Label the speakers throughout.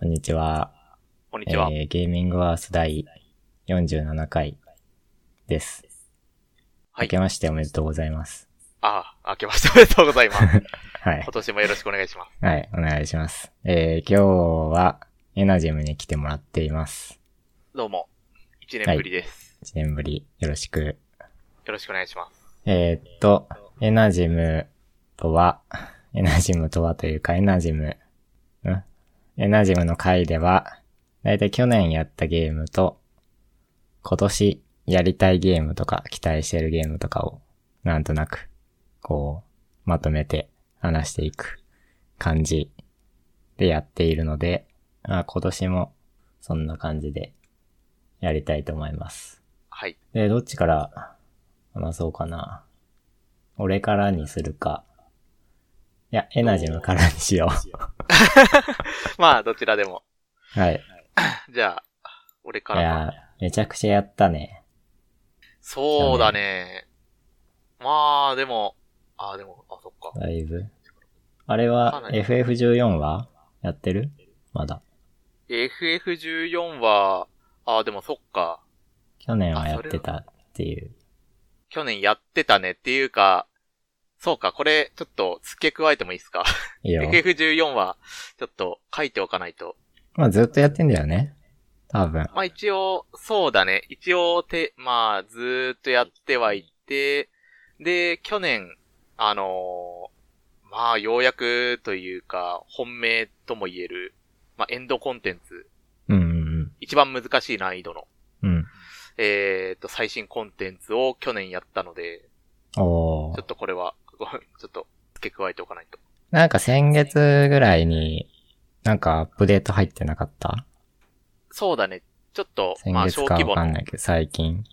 Speaker 1: こんにちは。
Speaker 2: こんにちは。
Speaker 1: えーゲーミングワース第47回です。
Speaker 2: はい
Speaker 1: 明けましておめでとうございます。
Speaker 2: ああ、明けましておめでとうござ います。
Speaker 1: はい
Speaker 2: 今。年もよろしくお願いします。
Speaker 1: はい、お願いします。えー今日はエナジムに来てもらっています。
Speaker 2: どうも、1年ぶりです。
Speaker 1: 1年ぶり、よろしく。
Speaker 2: よろしくお願いします。
Speaker 1: えーっと、エナジムとは、エナジムとはというか、エナジム、んエナジムの回では、だいたい去年やったゲームと、今年やりたいゲームとか、期待してるゲームとかを、なんとなく、こう、まとめて話していく感じでやっているので、あ今年もそんな感じでやりたいと思います。
Speaker 2: はい。
Speaker 1: で、どっちから話そうかな。俺からにするか。いや、エナジムからにしよ
Speaker 2: まあ、どちらでも。
Speaker 1: う。はい。
Speaker 2: じゃあ、俺
Speaker 1: い
Speaker 2: からも。
Speaker 1: や、めちゃくちゃやったね。
Speaker 2: そうだね。まあ、でも、ああ、でも、あ、そっか。
Speaker 1: だいぶ。あれ
Speaker 2: か
Speaker 1: は
Speaker 2: な、り
Speaker 1: FF14 はやってるまだ。
Speaker 2: FF14 は、ああ、でもそっか。
Speaker 1: 去年はやってたっていう。
Speaker 2: 去年やってたねっていうか、そうか、これ、ちょっと付け加えてもいいですか
Speaker 1: いいよ。
Speaker 2: ?FF14 は、ちょっと書いておかないと。
Speaker 1: まあずっとやってんだよね。多分。
Speaker 2: まあ一応、そうだね。一応、て、まあ、ずーっとやってはいて、で、去年、あのーまあ、ようやくというか、本命とも言える、まあ、エンドコンテンツ、
Speaker 1: うんうん
Speaker 2: 一番難しい難易度の、
Speaker 1: うん。
Speaker 2: えーっと、最新コンテンツを去年やったので、
Speaker 1: うん。お
Speaker 2: ちょ
Speaker 1: ー
Speaker 2: っ。とこれは、 ごめんちょっと、付け加えておかないと。
Speaker 1: なんか先月ぐらいに、なんかアップデート入ってなかった
Speaker 2: そうだね。ちょっと、
Speaker 1: 先
Speaker 2: まあ、
Speaker 1: 月
Speaker 2: 小
Speaker 1: か
Speaker 2: 規模
Speaker 1: わかん
Speaker 2: の
Speaker 1: な、いけど、最近。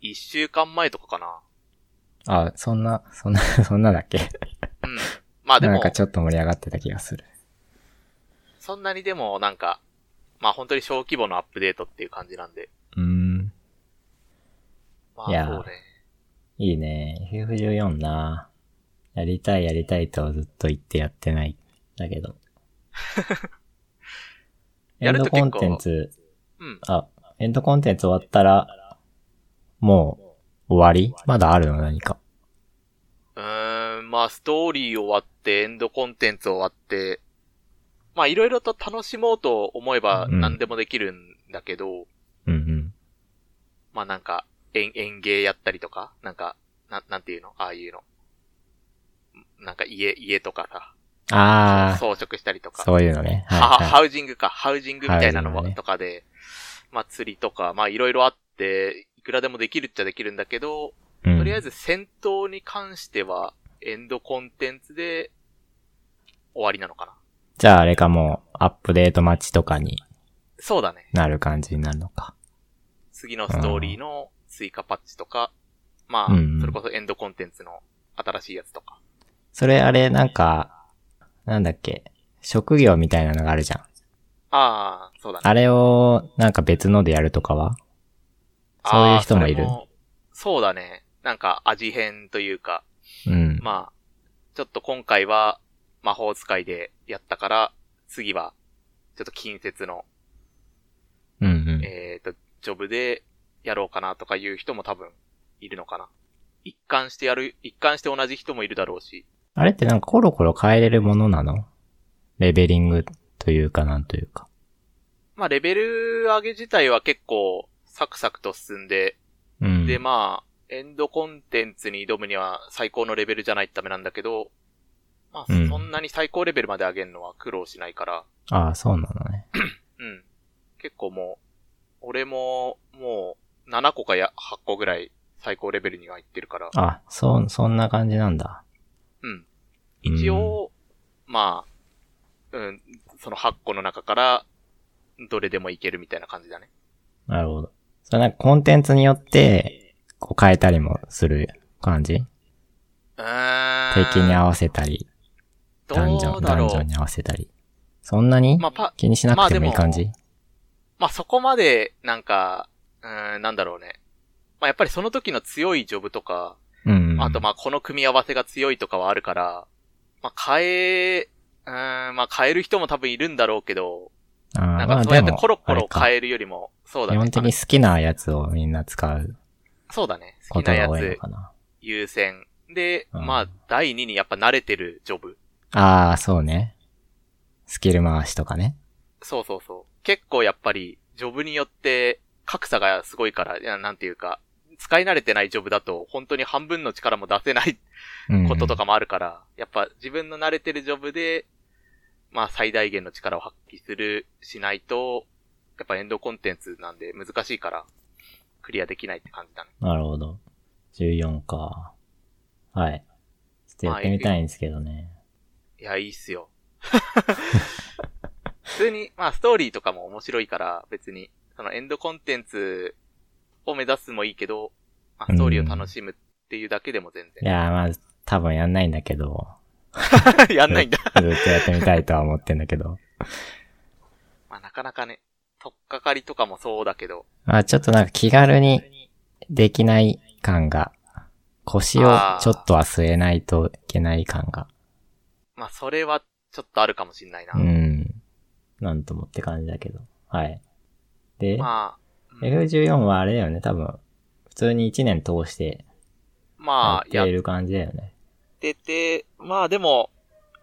Speaker 2: 一週間前とかかな。
Speaker 1: あ、そんな、 そんな、そんなだっけ
Speaker 2: うん。まあで
Speaker 1: な
Speaker 2: も
Speaker 1: んか、ちょっと盛り上がってた気がする。
Speaker 2: そんなにでもなんか、まあ本当に小規模のアップデートっていう感じなんで。
Speaker 1: うーん。
Speaker 2: ま
Speaker 1: いや
Speaker 2: あ
Speaker 1: ー
Speaker 2: そうね。
Speaker 1: いいね。FF14 なやりたいやりたいとずっと言ってやってない。だけ ど。エ
Speaker 2: や
Speaker 1: ン
Speaker 2: る
Speaker 1: ド
Speaker 2: と
Speaker 1: コ
Speaker 2: 結
Speaker 1: ン
Speaker 2: 構
Speaker 1: テンツ、
Speaker 2: うん。
Speaker 1: あ、エンドコンテンツ終わったら、もう終わりまだあるの何か。
Speaker 2: うーん、まあストーリー終わって、エンドコンテンツ終わって、まあいろいろと楽しもうと思えば
Speaker 1: うん
Speaker 2: 何でもできるんだけど、
Speaker 1: うんうん。
Speaker 2: まあなんか、園園芸やったりとか、なんか、なん、なんていうのああいうの。なんか家、家とかさ、
Speaker 1: あ
Speaker 2: 装飾したりと
Speaker 1: ー、
Speaker 2: か。
Speaker 1: そういうのね。はい、
Speaker 2: は
Speaker 1: はい。
Speaker 2: ハウジングか、ハウジングみたいなの
Speaker 1: ハウジ
Speaker 2: も
Speaker 1: ングね
Speaker 2: とかで、まあ釣りとか、まあいろいろあって、いくらでもできるっちゃできるんだけど、
Speaker 1: うん
Speaker 2: とりあえず戦闘に関しては、エンドコンテンツで終わりなのかな。
Speaker 1: じゃああれかもう、アップデート待ちとかに
Speaker 2: そうだね。
Speaker 1: なる感じになるのか。
Speaker 2: 次のストーリーの追加パッチとか、まあ、
Speaker 1: うん
Speaker 2: それこそエンドコンテンツの新しいやつとか。
Speaker 1: それあれ、なんか、なんだっけ、職業みたいなのがあるじゃん。
Speaker 2: ああ、そうだね。
Speaker 1: あれを、なんか別のでやるとかはそういう人もいる
Speaker 2: あーそれそうだね。なんか味変というか、
Speaker 1: うん。
Speaker 2: まあ、ちょっと今回は魔法使いでやったから、次は、ちょっと近接の、
Speaker 1: うんうん。
Speaker 2: えっ、と、ジョブでやろうかなとかいう人も多分いるのかな。一貫してやる、一貫して同じ人もいるだろうし。
Speaker 1: あれってなんかコロコロ変えれるものなのレベリングというかなんというか。
Speaker 2: まあ、レベル上げ自体は結構サクサクと進んで、
Speaker 1: うん。
Speaker 2: で、まあ、エンドコンテンツに挑むには最高のレベルじゃないとダメなんだけど、まあ、
Speaker 1: うん
Speaker 2: そんなに最高レベルまで上げるのは苦労しないから、
Speaker 1: ああ、そうなのね。
Speaker 2: うん。結構もう、俺も、もう、7個かや8個ぐらい最高レベルには行ってるから、
Speaker 1: あ、そ、そんな感じなんだ。
Speaker 2: うん。一応、まあ、うん、その8個の中から、どれでもいけるみたいな感じだね。
Speaker 1: なるほど。それなんかコンテンツによって、こう変えたりもする感じ
Speaker 2: うーん。
Speaker 1: 敵に合わせたり、ダンジ
Speaker 2: ど
Speaker 1: ョ
Speaker 2: う
Speaker 1: ン、
Speaker 2: だ
Speaker 1: ダ
Speaker 2: ろ
Speaker 1: ン
Speaker 2: う
Speaker 1: ジョンに合わせたり。そんなに
Speaker 2: まあ、パ、
Speaker 1: 気にしなくてもいい感じ、
Speaker 2: まあ、そこまで、なんか、うーん、なんだろうね。まあ、やっぱりその時の強いジョブとか、
Speaker 1: うんうん。
Speaker 2: あとまあこの組み合わせが強いとかはあるから、まあ変え、うーん、まあ変える人も多分いるんだろうけど、
Speaker 1: あー
Speaker 2: なん
Speaker 1: ま
Speaker 2: か
Speaker 1: あ
Speaker 2: そうやって
Speaker 1: でも
Speaker 2: コロコロ
Speaker 1: あ
Speaker 2: 変
Speaker 1: れ
Speaker 2: えるよりも、そう
Speaker 1: か
Speaker 2: だ
Speaker 1: 基
Speaker 2: ね。
Speaker 1: 本的に好きなやつをみんな使う
Speaker 2: あそうだね。好
Speaker 1: こ
Speaker 2: きな
Speaker 1: と
Speaker 2: や
Speaker 1: が多いの
Speaker 2: つ
Speaker 1: かな。
Speaker 2: 優先。で、
Speaker 1: うん
Speaker 2: まあ、第2にやっぱ慣れてるジョブ。
Speaker 1: ああ、そうね。スキル回しとかね。
Speaker 2: そうそうそう。結構やっぱり、ジョブによって格差がすごいから、いやなんていうか、使い慣れてないジョブだと、本当に半分の力も出せない
Speaker 1: うん。
Speaker 2: こととかもあるから、やっぱ自分の慣れてるジョブで、まあ最大限の力を発揮する、しないと、やっぱエンドコンテンツなんで難しいから、クリアできないって感じだね。
Speaker 1: なるほど。14か。はい。ちょっとやってみたいんですけどね。
Speaker 2: いや、いい っすよ。普通に、まあストーリーとかも面白いから、別に、そのエンドコンテンツを目指すもいいけど、まあストーリーを楽しむっていうだけでも全
Speaker 1: いやー、まあ、多分やんないんだけど、
Speaker 2: 然。 やんないんだ。
Speaker 1: ずっとやってみたいとは思ってんだけど。
Speaker 2: まあなかなかね、とっかかりとかもそうだけど、
Speaker 1: まあ、ちょっとなんか気軽にできない感が、腰をちょっとは据えないといけない感が、
Speaker 2: まあそれはちょっとあるかもしんないな。
Speaker 1: うん。なんともって感じだけど。はい。で、
Speaker 2: まあ、うん
Speaker 1: F14 はあれだよね、多分。普通に1年通してや
Speaker 2: まあ、や
Speaker 1: っ
Speaker 2: って
Speaker 1: いる感じだよね。
Speaker 2: てて、まあでも、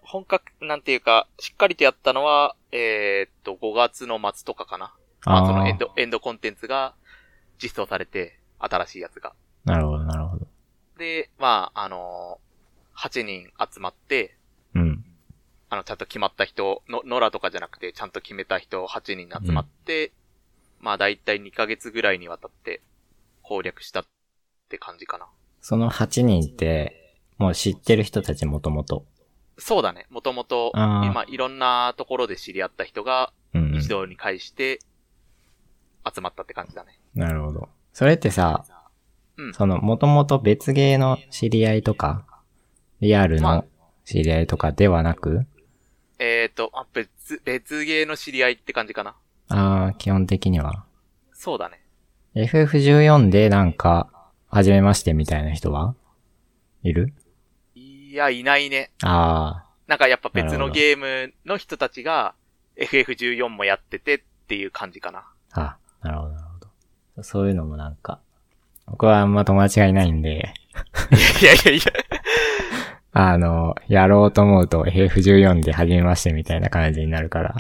Speaker 2: 本格、なんていうか、しっかりとやったのは、えーっと、5月の末とかかな。まあ、そのエンド、エンドコンテンツが実装されて、新しいやつが。
Speaker 1: なるほど、なるほど。
Speaker 2: で、まあ、あのー8人集まって、
Speaker 1: うん。
Speaker 2: あの、ちゃんと決まった人、の、ノラとかじゃなくて、ちゃんと決めた人8人集まって、まあ、だいたい2ヶ月ぐらいにわたって攻略したって感じかな。
Speaker 1: その8人って、もう知ってる人たちもともと。
Speaker 2: そうだね。もともと、
Speaker 1: あー
Speaker 2: 今、いろんなところで知り合った人が、
Speaker 1: うん、うん
Speaker 2: 一。堂に会して、集まったって感じだね。
Speaker 1: なるほど。それってさ、
Speaker 2: うん
Speaker 1: その、もともと別芸の知り合いとか、リアル
Speaker 2: ま
Speaker 1: の
Speaker 2: あ
Speaker 1: 知り合いとかではなく、
Speaker 2: えっ、と、あ、別、別芸の知り合いって感じかな。
Speaker 1: ああ、基本的には。
Speaker 2: そうだね。
Speaker 1: FF14 でなんか、初めましてみたいな人はいる
Speaker 2: いや、いないね。
Speaker 1: あ
Speaker 2: なんかやっぱ
Speaker 1: なる
Speaker 2: 別
Speaker 1: ほ
Speaker 2: の
Speaker 1: ど
Speaker 2: ゲームの人たちが、FF14 もやっててっていう感じか な。
Speaker 1: あ、あ、なるほど、なるほど。そういうのもなんか、僕はあんま友達がいないんで、
Speaker 2: いやいやいや。
Speaker 1: あの、やろうと思うと FF14 で初めましてみたいな感じになるから、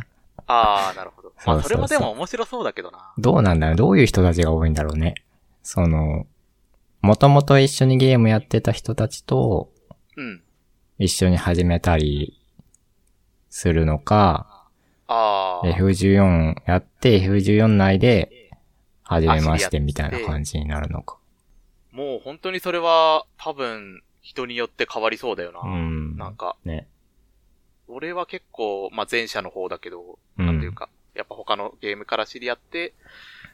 Speaker 2: ああ、なるほど。まあ、
Speaker 1: そうそうそう
Speaker 2: それもでも面白そうだけどな。
Speaker 1: どうなんだろうどういう人たちが多いんだろうね。その、もともと一緒にゲームやってた人たちと
Speaker 2: うん。
Speaker 1: 一緒に始めたりするのか、
Speaker 2: ああ。
Speaker 1: F14 やって F14 内で始めましてみたいな感じになるのか。
Speaker 2: もう本当にそれは、多分、人によって変わりそうだよな。
Speaker 1: うん。
Speaker 2: なんか、
Speaker 1: ね。
Speaker 2: 俺は結構、まあ、前者の方だけど、
Speaker 1: うん
Speaker 2: なんていうか、やっぱ他のゲームから知り合って、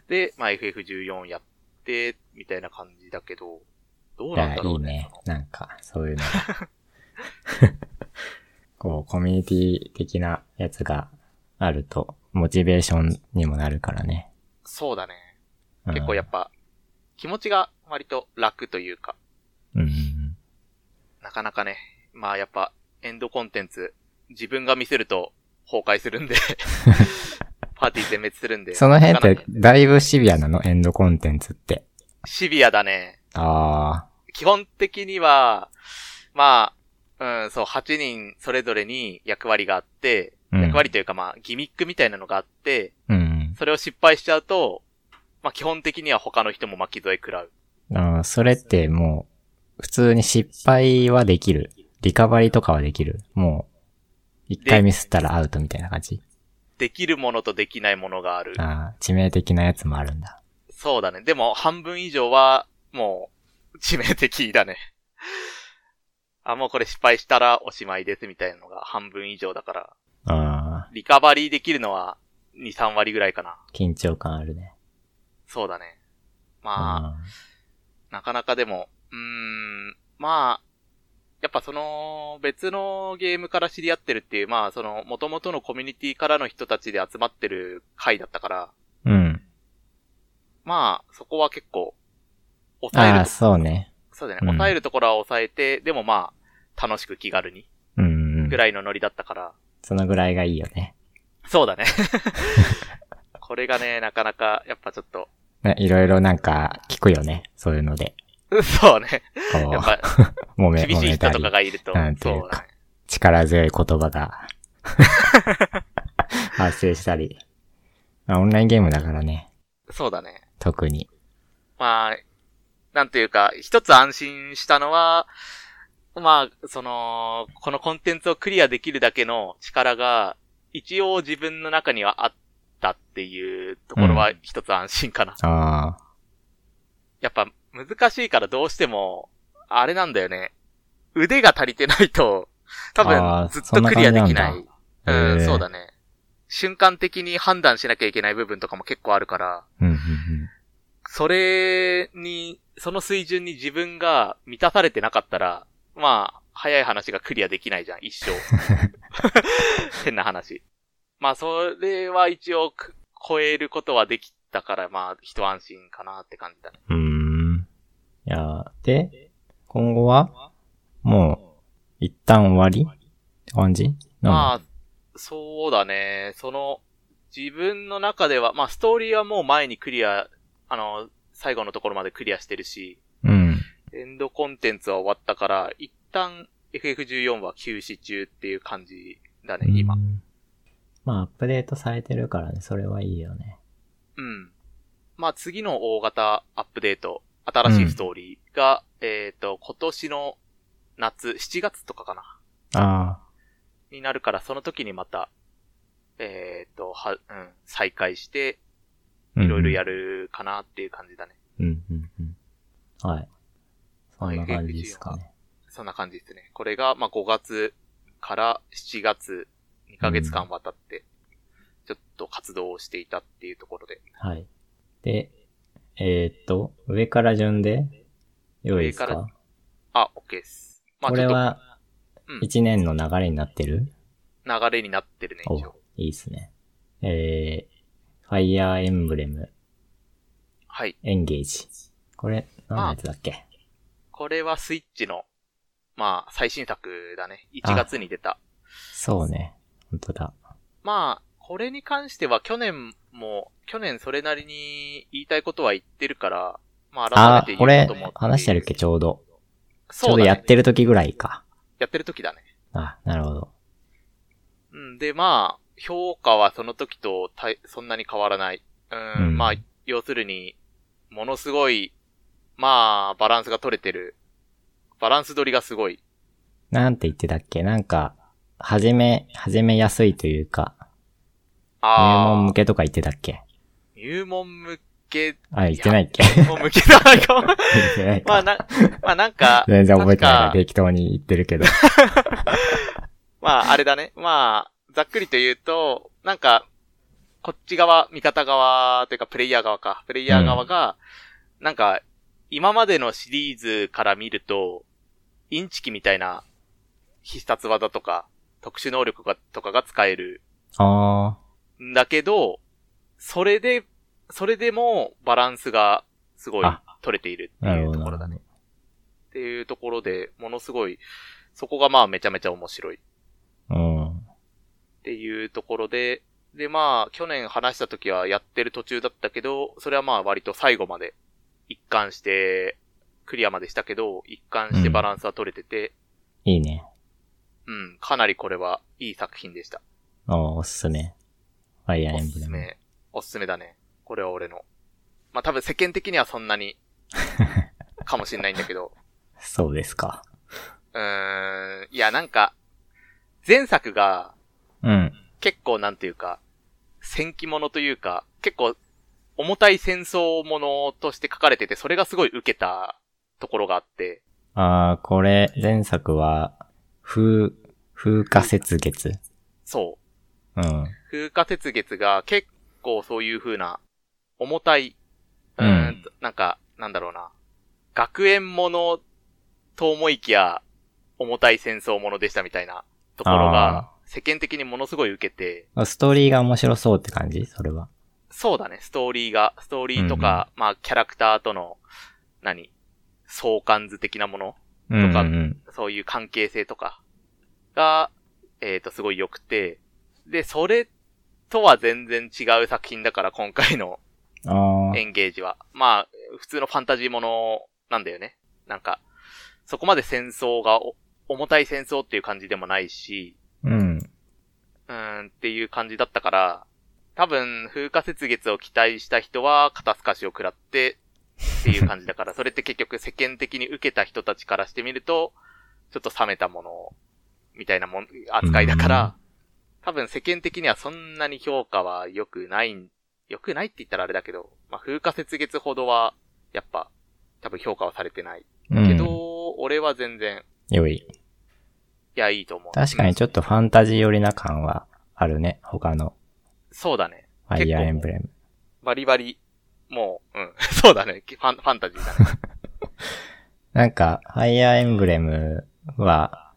Speaker 2: で、まあ、FF14 やって、みたいな感じだけど、どう
Speaker 1: い
Speaker 2: なん
Speaker 1: や、
Speaker 2: だ
Speaker 1: い
Speaker 2: ろ
Speaker 1: いう
Speaker 2: ね。
Speaker 1: ね
Speaker 2: その。
Speaker 1: なんか、そう いうのが。こう、コミュニティ的なやつがあると、モチベーションにもなるからね。
Speaker 2: そうだね。
Speaker 1: うん
Speaker 2: 結構やっぱ、気持ちが割と楽というか、
Speaker 1: うん。
Speaker 2: なかなかね、まあやっぱ、エンドコンテンツ、自分が見せると崩壊す るんで、パーティー全滅するんで。
Speaker 1: その辺っ
Speaker 2: なか
Speaker 1: て
Speaker 2: なか、
Speaker 1: だいぶシビアなの、エンドコンテンツって。
Speaker 2: シビアだね。
Speaker 1: あ
Speaker 2: 基本的には、まあ、うん、そう、8人それぞれに役割があって、
Speaker 1: うん
Speaker 2: 役割というかまあ、ギミックみたいなのがあって、
Speaker 1: あ、うん。
Speaker 2: それを失敗しちゃうと、まあ基本的には他の人も巻き添え食らう。
Speaker 1: あーそれってもう、普通に失敗はできる。リカバリーとかはできる。もう、一回ミスったらアウトみたいな感じ。
Speaker 2: できるものとできないものがある。
Speaker 1: ああ、致命的なやつもあるんだ。
Speaker 2: そうだね。でも、半分以上は、もう、致命的だね。 あ、もうこれ失敗したらおしまいですみたいなのが半分以上だから、
Speaker 1: ああ、
Speaker 2: リカバリーできるのは2、3割ぐらいかな。
Speaker 1: 緊張感あるね。
Speaker 2: そうだね。まあ、
Speaker 1: あ
Speaker 2: なかなかでも、うーん、まあ、やっぱその、別のゲームから知り合ってるっていう、まあ、その、元々のコミュニティからの人たちで集まってる会だったから、
Speaker 1: あ、うん。
Speaker 2: まあ、そこは結構、抑える
Speaker 1: あ
Speaker 2: と
Speaker 1: あ、そうね。
Speaker 2: そうだね。
Speaker 1: うん
Speaker 2: 抑えるところは抑えて、でもまあ、楽しく気軽に、
Speaker 1: うん、うん
Speaker 2: ぐ。らいのノリだったから、
Speaker 1: そのぐらいがいいよね。
Speaker 2: そ うだね。これがね、なかなか、やっぱちょっと、
Speaker 1: ね、いろいろなんか聞くよね。そういうので。
Speaker 2: そうね。
Speaker 1: こ
Speaker 2: やっ
Speaker 1: う、
Speaker 2: ぱ、
Speaker 1: 揉め、
Speaker 2: 厳
Speaker 1: 揉
Speaker 2: しい
Speaker 1: め
Speaker 2: 人
Speaker 1: た
Speaker 2: と
Speaker 1: り
Speaker 2: か、がいると。
Speaker 1: なんていう
Speaker 2: そう
Speaker 1: か
Speaker 2: だね。
Speaker 1: 力強い言葉 が発生したり。まあ、オンラインゲームだからね。
Speaker 2: そうだね。
Speaker 1: 特に。
Speaker 2: まあ、なんていうか、一つ安心したのは、まあ、その、このコンテンツをクリアできるだけの力が、一応自分の中にはあったっていうところは一つ安心かな。
Speaker 1: ああ、
Speaker 2: やっぱ難しいからどうしても、あれなんだよね。腕が足りてないと、多
Speaker 1: あ
Speaker 2: 分
Speaker 1: ー
Speaker 2: ずっとクリアできない。
Speaker 1: そんな感じなんだ
Speaker 2: う
Speaker 1: へ
Speaker 2: ん、
Speaker 1: ー
Speaker 2: そうだね。瞬間的に判断しなきゃいけない部分とかも結構あるから、
Speaker 1: うん、うん、
Speaker 2: それに、その水準に自分が満たされてなかったら、まあ、早い話がクリアできないじゃん、一生。変な話。まあ、それは一応く、超えることはできたから、まあ、一安心かなって感じだね。
Speaker 1: うん。うーん。いやー、で、今後は、もう、一旦終わりって感じ
Speaker 2: ま
Speaker 1: な
Speaker 2: あ、そうだね。その、自分の中では、まあ、ストーリーはもう前にクリア、あの、最後のところまでクリアしてるし、
Speaker 1: のうん。
Speaker 2: エンドコンテンツは終わったから、一旦 FF14 は休止中っていう感じだね、今
Speaker 1: う。んまあ、アップデートされてるからね、それはいいよね。
Speaker 2: うん。まあ、次の大型アップデート、新しいストーリーが、えっ、と、今年の夏、7月とかかな。
Speaker 1: あ
Speaker 2: になるから、その時にまた、えっ、と、は、うん、再開して、
Speaker 1: あ。
Speaker 2: いろいろや
Speaker 1: る。
Speaker 2: るかなっていう感じだね。
Speaker 1: うん、うん、うん。はい。そんな感じですかね。
Speaker 2: そんな感じですね。これが、まあ、5月から7月、2ヶ月間渡って、ちょっと活動をしていたっていうところで。
Speaker 1: はい。で、えーっと、上から順で、用意ですか
Speaker 2: 上からあ、OK です。まあ、
Speaker 1: こ
Speaker 2: ちょ
Speaker 1: れ
Speaker 2: っと
Speaker 1: は、一年の流れになってる、
Speaker 2: 流れになってるね、
Speaker 1: お
Speaker 2: 一応。
Speaker 1: いいっすね。えー、ファイヤーエンブレム、
Speaker 2: はい。
Speaker 1: エンゲージ。これ、何のやつだっけ
Speaker 2: これはスイッチの、まあ、最新作だね。1月に出た。
Speaker 1: そうね。本当だ。
Speaker 2: まあ、これに関しては去年も、去年それなりに言いたいことは言ってるから、まあ、
Speaker 1: あ
Speaker 2: 改
Speaker 1: ー、
Speaker 2: めて
Speaker 1: こ
Speaker 2: 言う
Speaker 1: れ
Speaker 2: ことも。、
Speaker 1: 話してるっけ、ちょうど。ちょ
Speaker 2: そうう
Speaker 1: ど
Speaker 2: だ、ね、
Speaker 1: や
Speaker 2: や
Speaker 1: ってる時ぐらいか。
Speaker 2: ってる時だね。
Speaker 1: あ、なるほど。
Speaker 2: うん、で、まあ、評価はその時とたいそんなに変わらない。うん、
Speaker 1: うん
Speaker 2: まあ、要するに、ものすごい、まあ、バランスが取れてる。バランス取りがすごい。
Speaker 1: なんて言ってたっけなんか、始め、始めやすいというか、入
Speaker 2: ああ、
Speaker 1: 門向けとか言ってたっけ
Speaker 2: 入門向け、
Speaker 1: あ、言ってないっけ
Speaker 2: 入門向けじゃないかも。
Speaker 1: 言ってない
Speaker 2: まあ、
Speaker 1: か。
Speaker 2: な、まあ、なんか、
Speaker 1: 全然覚えてないから
Speaker 2: 確か
Speaker 1: 適当に言ってるけど。
Speaker 2: まあ、あれだ ね。まあ、ざっくりと言うと、なんか、こっち側、味方側、というか、プレイヤー側か。プレイヤー側が、なんか、今までのシリーズから見ると、インチキみたいな必殺技とか、特殊能力がとかが使える
Speaker 1: あ
Speaker 2: んだけど、それで、それでもバランスがすごい
Speaker 1: あ
Speaker 2: 取れている
Speaker 1: あ、
Speaker 2: っ
Speaker 1: な
Speaker 2: ていう
Speaker 1: るほ
Speaker 2: と
Speaker 1: ど
Speaker 2: こ
Speaker 1: な
Speaker 2: ろ
Speaker 1: る
Speaker 2: だ
Speaker 1: ほ
Speaker 2: ね。
Speaker 1: ど。
Speaker 2: っていうところで、ものすごい、そこがまあめちゃめちゃ面白い。
Speaker 1: うん。
Speaker 2: っていうところで、で、まあ、去年話した時はやってる途中だったけど、それはまあ割と最後まで一貫して、クリアまでしたけど、一貫してバランスは取れてて、
Speaker 1: いいね。
Speaker 2: うん、かなりこれはいい作品でした。
Speaker 1: おおすすめ。ファイアー
Speaker 2: お
Speaker 1: エンブ
Speaker 2: す
Speaker 1: レ
Speaker 2: す
Speaker 1: ム。
Speaker 2: め。おすすめだね。これは俺の。まあ多分世間的にはそんなに、かもしんないんだけど、
Speaker 1: そうですか。
Speaker 2: うーん、いやなんか、前作が、
Speaker 1: うん。
Speaker 2: 結構なんていうか、戦記物というか、結構重たい戦争ものとして書かれてて、それがすごい受けたところがあって、
Speaker 1: あー、これ、前作は、風、風化雪月。
Speaker 2: そ
Speaker 1: う
Speaker 2: う。
Speaker 1: ん。
Speaker 2: 風化鉄月が結構そういう風な重たい、うーん
Speaker 1: うん
Speaker 2: なんか、なんだろうな。学園ものと思いきや、重たい戦争ものでしたみたいなところが、世間的にものすごい受けて、
Speaker 1: ストーリーが面白そうって感じそれは。
Speaker 2: そうだね、ストーリーが、ストーリーとか、まあ、キャラクターとの、何相関図的なもの
Speaker 1: うん、う
Speaker 2: か
Speaker 1: ん。
Speaker 2: そういう関係性とかが、えっ、と、すごい良くて、で、それとは全然違う作品だから、今回の
Speaker 1: ああ
Speaker 2: エ。ンゲージは。まあ、普通のファンタジーものなんだよね。なんか、そこまで戦争がお重たい戦争っていう感じでもないし、
Speaker 1: うん。
Speaker 2: うーんっていう感じだったから、多分、風化雪月を期待した人は肩透かしを食らってっていう感じだ から、それって結局世間的に受けた人たちからしてみると、ちょっと冷めたもの、みたいなもん、扱いだから、多分世間的にはそんなに評価は良くないん、良くないって言ったらあれだけど、まあ、風化雪月ほどは、やっぱ、多分評価はされてない。
Speaker 1: うん、
Speaker 2: けど、俺は全然、
Speaker 1: 良い。
Speaker 2: いや、いいと思う。
Speaker 1: 確かにちょっとファンタジー寄りな感はあるね。他の
Speaker 2: そうだね。
Speaker 1: ファイアーエンブレム。
Speaker 2: バリバリ、もう、うん。 そうだね。ファン、ファンタジ ーだね。
Speaker 1: なんか、ファイアーエンブレムは、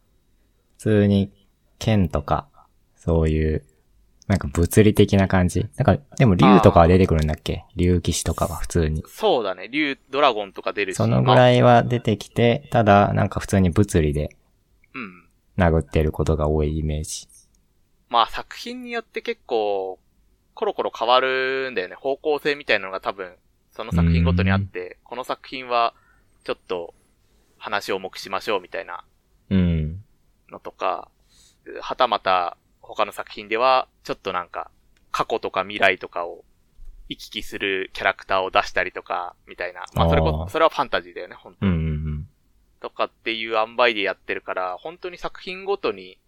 Speaker 1: 普通に剣とか、そういう、なんか物理的な感じ。なんか、でも竜とかは出てくるんだっけ竜騎士とかは普通に。
Speaker 2: そうだね。竜、ドラゴンとか出るし。
Speaker 1: そのぐ
Speaker 2: い。
Speaker 1: らいは出てきて、ただ、なんか普通に物理で
Speaker 2: うん。
Speaker 1: 殴ってることが多いイメージ。
Speaker 2: まあ作品によって結構、コロコロ変わるんだよね。方向性みたいなのが多分、その作品ごとにあって、この作品は、ちょっと、話を重くしましょうみたいな
Speaker 1: うん。
Speaker 2: のとか、はたまた他の作品では、ちょっとなんか、過去とか未来とかを行き来するキャラクターを出したりとか、みたいな。まあそれこ
Speaker 1: あー
Speaker 2: そ、それはファンタジーだよね、本当
Speaker 1: うんうん
Speaker 2: とかっていう塩梅でやってるから、本当に作品ごとに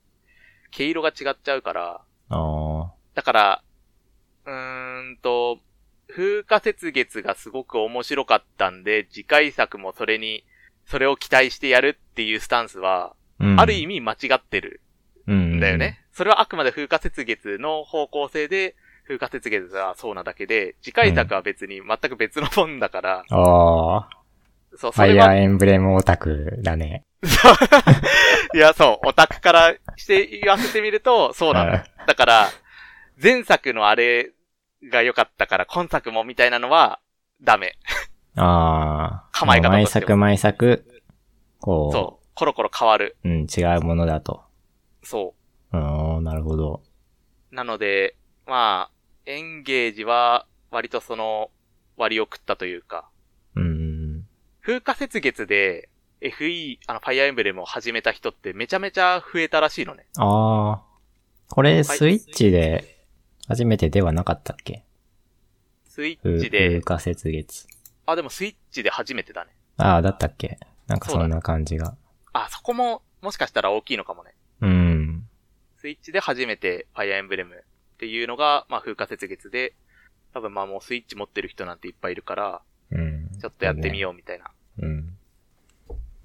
Speaker 2: 毛色が違っちゃうから、
Speaker 1: うん。あ
Speaker 2: だから、うーんと、風化雪月がすごく面白かったんで、次回作もそれに、それを期待してやるっていうスタンスは、
Speaker 1: あ。うん。
Speaker 2: ある意味間違ってる
Speaker 1: 味
Speaker 2: んだよね。。それはあくまで風化雪月の方向性で、風化雪月はそうなだけで、次回作は別に全く別のもんだから、
Speaker 1: ああ。
Speaker 2: そう、
Speaker 1: フ
Speaker 2: そ
Speaker 1: ァ
Speaker 2: れ
Speaker 1: イ
Speaker 2: は
Speaker 1: アーエンブレムオタクだね。
Speaker 2: いや、そう、オタクからして言わせてみると、そうなのよ。だから、前作のあれが良かったから、今作もみたいなのは、ダメ。
Speaker 1: ああ。
Speaker 2: 構え方
Speaker 1: 毎
Speaker 2: として
Speaker 1: 作
Speaker 2: は
Speaker 1: 毎作、こう、
Speaker 2: そう、コロコロ変わる。
Speaker 1: うん、違うものだと。
Speaker 2: そう
Speaker 1: ーん、なるほど。
Speaker 2: う。なので、まあ、エンゲージは、割とその、割を食ったというか、
Speaker 1: うーん。
Speaker 2: 風化雪月で、FE、あの、ファイアーエンブレムを始めた人ってめちゃめちゃ増えたらしいのね。
Speaker 1: ああ。これ、スイッチで、初めてではなかったっけ
Speaker 2: スイ
Speaker 1: う
Speaker 2: ッチ
Speaker 1: 風、
Speaker 2: で
Speaker 1: 化雪月。
Speaker 2: あ、でもスイッチで初めてだね。
Speaker 1: ああ、だったっけなんか
Speaker 2: そう
Speaker 1: そ
Speaker 2: だ
Speaker 1: んな感じが。
Speaker 2: あ、そこも、もしかしたら大きいのかもね。
Speaker 1: うん。
Speaker 2: スイッチで初めてファイアーエンブレムっていうのが、まあ、風化雪月で、多分まあもうスイッチ持ってる人なんていっぱいいるから、
Speaker 1: うん。
Speaker 2: ちょっとやってみようみたいな
Speaker 1: うん。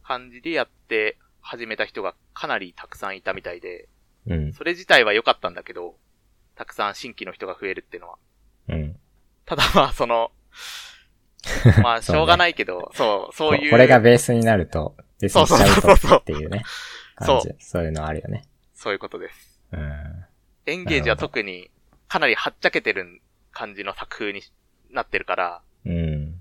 Speaker 2: 感じでやって始めた人がかなりたくさんいたみたいで、
Speaker 1: うん。
Speaker 2: それ自体は良かったんだけど、たくさん新規の人が増えるっていうのは。
Speaker 1: うん。
Speaker 2: ただまあ その、まあしょうがないけど、そう、そう
Speaker 1: こ
Speaker 2: いう。
Speaker 1: これがベースになると、ベースにしちゃ
Speaker 2: そうそう
Speaker 1: う
Speaker 2: そうそ
Speaker 1: と
Speaker 2: う
Speaker 1: っていうね。
Speaker 2: そ
Speaker 1: 感
Speaker 2: う
Speaker 1: じ。そういうのあるよね。
Speaker 2: そういうことです。
Speaker 1: うん。
Speaker 2: エンゲージは特にかなりはっちゃけてる感じの作風になってるから、
Speaker 1: うん。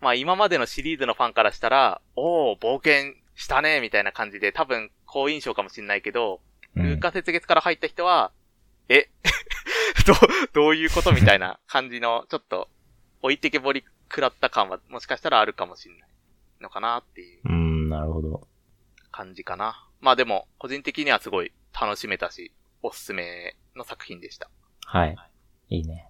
Speaker 2: まあ今までのシリーズのファンからしたら、おー、冒険したね、みたいな感じで、多分、好印象かもしんないけど、
Speaker 1: う
Speaker 2: 風
Speaker 1: ん。
Speaker 2: 化雪月から入った人は、え ど、どういうことみたいな感じの、ちょっと、置いてけぼり食らった感は、もしかしたらあるかもしんないのかなっていう
Speaker 1: うん、なるほど。
Speaker 2: 感じかな。まあでも、個人的にはすごい楽しめたし、おすすめの作品でした。
Speaker 1: はい。いいね。。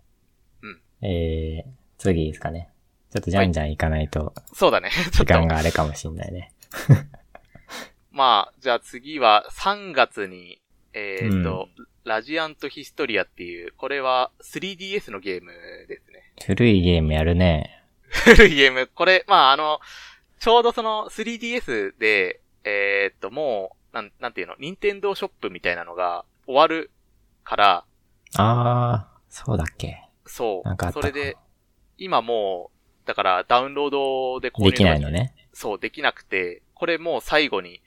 Speaker 2: うん
Speaker 1: えー、次いいですかね。ちょっとじゃんじゃん行かないと、
Speaker 2: そうだね。ち
Speaker 1: 時
Speaker 2: ょっと
Speaker 1: 間。があれかもしんないね。
Speaker 2: まあ、じゃあ次は3月に、えっ、と、ラジアントヒストリアっていう、これは 3DS のゲームですね。
Speaker 1: 古いゲームやるね。
Speaker 2: 古いゲーム。これ、まああの、ちょうどその 3DS で、えっ、と、もう、なん、なんていうの、任天堂ショップみたいなのが終わるから、
Speaker 1: あー、そうだっけ。
Speaker 2: そ
Speaker 1: なんかあ
Speaker 2: う。
Speaker 1: った
Speaker 2: そ
Speaker 1: か
Speaker 2: れで、今もう、だからダウンロードで購入
Speaker 1: できないのね。
Speaker 2: そう、できなくて、これもう最後に、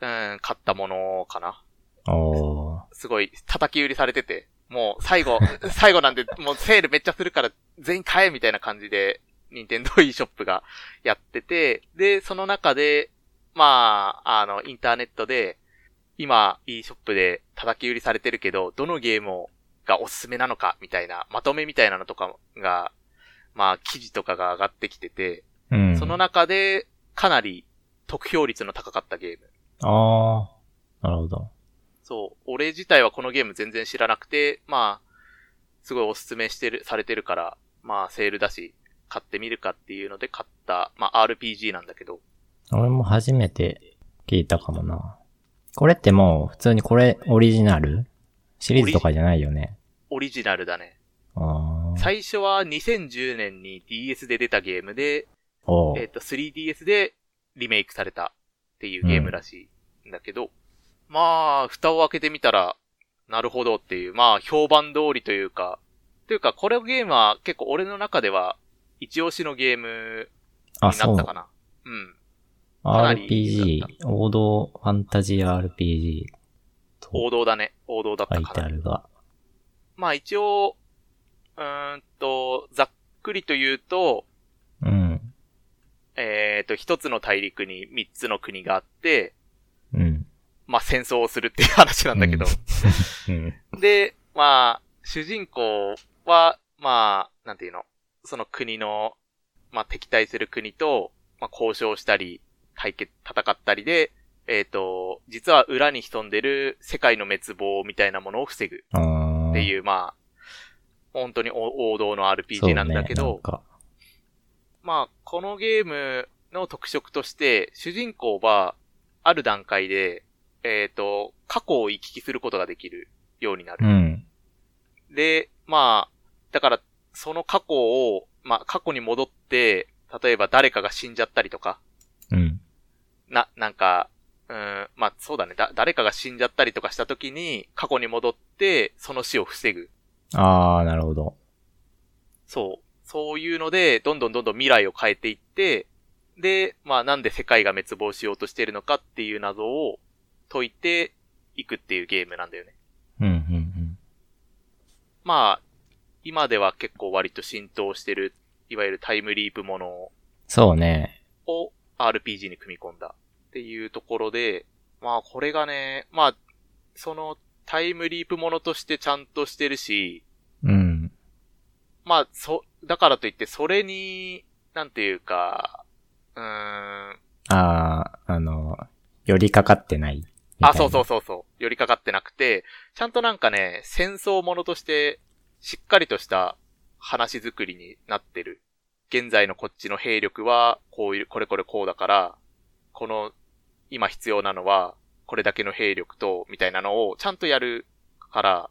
Speaker 2: うん、買ったものかな。
Speaker 1: おー。
Speaker 2: すごい叩き売りされてて、もう最後、 最後なんで、もうセールめっちゃするから全員買えみたいな感じで、任天堂 e ショップがやってて、で、その中で、まあ、あの、インターネットで、今 e ショップで叩き売りされてるけど、どのゲームをがおすすめなのか、みたいな、まとめみたいなのとかが、まあ、記事とかが上がってきてて、
Speaker 1: うん。
Speaker 2: その中で、かなり得票率の高かったゲーム。
Speaker 1: ああ、なるほど。
Speaker 2: そう、俺自体はこのゲーム全然知らなくて、まあ、すごいおすすめしてる、されてるから、まあ、セールだし、買ってみるかっていうので買った、まあ、RPG なんだけど、
Speaker 1: 俺も初めて聞いたかもな。これってもう普通にこれオリジナルシリーズとかじゃないよね。
Speaker 2: オリジナルだね。
Speaker 1: ああ。
Speaker 2: 最初は2010年に DS で出たゲームで、
Speaker 1: おう
Speaker 2: えっ、と、3DS でリメイクされたっていうゲームらしいんだけど、まあ、蓋を開けてみたら、なるほどっていう、まあ、評判通りというか、というか、これゲームは結構俺の中では、一押しのゲーム
Speaker 1: あ、
Speaker 2: にな
Speaker 1: そ
Speaker 2: った
Speaker 1: う
Speaker 2: か。な。うん。なり
Speaker 1: RPG、王道ファンタジー RPG と
Speaker 2: 王道だね。王道だっ
Speaker 1: 書
Speaker 2: た
Speaker 1: い
Speaker 2: か
Speaker 1: てあ
Speaker 2: な。
Speaker 1: るが。
Speaker 2: まあ一応、うーんと、ざっくりと言うと、
Speaker 1: うん。
Speaker 2: えっ、と、一つの大陸に三つの国があって、
Speaker 1: うん。
Speaker 2: まあ戦争をするっていう話なんだけど。
Speaker 1: うん。
Speaker 2: で、まあ、主人公は、まあ、なんていうの、その国の、まあ敵対する国と、まあ交渉したり、対決、戦ったりで、えっ、と、実は裏に潜んでる世界の滅亡みたいなものを防ぐ。
Speaker 1: あー
Speaker 2: っていう、まあ、本当に王王道の
Speaker 1: そう
Speaker 2: RPG なんだけ
Speaker 1: ね、
Speaker 2: ど、
Speaker 1: なんか
Speaker 2: まあ、このゲームの特色として、主人公は、ある段階で、えっ、と、過去を行き来することができるようにな
Speaker 1: う
Speaker 2: る。
Speaker 1: ん。
Speaker 2: で、まあ、だから、その過去を、まあ、過去に戻って、例えば誰かが死んじゃったりとか、
Speaker 1: うん。
Speaker 2: な、なんか、うーん、まあ、そうだね、だ、誰かが死んじゃったりとかした時に、過去に戻って、その死を防ぐ。
Speaker 1: ああ、なるほど。
Speaker 2: そう。そういうので、どんどんどんどん未来を変えていって、で、まあなんで世界が滅亡しようとしてるのかっていう謎を解いていくっていうゲームなんだよね。
Speaker 1: うん、うん、
Speaker 2: まあ、今では結構割と浸透してる、いわゆるタイムリープもの
Speaker 1: そうね。
Speaker 2: を RPG に組み込んだっていうところで、まあこれがね、まあ、そのタイムリープものとしてちゃんとしてるし、
Speaker 1: うん。
Speaker 2: まあ、そ、だからといって、それに、なんていうか、うーん、
Speaker 1: ああ、あの、寄りかかってないみたいな
Speaker 2: あ、そうそうそうそう、寄りかかってなくて、ちゃんとなんかね、戦争ものとして、しっかりとした話作りになってる。現在のこっちの兵力は、こういう、これこれこうだから、この、今必要なのは、これだけの兵力と、みたいなのをちゃんとやるから、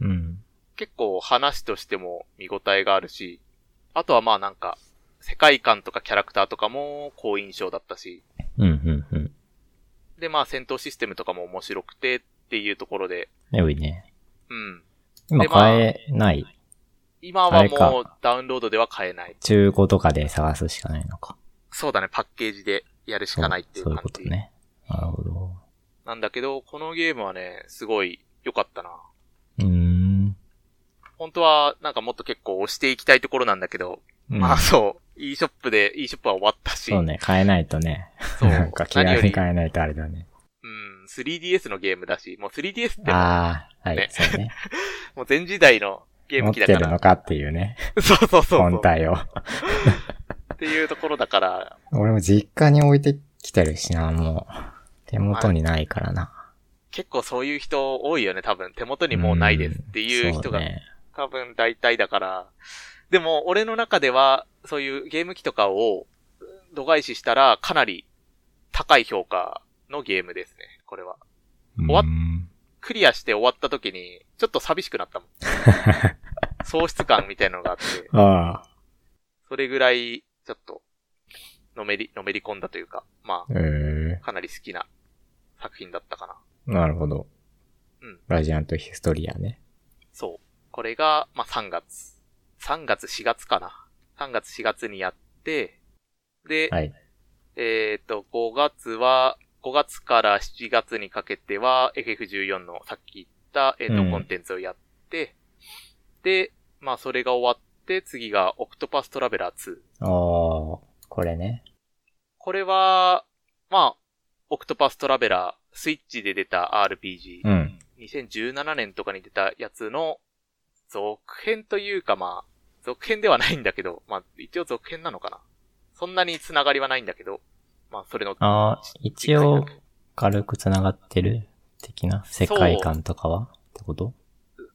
Speaker 1: うん。
Speaker 2: 結構話としても見応えがあるし、あとはまあなんか、世界観とかキャラクターとかも好印象だったし、
Speaker 1: うん、うん、うん。
Speaker 2: でまあ戦闘システムとかも面白くてっていうところで、
Speaker 1: 良いね。
Speaker 2: うん。
Speaker 1: 今
Speaker 2: でまあ
Speaker 1: 買えない。
Speaker 2: 今
Speaker 1: あ
Speaker 2: は
Speaker 1: れか
Speaker 2: もうダウンロードでは買えない。
Speaker 1: 中古とかで探すしかないのか。
Speaker 2: そうだね、パッケージでやるしかないっていう
Speaker 1: そう
Speaker 2: 感
Speaker 1: いうこと
Speaker 2: じ。
Speaker 1: ね。なるほど。
Speaker 2: なんだけど、このゲームはね、すごい良かったな。
Speaker 1: うーん。
Speaker 2: 本当はなんかもっと結構押していきたいところなんだけど、まあそう、e ショップで、e ショップは終わったし、
Speaker 1: そうね、買えないとね。
Speaker 2: そう
Speaker 1: なんか気
Speaker 2: 何よ
Speaker 1: 軽に
Speaker 2: り
Speaker 1: 買えないとあれだね。
Speaker 2: うん、3DS のゲームだし、もう 3DS って
Speaker 1: ああ、は
Speaker 2: ね
Speaker 1: い、そうね。
Speaker 2: もう全時代の ゲー
Speaker 1: 持
Speaker 2: ム
Speaker 1: っ
Speaker 2: 機
Speaker 1: て
Speaker 2: だか
Speaker 1: る
Speaker 2: ら。
Speaker 1: のかっていうね、
Speaker 2: そうそうそうそう。
Speaker 1: 本体を。
Speaker 2: っていうところだから、
Speaker 1: 俺も実家に置いてきてるしな、もう。手元にないからな。
Speaker 2: 結構そういう人多いよね、多分。手元にもうないですっていう人が、
Speaker 1: んそうね
Speaker 2: 多分大体だから。でも、俺の中では、そういうゲーム機とかを度外視したら、かなり高い評価のゲームですね、これは。終わっ
Speaker 1: うん
Speaker 2: クリアして終わった時に、ちょっと寂しくなったもん。喪失感みたいなのがあって、
Speaker 1: あ
Speaker 2: それぐらい、ちょっと、のめり、のめり込んだというか、まあ、
Speaker 1: あ、え
Speaker 2: かなり好きな作品だったかな。
Speaker 1: ー、なるほど。
Speaker 2: うん
Speaker 1: ラジアントヒストリアね。
Speaker 2: そう。これが、まあ、3月。3月、4月かな。3月、4月にやって、で、
Speaker 1: はい。
Speaker 2: えっ、と、5月は、5月から7月にかけては、FF14 のさっき言った、えっ、と、
Speaker 1: うん
Speaker 2: コンテンツをやって、で、まあ、それが終わって、次が、オクトパストラベラー2。
Speaker 1: ああ、これね。
Speaker 2: これは、まあ、オクトパストラベラー、スイッチで出た RPG。
Speaker 1: うん。
Speaker 2: 2017年とかに出たやつの続編というかまあ、続編ではないんだけど、まあ、一応続編なのかな。そんなに繋がりはないんだけど、まあ、それの、
Speaker 1: ああ、一応、軽く繋がってる的な世界観とかはってこと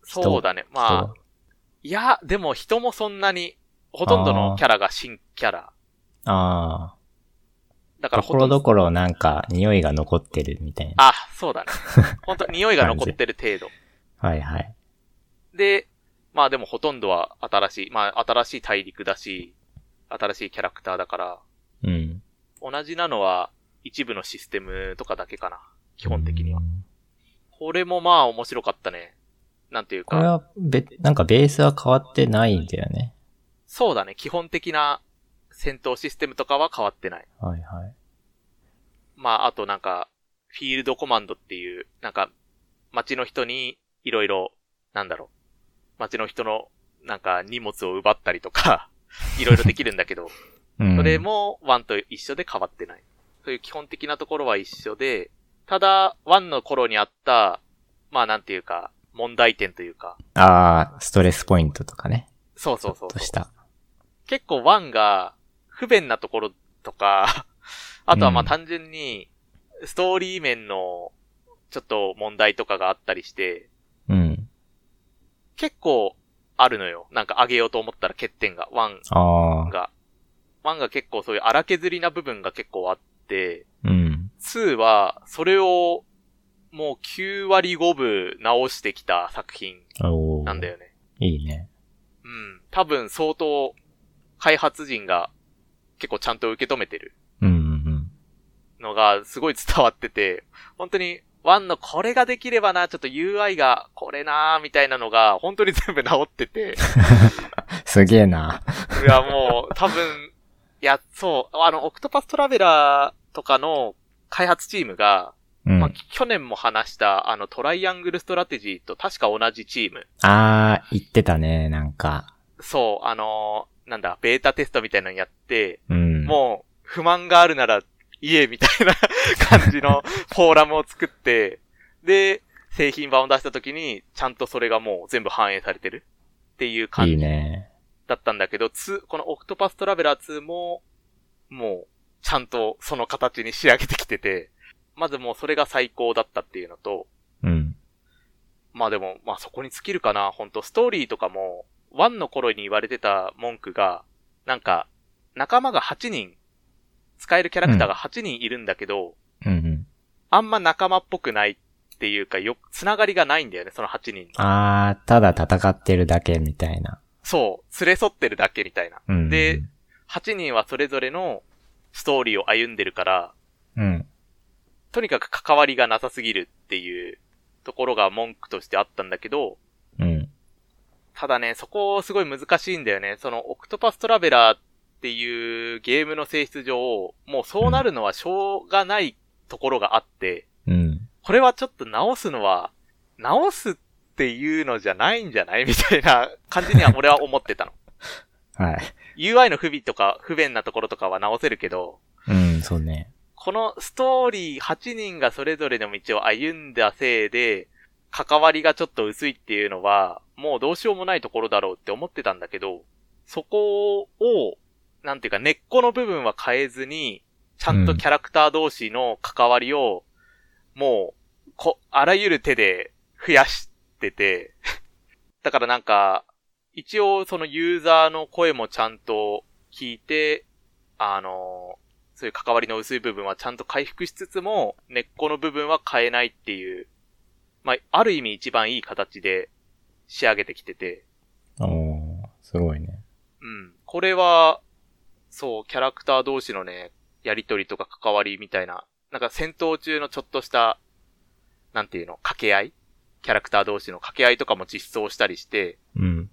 Speaker 1: 人
Speaker 2: そうだね。まあ、いや、でも人もそんなに、ほとんどのキャラが新キャラ。
Speaker 1: 人はあ
Speaker 2: だか
Speaker 1: あ、
Speaker 2: ら
Speaker 1: と
Speaker 2: ほ
Speaker 1: ことろ
Speaker 2: んど
Speaker 1: どころなんか匂いが残ってるみたいな。
Speaker 2: あ、そうだね。 本当匂いが残ってる程度。
Speaker 1: はいはい。
Speaker 2: で、まあでもほとんどは新しい、まあ新しい大陸だし、新しいキャラクターだから、
Speaker 1: うん。
Speaker 2: 同じなのは一部のシステムとかだけかな。基本的には
Speaker 1: う。ん。
Speaker 2: これもまあ面白かったね。なんていう
Speaker 1: これ
Speaker 2: か、
Speaker 1: は、べ、なんかベースは変わってないんだよね。
Speaker 2: そうだね。基本的な戦闘システムとかは変わってない。
Speaker 1: はいはい。
Speaker 2: まああとなんか、フィールドコマンドっていう、なんか、街の人にいろいろ、なんだろう。街の人の、なんか荷物を奪ったりとか、 いろいろできるんだけど、
Speaker 1: うん。
Speaker 2: それも1と一緒で変わってない。そういう基本的なところは一緒で、ただ、1の頃にあった、まあなんていうか、問題点というか、
Speaker 1: ああ、ストレスポイントとかね。
Speaker 2: そうそうそう
Speaker 1: ちょっとし
Speaker 2: そう。
Speaker 1: た。
Speaker 2: 結構1が不便なところと か、あとはまあ
Speaker 1: うん
Speaker 2: 単純に、ストーリー面のちょっと問題とかがあったりして、
Speaker 1: うん。
Speaker 2: 結構あるのよ。なんか上げようと思ったら欠点が、1
Speaker 1: ああ、
Speaker 2: が。1が結構そういう荒削りな部分が結構あって、
Speaker 1: うん。
Speaker 2: 2は、それを、もう9割5分直してきた作品
Speaker 1: おお。
Speaker 2: なんだよね。
Speaker 1: いいね。
Speaker 2: うん。多分相当、開発人が結構ちゃんと受け止めてる
Speaker 1: うんうん
Speaker 2: のがすごい伝わってて、本当に1のこれができればな、ちょっと UI がこれな、みたいなのが本当に全部直って
Speaker 1: う
Speaker 2: て、
Speaker 1: ん。すげえな。
Speaker 2: いやもう多分、いや、そう、あの、オクトパストラベラーとかの開発チームが、
Speaker 1: うん。
Speaker 2: まあ
Speaker 1: あ、
Speaker 2: 去年も話した、あの、トライアングルストラテジーと確か同じチーム。
Speaker 1: あー、言ってたね、なんか。
Speaker 2: そう、あのーなんだ、ベータテストみたいなのやって、
Speaker 1: うん。
Speaker 2: もう、不満があるなら、言え、みたい な感じのフォーラムを作って、で、製品版を出した時に、ちゃんとそれがもう全部反映されてるっていう感
Speaker 1: いい
Speaker 2: じ
Speaker 1: ね。
Speaker 2: だったんだけど、2このオクトパストラベラー2も、もう、ちゃんとその形に仕上げてきてて、まずもうそれが最高だったっていうのと、
Speaker 1: うん。
Speaker 2: まあでも、まあそこに尽きるかな、本当ストーリーとかも、1の頃に言われてた文句が、なんか、仲間が8人、使えるキャラクターが8人いるんだけど、
Speaker 1: うんうん。
Speaker 2: あんま仲間っぽくないっていうか、よ、つながりがないんだよね、その8人の。
Speaker 1: あー、ただ戦ってるだけみたいな。
Speaker 2: そう、連れ添ってるだけみたいな。
Speaker 1: うん。
Speaker 2: で、8人はそれぞれのストーリーを歩んでるから、
Speaker 1: うん。
Speaker 2: とにかく関わりがなさすぎるっていうところが文句としてあったんだけど、
Speaker 1: うん。
Speaker 2: ただね、そこすごい難しいんだよね。その、オクトパストラベラーっていうゲームの性質上、もうそうなるのはしょうがないところがあって、
Speaker 1: うん。
Speaker 2: これはちょっと直すのは、直すっていうのじゃないんじゃないみたいな感じには俺は思ってたの。
Speaker 1: はい。
Speaker 2: UI の不備とか不便なところとかは直せるけど、
Speaker 1: うん、そうね。
Speaker 2: このストーリー8人がそれぞれの道を歩んだせいで、関わりがちょっと薄いっていうのは、もうどうしようもないところだろうって思ってたんだけど、そこを、なんていうか根っこの部分は変えずに、ちゃんとキャラクター同士の関わりを、もう、こ、あらゆる手で増やしてて、 だからなんか、一応そのユーザーの声もちゃんと聞いて、あのそういう関わりの薄い部分はちゃんと回復しつつも、根っこの部分は変えないっていう、まあ、ある意味一番いい形で仕上げてきてて、
Speaker 1: おー、すごいね。
Speaker 2: うん。これは、そう、キャラクター同士のね、やりとりとか関わりみたいな、なんか戦闘中のちょっとした、なんていうの、掛け合いキャラクター同士の掛け合いとかも実装したりして、
Speaker 1: うん。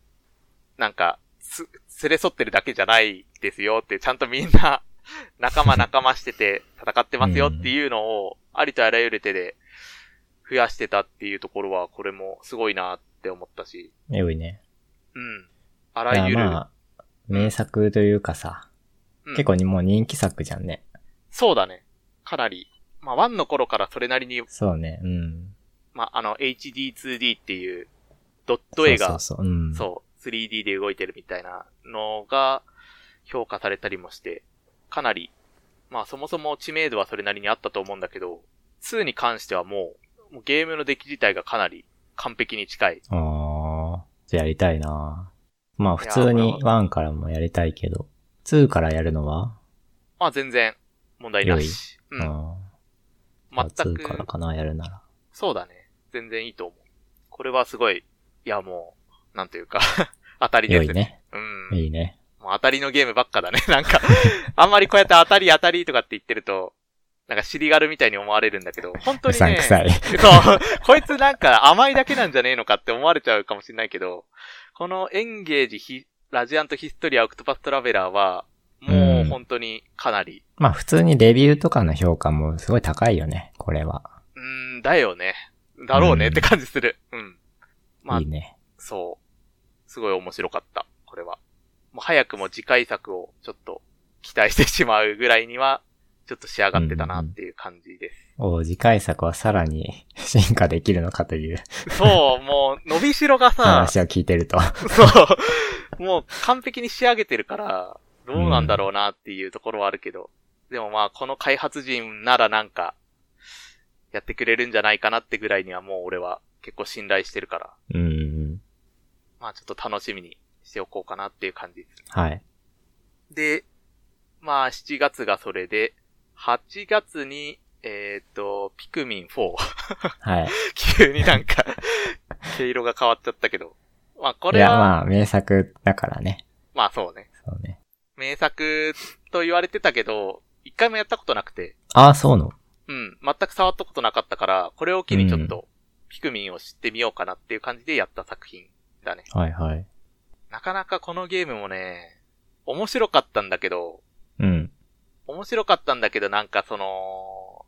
Speaker 2: なんか、す、連れ添ってるだけじゃないですよって、ちゃんとみんな、 仲間仲間してて戦ってますよっていうのを、ありとあらゆる手で増やしてたっていうところは、これもすごいなって思ったし、
Speaker 1: 良いね。
Speaker 2: うん。あ
Speaker 1: い
Speaker 2: ら
Speaker 1: や、
Speaker 2: ゆる、
Speaker 1: まあ、名作というかさ、
Speaker 2: うん
Speaker 1: 結構にもう人気作じゃんね。
Speaker 2: そうだね。かなり、まあ、1の頃からそれなりに、
Speaker 1: そうね、うん。
Speaker 2: まあ、あの、HD2D っていう、ドット絵
Speaker 1: そ
Speaker 2: が
Speaker 1: う、そうそう。うん。
Speaker 2: そう、3D で動いてるみたいなのが評価されたりもして、かなり、まあそもそも知名度はそれなりにあったと思うんだけど、2に関してはもう、もうゲームの出来自体がかなり完璧に近い。
Speaker 1: ああ、じゃあやりたいな。まあ普
Speaker 2: い
Speaker 1: 通
Speaker 2: や
Speaker 1: に
Speaker 2: 俺
Speaker 1: 1からもやりたいけど、2からやるのは、
Speaker 2: まあ全然問題なし。
Speaker 1: う
Speaker 2: うん。
Speaker 1: まあ
Speaker 2: 全
Speaker 1: 2から
Speaker 2: く、
Speaker 1: かな、やるなら。
Speaker 2: そうだね。全然いいと思う。これはすごい、いやもう、なんというか、 当たりで
Speaker 1: 良
Speaker 2: す
Speaker 1: い
Speaker 2: ね。
Speaker 1: ね。
Speaker 2: うん。
Speaker 1: いいね。
Speaker 2: もう当たりのゲームばっかだね。 なんか、あんまりこうやって当たり当たりとかって言ってると、なんか尻軽みたいに思われるんだけど、本当
Speaker 1: う
Speaker 2: に
Speaker 1: さん
Speaker 2: ね
Speaker 1: く、さい。
Speaker 2: そう、 こいつなんか甘いだけなんじゃねえのかって思われちゃうかもしれないけど、このエンゲージヒ、ラジアントヒストリア、オクトパストラベラーは、もう本当にかなり、
Speaker 1: まあ普通にレビューとかの評価もすごい高いよね、これは。
Speaker 2: うーん、だよね。だろうねって感じする。うん。まあ
Speaker 1: いい、ね。
Speaker 2: そう。すごい面白かった、これは。もう早くも次回作をちょっと期待してしまうぐらいには、ちょっと仕上がってたなっていう感じです。
Speaker 1: おう次回作はさらに 進化できるのかという
Speaker 2: そう、もう伸びしろがさ、
Speaker 1: 話を聞いてると。
Speaker 2: そう、もう完璧に仕上げてるから、どうなんだろうなっていうところはあるけど、でもまあこの開発人ならなんか、やってくれるんじゃないかなってぐらいにはもう俺は結構信頼してるから、
Speaker 1: うん。
Speaker 2: まあちょっと楽しみにしておこうかなっていう感じです。
Speaker 1: はい。
Speaker 2: で、まあ、7月がそれで、8月に、えっ、と、ピクミン4。
Speaker 1: はい。
Speaker 2: 急になんか、毛色が変わっちゃったけど。まあ、こ
Speaker 1: い
Speaker 2: れ
Speaker 1: や、
Speaker 2: は、まあ、
Speaker 1: まあ名作だからね。
Speaker 2: そうね。
Speaker 1: そうね。
Speaker 2: 名作と言われてたけど、一回もやったことなくて、
Speaker 1: ああ、そうの。
Speaker 2: うん、全く触ったことなかったから、これを機にちょっと、ピクミンを知ってみようかなっていう感じでやった作品だね。
Speaker 1: はいはい。
Speaker 2: なかなかこのゲームもね、面白かったんだけど、
Speaker 1: うん。
Speaker 2: 面白かったんだけど、なんかその、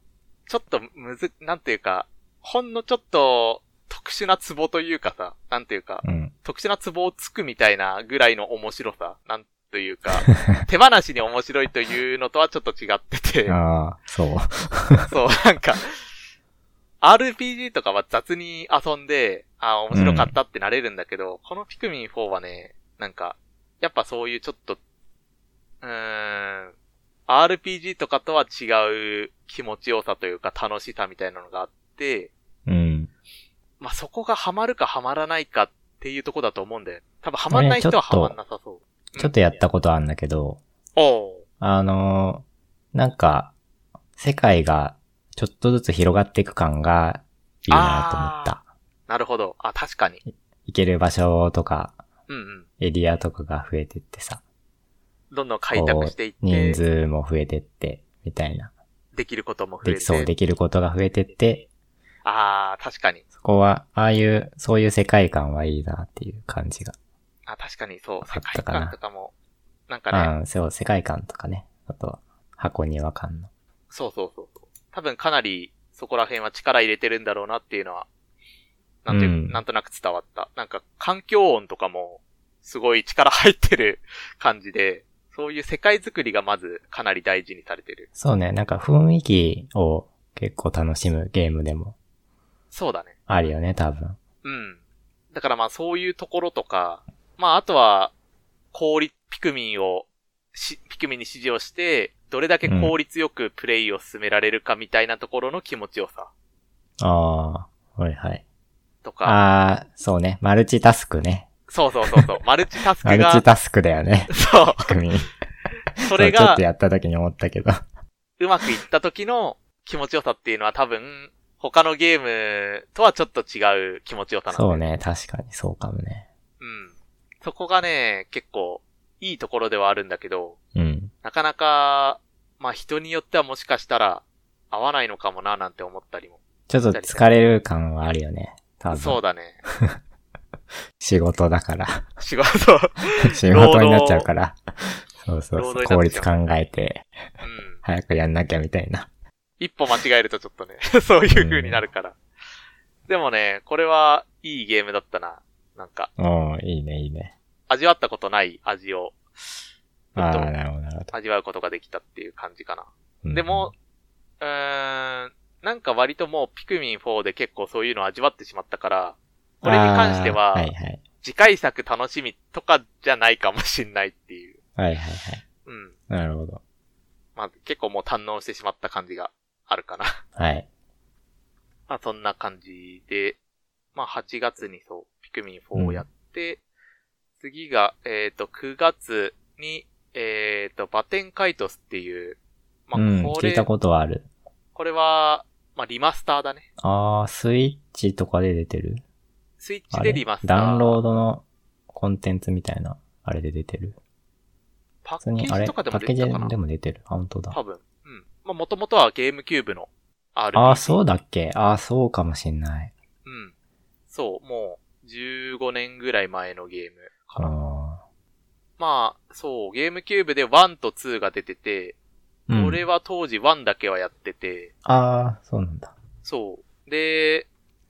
Speaker 2: ちょっとむず、なんていうか、ほんのちょっと特殊なツボというかさ、なんていうか、
Speaker 1: うん。
Speaker 2: 特殊なツボをつくみたいなぐらいの面白さ、なんというか、手放しに面白いというのとはちょっと違って て、
Speaker 1: ああ、そう。
Speaker 2: そう、なんか、RPG とかは雑に遊んで、あ面白かったってなれるんだけど、このピクミン4はね、なんか、やっぱそういうちょっと、うーん、RPG とかとは違う気持ちよさというか楽しさみたいなのがあって、
Speaker 1: うん。
Speaker 2: まあ、そこがハマるかハマらないかっていうとこだと思うんだよ。多分ハマんない人はハマんなさそう。
Speaker 1: ちょっとやっ
Speaker 2: うん。
Speaker 1: たことあるんだけど、
Speaker 2: おう
Speaker 1: あのーなんか、世界がちょっとずつ広がっていく感がいいなと思った。
Speaker 2: なるほど。あ、確かに。
Speaker 1: 行ける場所とか、
Speaker 2: うんうん。
Speaker 1: エリアとかが増えてってさ、
Speaker 2: どんどん開拓していって、
Speaker 1: 人数も増えてって、みたいな。
Speaker 2: できることも増え
Speaker 1: で
Speaker 2: て。
Speaker 1: きそう、できることが増えてって、
Speaker 2: ああ、確かに。
Speaker 1: そこは、ああいう、そういう世界観はいいなっていう感じが。
Speaker 2: あ、確かにそう。
Speaker 1: か
Speaker 2: 世
Speaker 1: っ
Speaker 2: 界
Speaker 1: たかな
Speaker 2: 観とかも、なんかね、
Speaker 1: うん、そう、世界観とかね。あとは、箱庭感の。
Speaker 2: そうそうそうそう。多分かなりそこら辺は力入れてるんだろうなっていうのは、なんていう、
Speaker 1: うん
Speaker 2: なんとなく伝わった。なんか環境音とかも、すごい力入ってる感じで、そういう世界作りがまずかなり大事にされてる。
Speaker 1: そうね、なんか雰囲気を結構楽しむゲームでも
Speaker 2: そうだね。
Speaker 1: あるよね、多分。
Speaker 2: うん。だからまあそういうところとか、まああとは、氷、ピクミンをし、ピクミンに指示をして、どれだけ効率よくプレイを進められるかみたいなところの気持ちよさ
Speaker 1: ああ、はいはい。
Speaker 2: とか、
Speaker 1: ああ、そうね。マルチタスクね。
Speaker 2: そうそうそう そう、マルチタス
Speaker 1: マ
Speaker 2: ク
Speaker 1: ルチ
Speaker 2: が、。
Speaker 1: タスクだよね
Speaker 2: そう、
Speaker 1: ピクミン。
Speaker 2: それ
Speaker 1: うちょっ
Speaker 2: が
Speaker 1: とやった時に思ったけど。
Speaker 2: うまくいった時の気持ちよさっていうのは多分、他のゲームとはちょっと違う気持ちよさなんだよ
Speaker 1: そうね。確かにそうかもね。
Speaker 2: うん。そこがね、結構いいところではあるんだけど、
Speaker 1: うん。
Speaker 2: なかなか、まあ人によってはもしかしたら合わないのかもななんて思ったりも。
Speaker 1: ちょっと疲れる感はあるよね。多分。
Speaker 2: そうだね。
Speaker 1: 仕事だ から。
Speaker 2: 仕事。うん。
Speaker 1: 仕事になっちゃうから。そうそう
Speaker 2: 労
Speaker 1: そう。
Speaker 2: 働
Speaker 1: 効
Speaker 2: になっちゃ
Speaker 1: 率
Speaker 2: う
Speaker 1: 考えて、早くやんなきゃみたいな。
Speaker 2: 一歩間違えるとちょっとね、 そういう風になるから。でもね、これはいいゲームだったな。なんか、
Speaker 1: おーいいね、いいね。
Speaker 2: 味わったことない味を、ちょ
Speaker 1: あ
Speaker 2: っと
Speaker 1: あ、なるほど、なるほど。
Speaker 2: 味わうことができたっていう感じかな。
Speaker 1: うん
Speaker 2: でも、、うーん、なんか割ともうピクミン4で結構そういうのを味わってしまったから、これに関しては、
Speaker 1: あーはいはい。
Speaker 2: 次回作楽しみとかじゃないかもしんないっていう。
Speaker 1: はいはいはい。
Speaker 2: うん。
Speaker 1: なるほど。
Speaker 2: まあ、結構もう堪能してしまった感じがあるかな。
Speaker 1: はい。
Speaker 2: まあ、そんな感じで、まあ、8月にそう、ピクミン4をやって、次が、えっ、と、9月に、えっ、と、バテンカイトスっていう、ま
Speaker 1: う
Speaker 2: あ、
Speaker 1: ん、
Speaker 2: こ
Speaker 1: 聞
Speaker 2: れ、
Speaker 1: いたことはある。
Speaker 2: これは、まあ、リマスターだね。
Speaker 1: あー、スイッチとかで出てる
Speaker 2: スイッチ
Speaker 1: あ
Speaker 2: で
Speaker 1: れ
Speaker 2: リマスター。
Speaker 1: ダウンロードのコンテンツみたいな、あれで出てる。
Speaker 2: パ
Speaker 1: 普通
Speaker 2: ッケ
Speaker 1: に、あ
Speaker 2: ージ
Speaker 1: れ
Speaker 2: と
Speaker 1: パ
Speaker 2: かでも
Speaker 1: ッ
Speaker 2: 出
Speaker 1: ケー
Speaker 2: て
Speaker 1: ジ
Speaker 2: たかな
Speaker 1: でも出てる。あ、本当だ。
Speaker 2: 多分。うん。まあ、もともとはゲームキューブの RPG。
Speaker 1: あー、そうだっけあー、そうかもしんない。
Speaker 2: うん。そう、もう、15年ぐらい前のゲームか
Speaker 1: あ
Speaker 2: な。
Speaker 1: ー
Speaker 2: まあ、そう、ゲームキューブで1と2が出てて、
Speaker 1: うん。
Speaker 2: 俺は当時1だけはやってて、
Speaker 1: あー、そうなんだ。
Speaker 2: そう。で、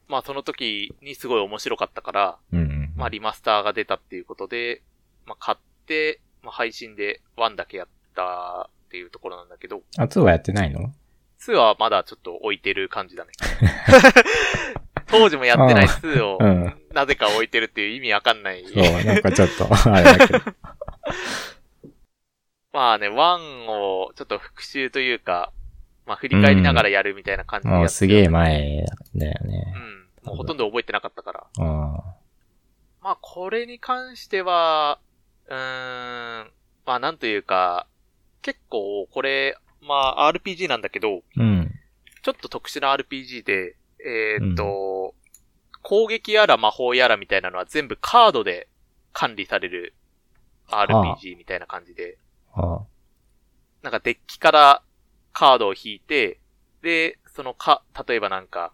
Speaker 2: まあその時にすごい面白かったから、
Speaker 1: うんうん。
Speaker 2: まあリマスターが出たっていうことで、まあ買って、まあ配信で1だけやったっていうところなんだけど、
Speaker 1: あ、2はやってないの
Speaker 2: 2はまだちょっと置いてる感 じだね。当時もやってない2を
Speaker 1: う、ん。
Speaker 2: なぜか置いてるっていう意味わかんない。
Speaker 1: そう、なんかちょっと、あれだけ ど。
Speaker 2: まあね、1をちょっと復習というか、まあ振り返りながらやるみたいな感じでや
Speaker 1: も
Speaker 2: って
Speaker 1: うすげえ前だよね
Speaker 2: う。ん。もうほとんど覚えてなかったから。
Speaker 1: うん。
Speaker 2: まあ、これに関しては、うーん、まあ、なんというか、結構、これ、まあ、RPG なんだけど、
Speaker 1: うん。
Speaker 2: ちょっと特殊な RPG で、えーっと、攻撃やら魔法やらみたいなのは全部カードで管理される RPG みたいな感じで、
Speaker 1: あ
Speaker 2: なんかデッキからカードを引いて、で、そのか、例えばなんか、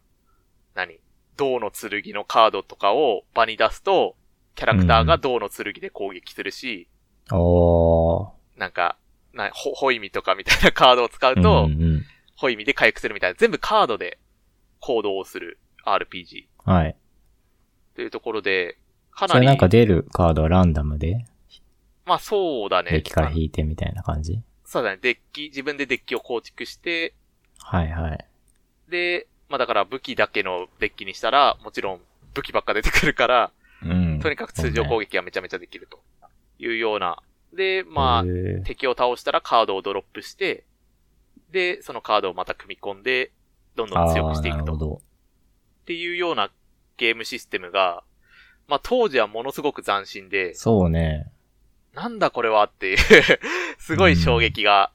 Speaker 2: 何銅の剣のカードとかを場に出すと、キャラクターが銅の剣で攻撃するし、
Speaker 1: おー。
Speaker 2: なんか、な、ほ、ホイミとかみたいなカードを使う
Speaker 1: うん
Speaker 2: と、
Speaker 1: うんうん。
Speaker 2: ホイミで回復するみたいな、全部カードで行動をする RPG
Speaker 1: はい。
Speaker 2: というところで、か
Speaker 1: それ
Speaker 2: なり、
Speaker 1: なんか出るカードはランダムで、
Speaker 2: まあそうだね。
Speaker 1: デッキから
Speaker 2: あ
Speaker 1: 引いてみたいな感じ
Speaker 2: そうだね。デッキ、自分でデッキを構築して、
Speaker 1: はいはい。
Speaker 2: で、まあだから武器だけのデッキにしたら、もちろん武器ばっか出てくるから、
Speaker 1: うん。
Speaker 2: とにかく通常攻撃がめちゃめちゃできるというような。で、ま
Speaker 1: へ
Speaker 2: あ、
Speaker 1: ー
Speaker 2: 敵を倒したらカードをドロップして、で、そのカードをまた組み込んで、どんどん強くしてい
Speaker 1: あー
Speaker 2: く
Speaker 1: なる
Speaker 2: と。
Speaker 1: ほ
Speaker 2: っ
Speaker 1: ど。
Speaker 2: ていうようなゲームシステムが、まあ当時はものすごく斬新で、
Speaker 1: そうね。
Speaker 2: なんだこれはっていう、 すごい衝撃が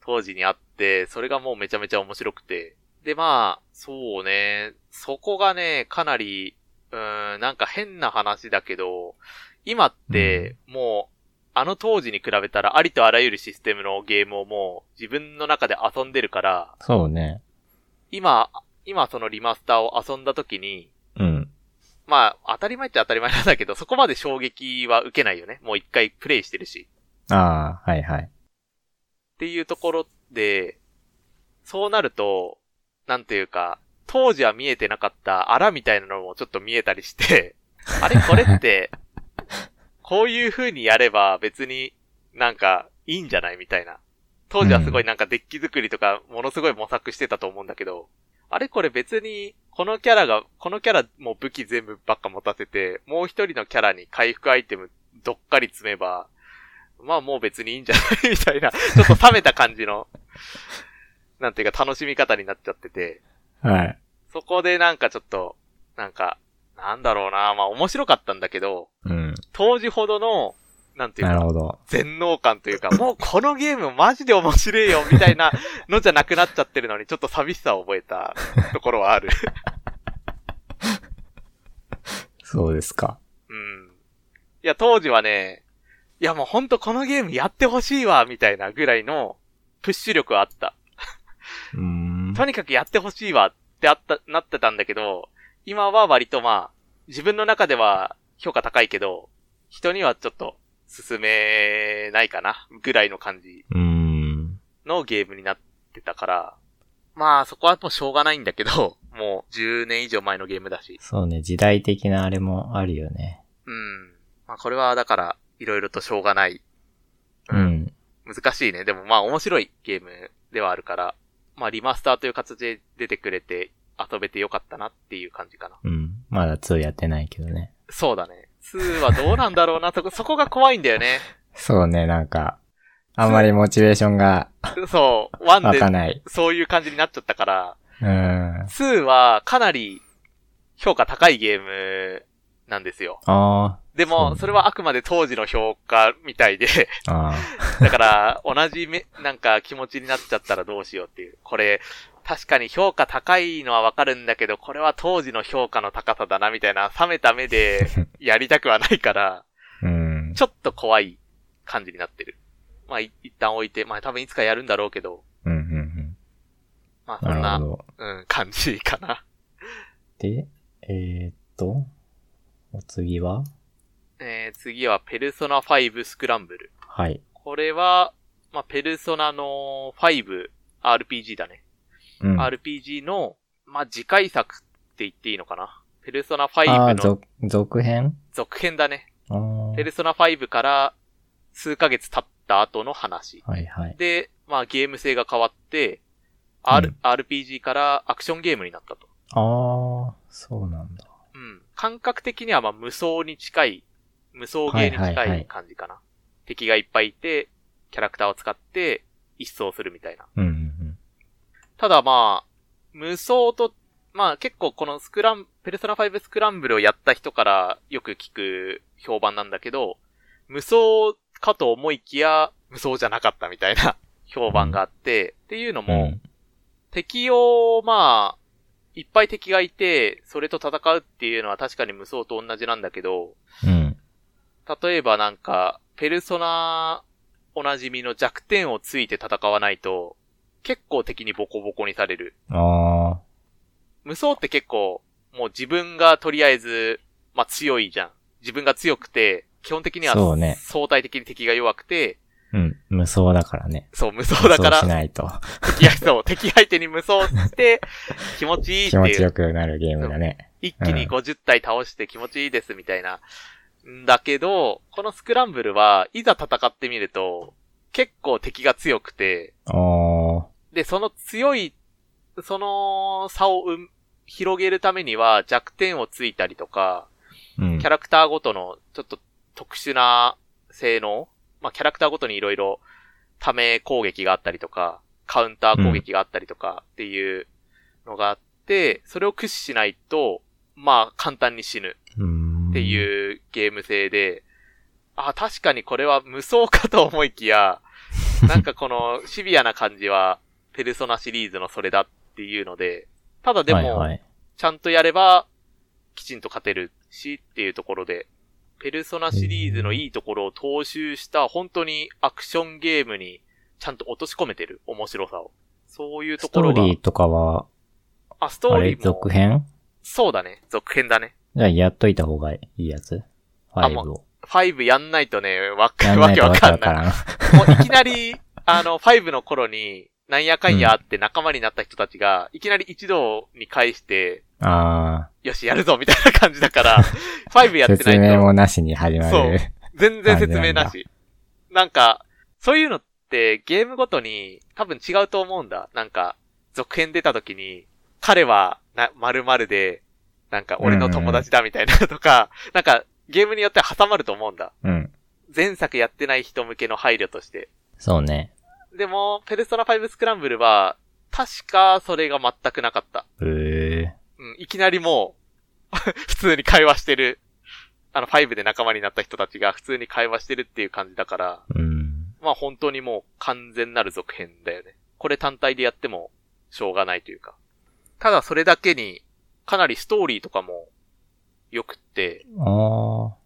Speaker 2: 当時にあって、それがもうめちゃめちゃ面白くて。で、まあ、そうね、そこがね、かなり、うーん、なんか変な話だけど、今って、もう、あの当時に比べたらありとあらゆるシステムのゲームをもう自分の中で遊んでるから、
Speaker 1: そうね。
Speaker 2: 今、今そのリマスターを遊んだ時に、
Speaker 1: うん。
Speaker 2: まあ、当たり前って当たり前なんだけど、そこまで衝撃は受けないよね。もう一回プレイしてるし。
Speaker 1: ああ、はいはい。
Speaker 2: っていうところで、そうなると、なんていうか、当時は見えてなかった荒みたいなのもちょっと見えたりして、あれこれって、こういう風にやれば別になんかいいんじゃないみたいな。当時はすごいなんかデッキ作りとかものすごい模索してたと思うんだけど、あれこれ別にこのキャラが、このキャラも武器全部ばっか持たせて、もう一人のキャラに回復アイテムどっかり詰めば、まあもう別にいいんじゃないみたいな、ちょっと冷めた感じの、なんていうか楽しみ方になっちゃってて、
Speaker 1: はい。
Speaker 2: そこでなんかちょっと、なんか、なんだろうな、まあ面白かったんだけど、
Speaker 1: うん。
Speaker 2: 当時ほどの、なんていう
Speaker 1: なる
Speaker 2: か、
Speaker 1: ほど。
Speaker 2: 全能感というか、もうこのゲームマジで面白いよ、みた いなのじゃなくなっちゃってるのに、ちょっと寂しさを覚えたところはある。
Speaker 1: そうですか。
Speaker 2: うん。いや、当時はね、いやもうほんとこのゲームやってほしいわ、みたいなぐらいの、プッシュ力はあった。
Speaker 1: うーん。
Speaker 2: とにかくやってほしいわってあった、なってたんだけど、今は割とまあ、自分の中では評価高いけど、人にはちょっと進めないかな、ぐらいの感じ
Speaker 1: うーん。
Speaker 2: のゲームになってたから、まあそこはもうしょうがないんだけど、 もう10年以上前のゲームだし。
Speaker 1: そうね、時代的なあれもあるよね。
Speaker 2: うん。まあこれはだから、いろいろとしょうがない。
Speaker 1: う。ん。
Speaker 2: 難しいね。でもまあ面白いゲームではあるから、まあリマスターという形で出てくれて遊べてよかったなっていう感じかな。
Speaker 1: うん。まだ2やってないけどね。
Speaker 2: そうだね。2はどうなんだろうな、そこ、そ こが怖いんだよね。
Speaker 1: そうね、なんか、あんまりモチベーションが
Speaker 2: そう、1
Speaker 1: 湧か
Speaker 2: で
Speaker 1: ない。
Speaker 2: そういう感じになっちゃったから、
Speaker 1: うん。
Speaker 2: 2はかなり評価高いゲームなんですよ。
Speaker 1: あ
Speaker 2: で
Speaker 1: そう
Speaker 2: も、それはあくまで当時の評価みたいで、
Speaker 1: あ、ああ、
Speaker 2: だから、同じめ、なんか気持ちになっちゃったらどうしようっていう。これ、確かに評価高いのはわかるんだけど、これは当時の評価の高さだな、みたいな、冷めた目でやりたくはないから、
Speaker 1: うん。
Speaker 2: ちょっと怖い感じになってる。まあ、い一旦置いて、まあ多分いつかやるんだろうけど、
Speaker 1: うん、うん、
Speaker 2: まあ
Speaker 1: うん。
Speaker 2: そん
Speaker 1: な
Speaker 2: な
Speaker 1: る、ほど。
Speaker 2: うん、感じかな。
Speaker 1: で、えー、っと、お次は
Speaker 2: えー、次は、ペルソナ5スクランブル。
Speaker 1: はい。
Speaker 2: これは、まあ、ペルソナの 5RPG だね。
Speaker 1: うん。
Speaker 2: RPG の、まあ、次回作って言っていいのかな。ペルソナ
Speaker 1: ああ、
Speaker 2: 5の
Speaker 1: 続続編
Speaker 2: 続編だね。
Speaker 1: ああ。
Speaker 2: ペルソナ5から数ヶ月経った後の話。
Speaker 1: はいはい。
Speaker 2: で、まあ、ゲーム性が変わって、R
Speaker 1: うん
Speaker 2: RPG からアクションゲームになったと。
Speaker 1: ああ、そうなんだ。
Speaker 2: うん。感覚的にはまあ無双に近い、無双ゲーに
Speaker 1: はいはい
Speaker 2: 近
Speaker 1: はい
Speaker 2: い感じかな。敵がいっぱいいて、キャラクターを使って一掃するみたいな。
Speaker 1: うん、うん
Speaker 2: ただまあ、無双と、まあ結構このスクラン、ペルソナ5スクランブルをやった人からよく聞く評判なんだけど、無双かと思いきや、無双じゃなかったみたいな 評判があって、っていうの
Speaker 1: うん。
Speaker 2: も、敵を、まあ、いっぱい敵がいて、それと戦うっていうのは確かに無双と同じなんだけど、
Speaker 1: うん。うん。
Speaker 2: 例えばなんか、ペルソナおなじみの弱点をついて戦わないと、結構敵にボコボコにされる。
Speaker 1: ああ、
Speaker 2: 無双って結構、もう自分がとりあえず、まあ強いじゃん。自分が強くて、基本的には
Speaker 1: そうね
Speaker 2: 相対的に敵が弱くて、
Speaker 1: うん。無双だからね。
Speaker 2: そう、無双だか
Speaker 1: 無双し
Speaker 2: ら、
Speaker 1: ないと
Speaker 2: 敵相そう、敵相手に無双して、気持ちいいって
Speaker 1: 気持ち
Speaker 2: い
Speaker 1: よ
Speaker 2: う、
Speaker 1: くなるゲームだね。
Speaker 2: 一気に50体倒して気持ちいいですみたいな。んだけど、このスクランブルはいざ戦ってみると、結構敵が強くて、
Speaker 1: ああ、
Speaker 2: で、その強い、その差を生む広げるためには弱点をついたりとか、
Speaker 1: うん。
Speaker 2: キャラクターごとのちょっと特殊な性能、まあ、キャラクターごとにいろいろため攻撃があったりとか、カウンター攻撃があったりとかっていうのがあって、それを駆使しないと、まあ簡単に死ぬ
Speaker 1: っ
Speaker 2: っていうゲーム性で、あ、確かにこれは無双かと思い きや、なんかこのシビアな感じはペルソナシリーズのそれだっていうので、ただでも、
Speaker 1: はいはい、
Speaker 2: ちゃんとやれば、きちんと勝てるしっていうところで、ペルソナシリーズのいいところを踏襲した、本当にアクションゲームに、ちゃんと落とし込めてる、面白さを。そういうと
Speaker 1: ス
Speaker 2: こ
Speaker 1: ト
Speaker 2: ろ
Speaker 1: ー
Speaker 2: が。
Speaker 1: リーとかは、
Speaker 2: あ、スト
Speaker 1: あ
Speaker 2: ー
Speaker 1: れ
Speaker 2: リー
Speaker 1: 続
Speaker 2: も。
Speaker 1: 編
Speaker 2: そうだね。続編だね。
Speaker 1: じゃあやっといた方がいいやつ
Speaker 2: あ
Speaker 1: ?5 を。
Speaker 2: 5やんないとね、わ
Speaker 1: や
Speaker 2: か、
Speaker 1: ん
Speaker 2: わ
Speaker 1: ない
Speaker 2: け
Speaker 1: と
Speaker 2: わ
Speaker 1: わけ
Speaker 2: か
Speaker 1: わ
Speaker 2: んな
Speaker 1: か
Speaker 2: い。
Speaker 1: らん。
Speaker 2: もういきな り、あの、5の頃に、なんやかんやあって仲間になった人たちが、いきなり一同に返して、
Speaker 1: あ
Speaker 2: よし、やるぞみたいな感じ だから、5や
Speaker 1: あ、
Speaker 2: ってないと。
Speaker 1: 説明もなしに始ま
Speaker 2: そう
Speaker 1: る。
Speaker 2: 全然説明なし。なんか、そういうのってゲームごとに多分違うと思うんだ。なんか、続編出た時に、彼はな、〇〇で、なんか俺の友達だみたいなとか、なんかゲームによっては挟まると思うんだ。
Speaker 1: うん。
Speaker 2: 前作やってない人向けの配慮として。
Speaker 1: そうね。
Speaker 2: でも、ペルソナ5スクランブルは、確かそれが全くなかった。
Speaker 1: うー。
Speaker 2: うん、いきなりもう、 普通に会話してる。あの、5で仲間になった人たちが普通に会話してるっていう感じだから、
Speaker 1: うん。
Speaker 2: まあ本当にもう完全なる続編だよね。これ単体でやってもしょうがないというか。ただそれだけに、かなりストーリーとかも良くって、
Speaker 1: ああ、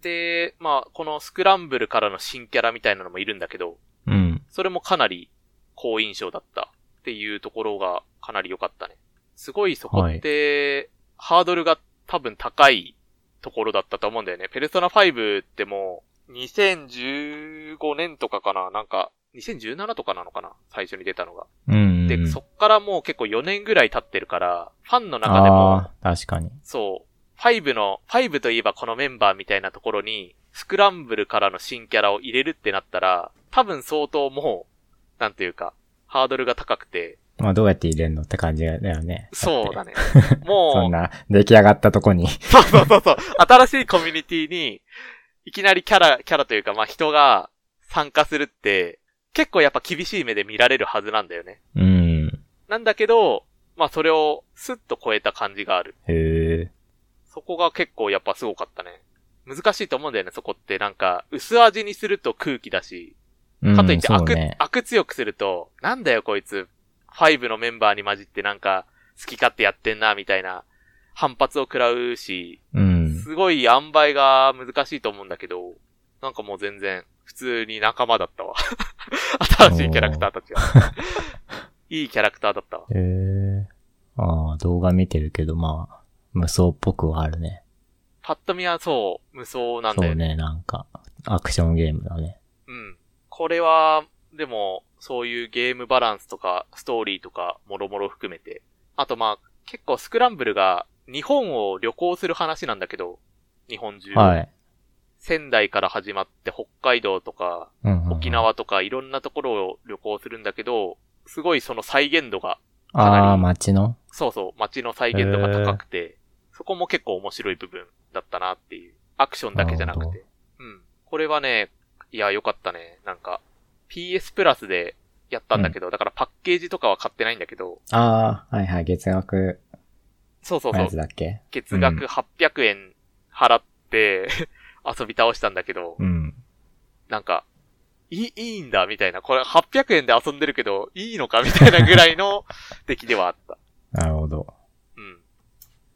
Speaker 2: で、まあこのスクランブルからの新キャラみたいなのもいるんだけど、
Speaker 1: うん。
Speaker 2: それもかなり好印象だったっていうところがかなり良かったね。すごいそこって、ハードルが多分高いところだったと思うんだよね。ペルソナ5ってもう、2015年とかかななんか、2017とかなのかな最初に出たのが。
Speaker 1: うん。
Speaker 2: で、そっからもう結構4年ぐらい経ってるから、ファンの中でも、
Speaker 1: ああ、確かに。
Speaker 2: そう、5の、5といえばこのメンバーみたいなところに、スクランブルからの新キャラを入れるってなったら、多分相当もう、なんていうか、ハードルが高くて、
Speaker 1: まあどうやって入れるのって感じだよね。
Speaker 2: そうだ
Speaker 1: ね。
Speaker 2: ね。
Speaker 1: そん
Speaker 2: もう、
Speaker 1: な出来上がったとこに。
Speaker 2: そうそうそうそう、新しいコミュニティに、いきなりキャラ、キャラというか、まあ人が参加するって、結構やっぱ厳しい目で見られるはずなんだよね。
Speaker 1: うん。
Speaker 2: なんだけど、まあそれをスッと超えた感じがある。
Speaker 1: へえ。
Speaker 2: そこが結構やっぱすごかったね。難しいと思うんだよね、そこって。なんか、薄味にすると空気だし、
Speaker 1: うん
Speaker 2: かといって
Speaker 1: そう
Speaker 2: 悪、
Speaker 1: ね。
Speaker 2: 悪強くすると、なんだよこいつ、5のメンバーに混じってなんか、好き勝手やってんな、みたいな、反発を食らうし、
Speaker 1: うん。
Speaker 2: すごい塩梅が難しいと思うんだけど、なんかもう全然、普通に仲間だったわ。 新しいキャラクターた ちが。いいキャラクターだったわ。
Speaker 1: へえ。ああ、動画見てるけど、まあ、無双っぽくはあるね。
Speaker 2: パッと見はそう、無双なん
Speaker 1: そ
Speaker 2: だ
Speaker 1: う
Speaker 2: よね。
Speaker 1: ね、なんか、アクションゲームだね。
Speaker 2: うん。これは、でも、そういうゲームバランスとか、ストーリーとか、もろもろ含めて。あとまあ、結構スクランブルが、日本を旅行する話なんだけど、日本中。
Speaker 1: はい。
Speaker 2: 仙台から始まって、北海道とか、
Speaker 1: うんうんうん
Speaker 2: 沖縄とか、いろんなところを旅行するんだけど、すごいその再現度が、なり
Speaker 1: ああ、街の
Speaker 2: そうそう、街の再現度が高くて、そこも結構面白い部分だったなっていう。アクションだけじゃなく
Speaker 1: な
Speaker 2: て。うん。これはね、いや、良かったね。なんか、PS プラスでやったんだけど、だからパッケージとかは買ってないんだけど、
Speaker 1: ああ、はいはい、月額
Speaker 2: そうそう
Speaker 1: の
Speaker 2: そ
Speaker 1: や
Speaker 2: う
Speaker 1: つ、だっけ
Speaker 2: 月額800円払って、 遊び倒したんだけど、
Speaker 1: うん。
Speaker 2: なんか、いい、いいんだ、みたいな。これ800円で遊んでるけど、いいのか、みたいなぐらいの出来ではあった。
Speaker 1: なるほど。
Speaker 2: うん。い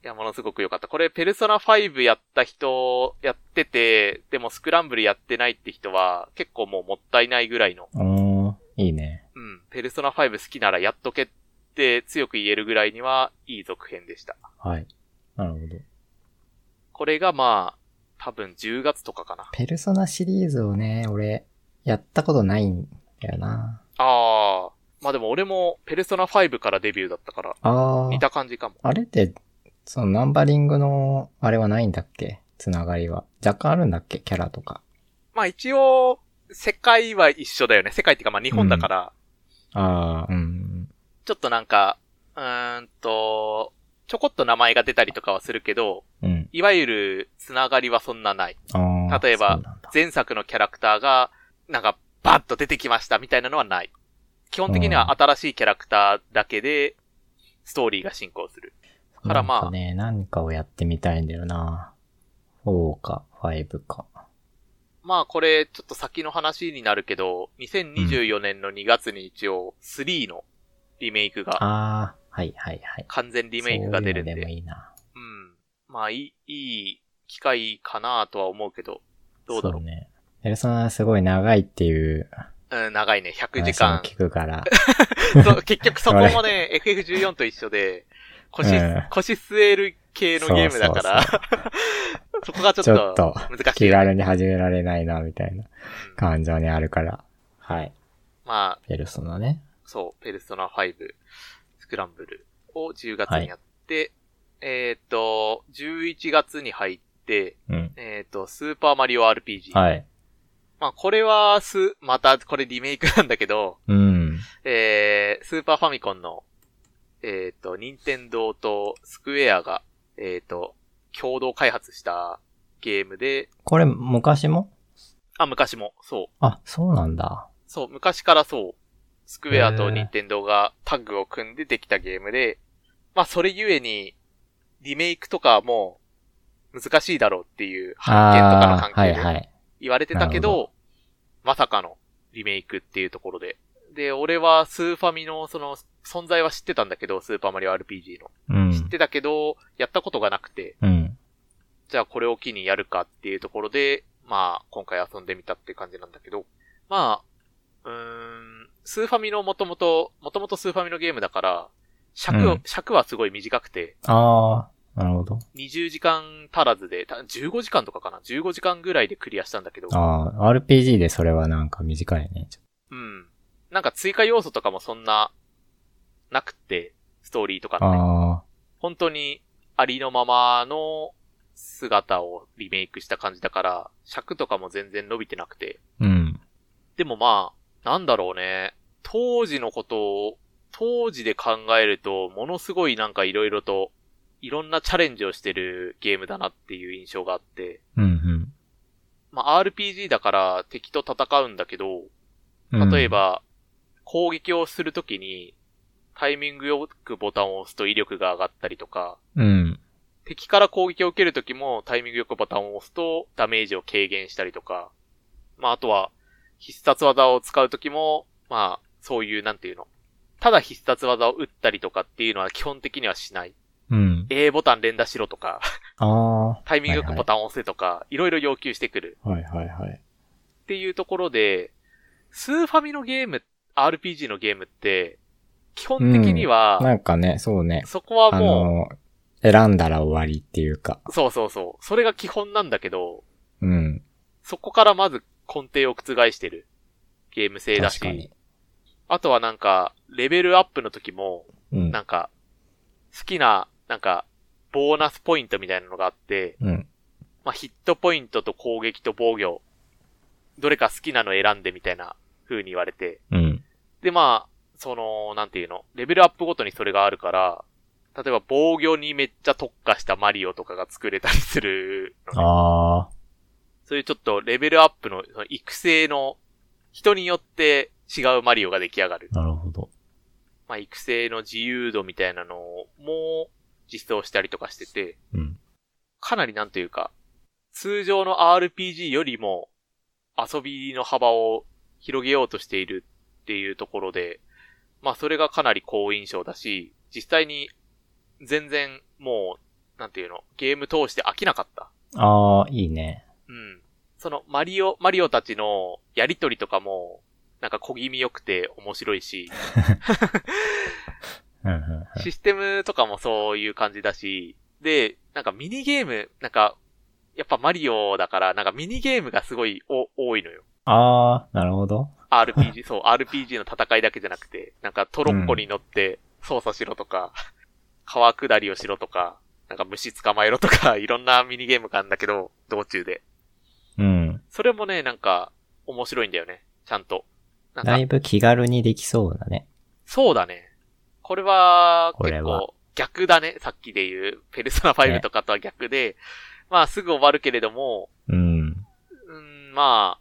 Speaker 2: や、ものすごく良かった。これ、ペルソナ5やった人、やってて、でもスクランブルやってないって人は、結構もうもったいないぐらいの、
Speaker 1: おー、いいね。
Speaker 2: うん、ペルソナ5好きならやっとけって強く言えるぐらいには、いい続編でした。
Speaker 1: はい。なるほど。
Speaker 2: これがまあ、多分10月とかかな。
Speaker 1: ペルソナシリーズをね、俺、やったことないんだよな。
Speaker 2: あー。まあでも俺も、ペルソナ5からデビューだったから、
Speaker 1: あ
Speaker 2: 似
Speaker 1: ー。
Speaker 2: た感じかも。
Speaker 1: あれって、そのナンバリングの、あれはないんだっけつながりは。若干あるんだっけキャラとか。
Speaker 2: まあ一応、世界は一緒だよね。世界っていうかまあ日本だから、
Speaker 1: あー、うん。
Speaker 2: ちょっとなんか、うーんと、ちょこっと名前が出たりとかはするけど、
Speaker 1: うん。
Speaker 2: いわゆるつながりはそんなない。
Speaker 1: あー。
Speaker 2: 例えば
Speaker 1: そうなんだ
Speaker 2: 前作のキャラクターが、なんかバッと出てきましたみたいなのはない。基本的には新しいキャラクターだけで、ストーリーが進行する。からまあ
Speaker 1: なんかね、何かをやってみたいんだよな。4か、5か。
Speaker 2: まあこれ、ちょっと先の話になるけど、2024年の2月に一応、3のリメイクが、
Speaker 1: あー、はいはいはい。
Speaker 2: 完全リメイクが出るん
Speaker 1: そういうのでも
Speaker 2: で、
Speaker 1: いいな。
Speaker 2: うん。まあいい、いい機会かなとは思うけど、どうだろう
Speaker 1: そね。ペルソナすごい長いっていう
Speaker 2: うん、長いね、100時
Speaker 1: 話を
Speaker 2: 間。
Speaker 1: 聞くから。
Speaker 2: そう結局そこ もね、FF14 と一緒で、腰、
Speaker 1: うん
Speaker 2: 腰据える系のゲームだから、
Speaker 1: そ
Speaker 2: そこ がちょっ
Speaker 1: ちょっと
Speaker 2: と難しい
Speaker 1: 気
Speaker 2: よね、
Speaker 1: 軽に始められないな、みたいな
Speaker 2: うん
Speaker 1: 感情にあるから。はい。
Speaker 2: まあ、
Speaker 1: ペルソナね。
Speaker 2: そう、ペルソナ5、スクランブルを10月にやって、えーっと、11月に入って、
Speaker 1: うん。
Speaker 2: えーっと、スーパーマリオ RPG。
Speaker 1: はい。
Speaker 2: まあ、これは、す、また、これリメイクなんだけど、
Speaker 1: うん。
Speaker 2: えー、スーパーファミコンの、えっ、と、任天堂とスクエアが、えっ、と、共同開発したゲームで、
Speaker 1: これ、昔も
Speaker 2: あ、昔も、そう。
Speaker 1: あ、そうなんだ。
Speaker 2: そう、昔からそう。スクエア
Speaker 1: へ
Speaker 2: と
Speaker 1: ー
Speaker 2: 任天堂がタッグを組んでできたゲームで、まあ、それゆえに、リメイクとかも、難しいだろうっていう、発見とかの
Speaker 1: ああー、
Speaker 2: 関
Speaker 1: は
Speaker 2: 係
Speaker 1: い
Speaker 2: で、
Speaker 1: はい。
Speaker 2: 言われてたけ
Speaker 1: なる
Speaker 2: ど、まさかのリメイクっていうところで。で、俺はスーファミのその存在は知ってたんだけど、スーパーマリオ RPG の。
Speaker 1: う
Speaker 2: 知っ
Speaker 1: ん。
Speaker 2: てたけど、やったことがなくて、
Speaker 1: うん。
Speaker 2: じゃあこれを機にやるかっていうところで、まあ、今回遊んでみたって感じなんだけど、まあ、うーん、スーファミのもともと、もともとスーファミのゲームだから、尺
Speaker 1: う
Speaker 2: を、
Speaker 1: ん
Speaker 2: 尺はすごい短くて、
Speaker 1: ああ、なるほど。
Speaker 2: 20時間足らずで、た15時間とかかな ?15 時間ぐらいでクリアしたんだけど、
Speaker 1: ああ、RPG でそれはなんか短いね。ちょ
Speaker 2: うん。なんか追加要素とかもそんな、なくて、ストーリーとかって。
Speaker 1: あ
Speaker 2: 本当にありのままの姿をリメイクした感じだから、尺とかも全然伸びてなくて。
Speaker 1: あ、うん。
Speaker 2: でもまあ、なんだろうね。当時のことを、当時で考えると、ものすごいなんかいろいろと、いろんなチャレンジをしてるゲームだなっていう印象があって、
Speaker 1: うん
Speaker 2: まあ RPG だから敵と戦うんだけど、
Speaker 1: うん。
Speaker 2: 例え。ば、攻撃をするときに、タイミングよくボタンを押すと威力が上がったりとか、
Speaker 1: うん。
Speaker 2: 敵から攻撃を受けるときもタイミングよくボタンを押すとダメージを軽減したりとか、まああとは必殺技を使うときも、まあそういうなんていうの。ただ必殺技を打ったりとかっていうのは基本的にはしない。
Speaker 1: うん。
Speaker 2: A ボタン連打しろとか、
Speaker 1: ああ。は
Speaker 2: タイミングよくボタンを押せとか、いろいろ要求してくる。
Speaker 1: いはいはい。
Speaker 2: っていうところで、スーファミのゲーム、RPG のゲームって、基本的には、
Speaker 1: なんかね、そうね。
Speaker 2: そこは
Speaker 1: あ
Speaker 2: も
Speaker 1: の、選んだら終わりっていうか。
Speaker 2: う、そうそうそう、それが基本なんだけど、
Speaker 1: うん。
Speaker 2: そこからまず根底を覆してるゲーム性だ
Speaker 1: 確か
Speaker 2: し
Speaker 1: に、。
Speaker 2: あとはなんか、レベルアップの時も、
Speaker 1: うん
Speaker 2: な。んか、好きな、なんか、ボーナスポイントみたいなのがあって、
Speaker 1: うん。
Speaker 2: まあ、ヒットポイントと攻撃と防御、どれか好きなの選んでみたいな風に言われて、
Speaker 1: うん。
Speaker 2: で、まあ、その、なんていうの、レベルアップごとにそれがあるから、例えば防御にめっちゃ特化したマリオとかが作れたりするのね、
Speaker 1: ああ。
Speaker 2: そういうちょっとレベルアップのその育成の人によって違うマリオが出来上がる。
Speaker 1: なるほど。
Speaker 2: まあ、育成の自由度みたいなのも実装したりとかしてて、
Speaker 1: うん。
Speaker 2: かなりなんというか、通常の RPG よりも遊びの幅を広げようとしているっていうところで、まあそれがかなり好印象だし、実際に全然もう、なんていうの、ゲーム通して飽きなかった。
Speaker 1: ああ、いいね。
Speaker 2: うん。そのマリオ、マリオたちのやりとりとかも、なんか小気味良くて面白いし、
Speaker 1: うんうんうん。
Speaker 2: システムとかもそういう感じだし、で、なんかミニゲーム、なんか、やっぱマリオだから、なんかミニゲームがすごいお多いのよ。
Speaker 1: ああ、なるほど。
Speaker 2: RPG、そう、RPG の戦いだけじゃなくて、なんかトロッコに乗って操作しろとか、川下りをしろとか、なんか虫捕まえろとか、 いろんなミニゲームがあるんだけど、道中で。
Speaker 1: うん。
Speaker 2: それもね、なんか、面白いんだよね。ちゃんと。なん
Speaker 1: だ
Speaker 2: か
Speaker 1: い、ぶ気軽にできそうだね。
Speaker 2: そうだね。これは、
Speaker 1: こ
Speaker 2: 結
Speaker 1: れは
Speaker 2: 構、逆だね。さっきで言う、ペルソナ5
Speaker 1: ね
Speaker 2: とかとは逆で、まあ、すぐ終わるけれども、
Speaker 1: うん。
Speaker 2: うん、ま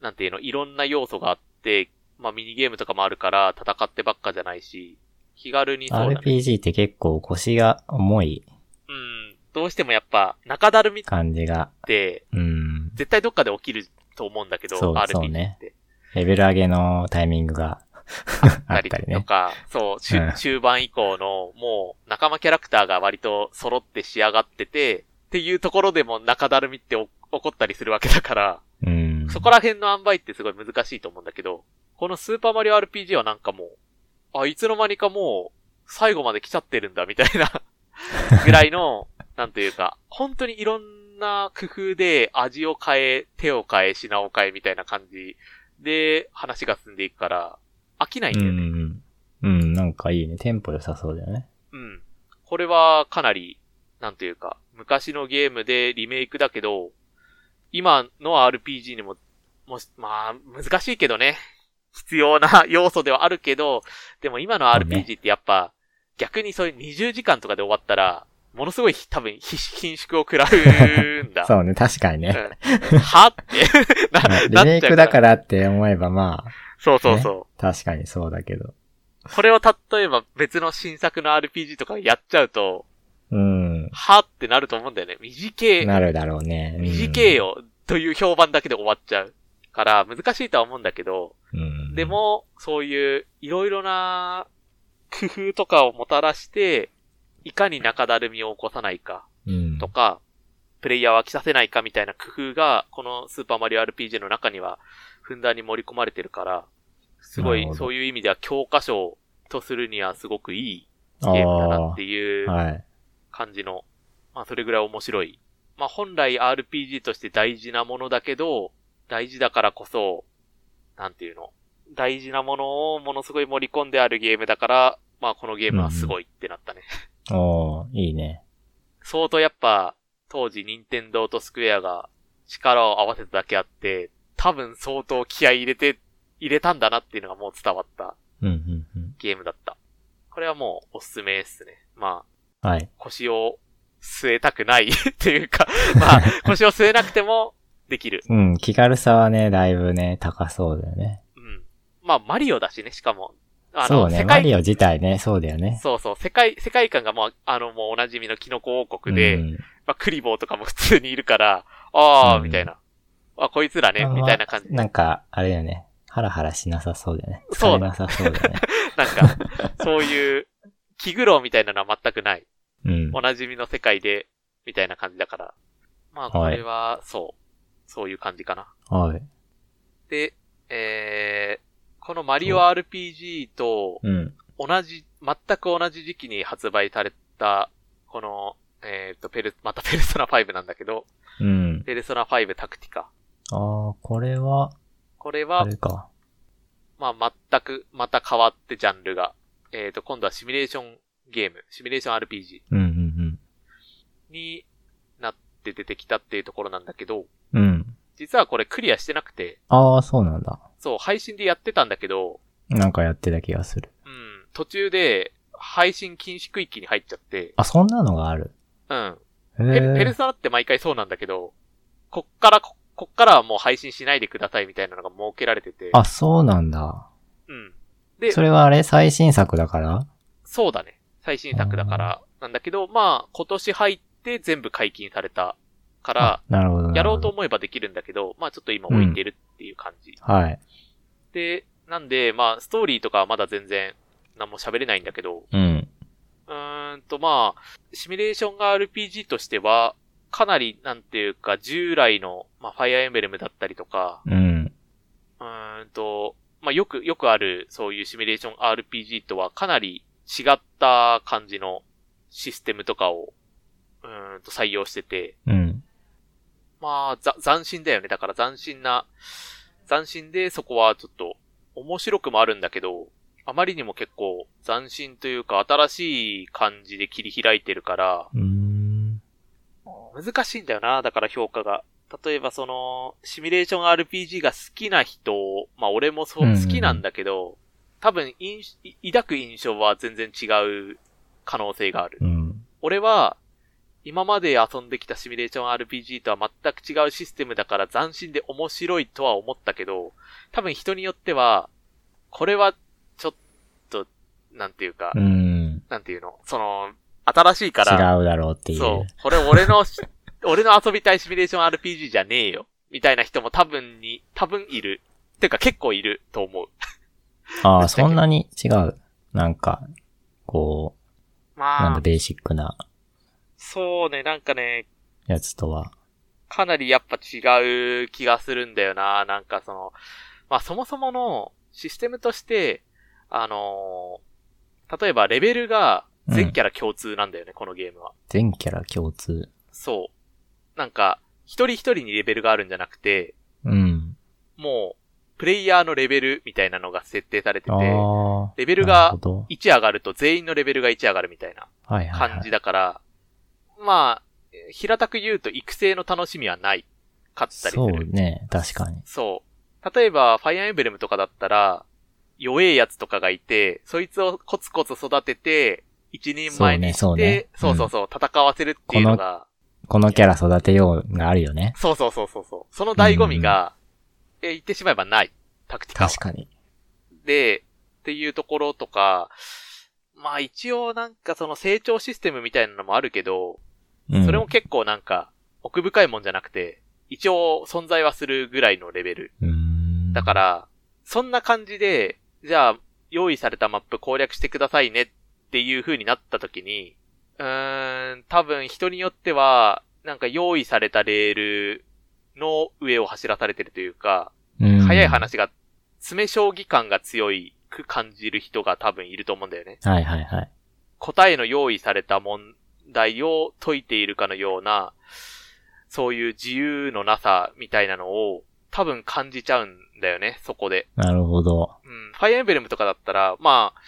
Speaker 2: あ、なんていうの、いろんな要素があって、まあ、ミニゲームとかもあるから、戦ってばっかじゃないし、気軽にそうだね。
Speaker 1: RPG って結構腰が重い
Speaker 2: うん、どうしてもやっぱ、中だるみっ
Speaker 1: 感じが。
Speaker 2: て、
Speaker 1: うん。
Speaker 2: 絶対どっかで起きると思うんだけど、
Speaker 1: そう
Speaker 2: RPG って。
Speaker 1: そうねレベル上げのタイミングが あ
Speaker 2: な
Speaker 1: ったり
Speaker 2: と
Speaker 1: ね。
Speaker 2: か、そう、中
Speaker 1: うん
Speaker 2: 中盤以降の、もう、仲間キャラクターが割と揃って仕上がってて、っていうところでも中だるみってお起こったりするわけだから、
Speaker 1: うん。
Speaker 2: そこら辺の塩梅ってすごい難しいと思うんだけど、このスーパーマリオ RPG はなんかもう、あ、いつの間にかもう、最後まで来ちゃってるんだ、みたい な、ぐらいの、なんというか、本当にいろんな工夫で味を変え、手を変え、品を変え、みたいな感じで話が進んでいくから、飽きないん
Speaker 1: う
Speaker 2: だ
Speaker 1: ん
Speaker 2: よね。
Speaker 1: うんうん。うん、なんかいいね。テンポ良さそうだよね。
Speaker 2: うん。これはかなり、なんというか、昔のゲームでリメイクだけど、今の RPG にも、もし、まあ、難しいけどね。必要な要素ではあるけど、でも今の
Speaker 1: そうね
Speaker 2: RPG ってやっぱ、逆にそういう20時間とかで終わったら、ものすごい多分、ひ緊縮を食らうんだ。
Speaker 1: そうね、確かにね。
Speaker 2: うんはってな、 な
Speaker 1: リメ
Speaker 2: っ
Speaker 1: イ
Speaker 2: ちゃう
Speaker 1: クだからって思えばまあ、
Speaker 2: そうそうそう。
Speaker 1: 確かにそうだけど。
Speaker 2: これを例えば別の新作の RPG とかやっちゃうと、
Speaker 1: うん。
Speaker 2: はってなると思うんだよね。短い。
Speaker 1: なるだろうね。うん
Speaker 2: 短え。よという評判だけで終わっちゃうから、難しいとは思うんだけど、
Speaker 1: うん。
Speaker 2: で、も、そういういろいろな工夫とかをもたらして、いかに中だるみを起こさないか
Speaker 1: うん
Speaker 2: と。か、プレイヤーを飽きさせないかみたいな工夫が、このスーパーマリオ RPG の中には、ふんだんに盛り込まれてるから、すご
Speaker 1: なる
Speaker 2: い
Speaker 1: ほ、ど
Speaker 2: そういう意味では教科書とするにはすごくいい
Speaker 1: あ
Speaker 2: ゲームだな
Speaker 1: あ
Speaker 2: っていう
Speaker 1: ー、はい。
Speaker 2: 感じの、まあそれぐらい面白い。まあ本来 RPG として大事なものだけど、大事だからこそ、なんていうの、大事なものをものすごい盛り込んであるゲームだから、まあこのゲームはすごいってなったね。
Speaker 1: おー、いいね。
Speaker 2: 相当やっぱ、当時任天堂とスクエアが力を合わせただけあって、多分相当気合い入れて、入れたんだなっていうのがもう伝わった
Speaker 1: うん、うん、うん。
Speaker 2: ゲームだった。これはもうおすすめですね。ま
Speaker 1: はい
Speaker 2: あ。、腰を据えたくない っていうか、まあ、腰を据えなくてもできる。
Speaker 1: うん、気軽さはね、だいぶね、高そうだよね。
Speaker 2: うん。まあ、マリオだしね、しかも。あ
Speaker 1: そうね、マリ
Speaker 2: オ。
Speaker 1: オ自体ね、そうだよね。
Speaker 2: そうそう、世界、世界観がまあ、あの、もうおなじみのキノコ王国で、
Speaker 1: うん、
Speaker 2: まあ、クリボーとかも普通にいるから、ああ、
Speaker 1: うん
Speaker 2: みたいな。あ、こいつらね、
Speaker 1: あー
Speaker 2: みたいな感じ。
Speaker 1: なんか、あれだよね。ハラハラしなさそうだよね。
Speaker 2: そ
Speaker 1: 疲
Speaker 2: う
Speaker 1: れなさそうだ よね。
Speaker 2: なんか、そういう、気苦労みたいなのは全くない。
Speaker 1: うん。
Speaker 2: おなじみの世界で、みたいな感じだから。まあ、これは、そう。そういう感じかな。
Speaker 1: はい。
Speaker 2: で、えー、このマリオ RPG と、
Speaker 1: うん。
Speaker 2: 同じ、全く同じ時期に発売された、この、えっ、と、ペル、また ペルソナ5なんだけど、
Speaker 1: うん。
Speaker 2: ペルソナ5タクティカ。
Speaker 1: ああ、これは、
Speaker 2: これ
Speaker 1: あ
Speaker 2: は、
Speaker 1: れか。
Speaker 2: まあ、全く、また変わってジャンルが。えっ、と、今度はシミュレーションゲーム、シミュレーション RPG
Speaker 1: うんうん
Speaker 2: になって出てきたっていうところなんだけど、
Speaker 1: うん。うん。
Speaker 2: 実はこれクリアしてなくて、
Speaker 1: ああ、そうなんだ。
Speaker 2: そう、配信でやってたんだけど、
Speaker 1: なんかやってた気がする。
Speaker 2: うん、途中で、配信禁止区域に入っちゃって、
Speaker 1: あ、そんなのがある。
Speaker 2: うん。
Speaker 1: へ
Speaker 2: ペルペル
Speaker 1: え。
Speaker 2: ソナって毎回そうなんだけど、こっからこ、こっからはもう配信しないでくださいみたいなのが設けられてて。
Speaker 1: あ、そうなんだ。
Speaker 2: うん。で、
Speaker 1: そ
Speaker 2: そ
Speaker 1: れはあれ最新作だから
Speaker 2: うだね。最新作だから、なんだけど、まあ、今年入って全部解禁されたから、
Speaker 1: なるほど。な
Speaker 2: や
Speaker 1: る
Speaker 2: ろ
Speaker 1: ほ
Speaker 2: うと
Speaker 1: ど。
Speaker 2: 思えばできるんだけど、まあちょっと今置いてるっていう感じ。
Speaker 1: はい。
Speaker 2: で、なんで、まあ、ストーリーとかはまだ全然、何も喋れないんだけど、
Speaker 1: うん。
Speaker 2: うーんと、まあ、シミュレーションが RPG としては、かなり、なんていうか、従来の、まあ、ファイアーエンブレムだったりとか、
Speaker 1: うん。
Speaker 2: うーんと、まあ、よく、よくある、そういうシミュレーション RPG とはかなり違った感じのシステムとかを、うーんと採用してて、
Speaker 1: うん。
Speaker 2: まあ、ざ、斬新だよね。だから斬新な、斬新でそこはちょっと面白くもあるんだけど、あまりにも結構斬新というか新しい感じで切り開いてるから、
Speaker 1: うーん。
Speaker 2: 難しいんだよな、だから評価が。例えばその、シミュレーション RPG が好きな人、まあ俺もそう、
Speaker 1: うんうんうん
Speaker 2: 好きなんだけど、多分印い抱く印象は全然違う可能性がある。
Speaker 1: うん。
Speaker 2: 俺は、今まで遊んできたシミュレーション RPG とは全く違うシステムだから斬新で面白いとは思ったけど、多分人によっては、これはちょっと、なんていうか、
Speaker 1: うん。
Speaker 2: なんていうのその、新しいか
Speaker 1: 違う
Speaker 2: ら、
Speaker 1: だろうっていう。
Speaker 2: そう、これ俺の、 俺の遊びたいシミュレーション RPG じゃねえよ、みたいな人も多分に、多分いる。てか結構いると思う。
Speaker 1: ああ、
Speaker 2: ぶっちゃけ
Speaker 1: そんなに違う。なんか、こう、なん
Speaker 2: ま
Speaker 1: だ、
Speaker 2: あ、
Speaker 1: ベーシックな
Speaker 2: そうね、なんかね、
Speaker 1: やつとは。
Speaker 2: かなりやっぱ違う気がするんだよな。なんかその、まあそもそものシステムとして、あのー例えばレベルが全キャラ共通なんだよね、このゲームは。
Speaker 1: 全キャラ共通。
Speaker 2: そう。なんか、一人一人にレベルがあるんじゃなくて、
Speaker 1: うん。
Speaker 2: もう、プレイヤーのレベルみたいなのが設定されて
Speaker 1: ああ
Speaker 2: て、
Speaker 1: ー。
Speaker 2: レベル
Speaker 1: なる
Speaker 2: が
Speaker 1: ほど
Speaker 2: 1上がると全員のレベルが1上がるみたいな
Speaker 1: はいはい、はい。
Speaker 2: 感じだから、まあ、平たく言うと育成の楽しみはない、かったりす
Speaker 1: そう
Speaker 2: る。
Speaker 1: ね、確かに。
Speaker 2: そう。例えば、ファイアーエンブレムとかだったら、弱えやつとかがいて、そいつをコツコツ育てて、一人前にして、
Speaker 1: そ
Speaker 2: そうう,、
Speaker 1: ねそうね
Speaker 2: そう
Speaker 1: うん
Speaker 2: そう戦わせるっていうのが、
Speaker 1: このキャラ育てようがあるよね。
Speaker 2: そうそうそうそうそう。その醍醐味が、え、言ってしまえばない。タクティカは
Speaker 1: 確かに。
Speaker 2: で、っていうところとか、まあ一応なんかその成長システムみたいなのもあるけど、
Speaker 1: うん、
Speaker 2: それも結構なんか奥深いもんじゃなくて、一応存在はするぐらいのレベル。
Speaker 1: うーん。
Speaker 2: だから、そんな感じで、じゃあ、用意されたマップ攻略してくださいねっていう風になった時に、うーん、多分人によっては、なんか用意されたレールの上を走らされてるというか、
Speaker 1: うん、
Speaker 2: 早い話が、詰め将棋感が強いく感じる人が多分いると思うんだよね。
Speaker 1: はいはいはい。
Speaker 2: 答えの用意された問題を解いているかのような、そういう自由のなさみたいなのを多分感じちゃうんだよね、そこで。
Speaker 1: なるほど。
Speaker 2: うん。ファイアーエンブレムとかだったら、まあ、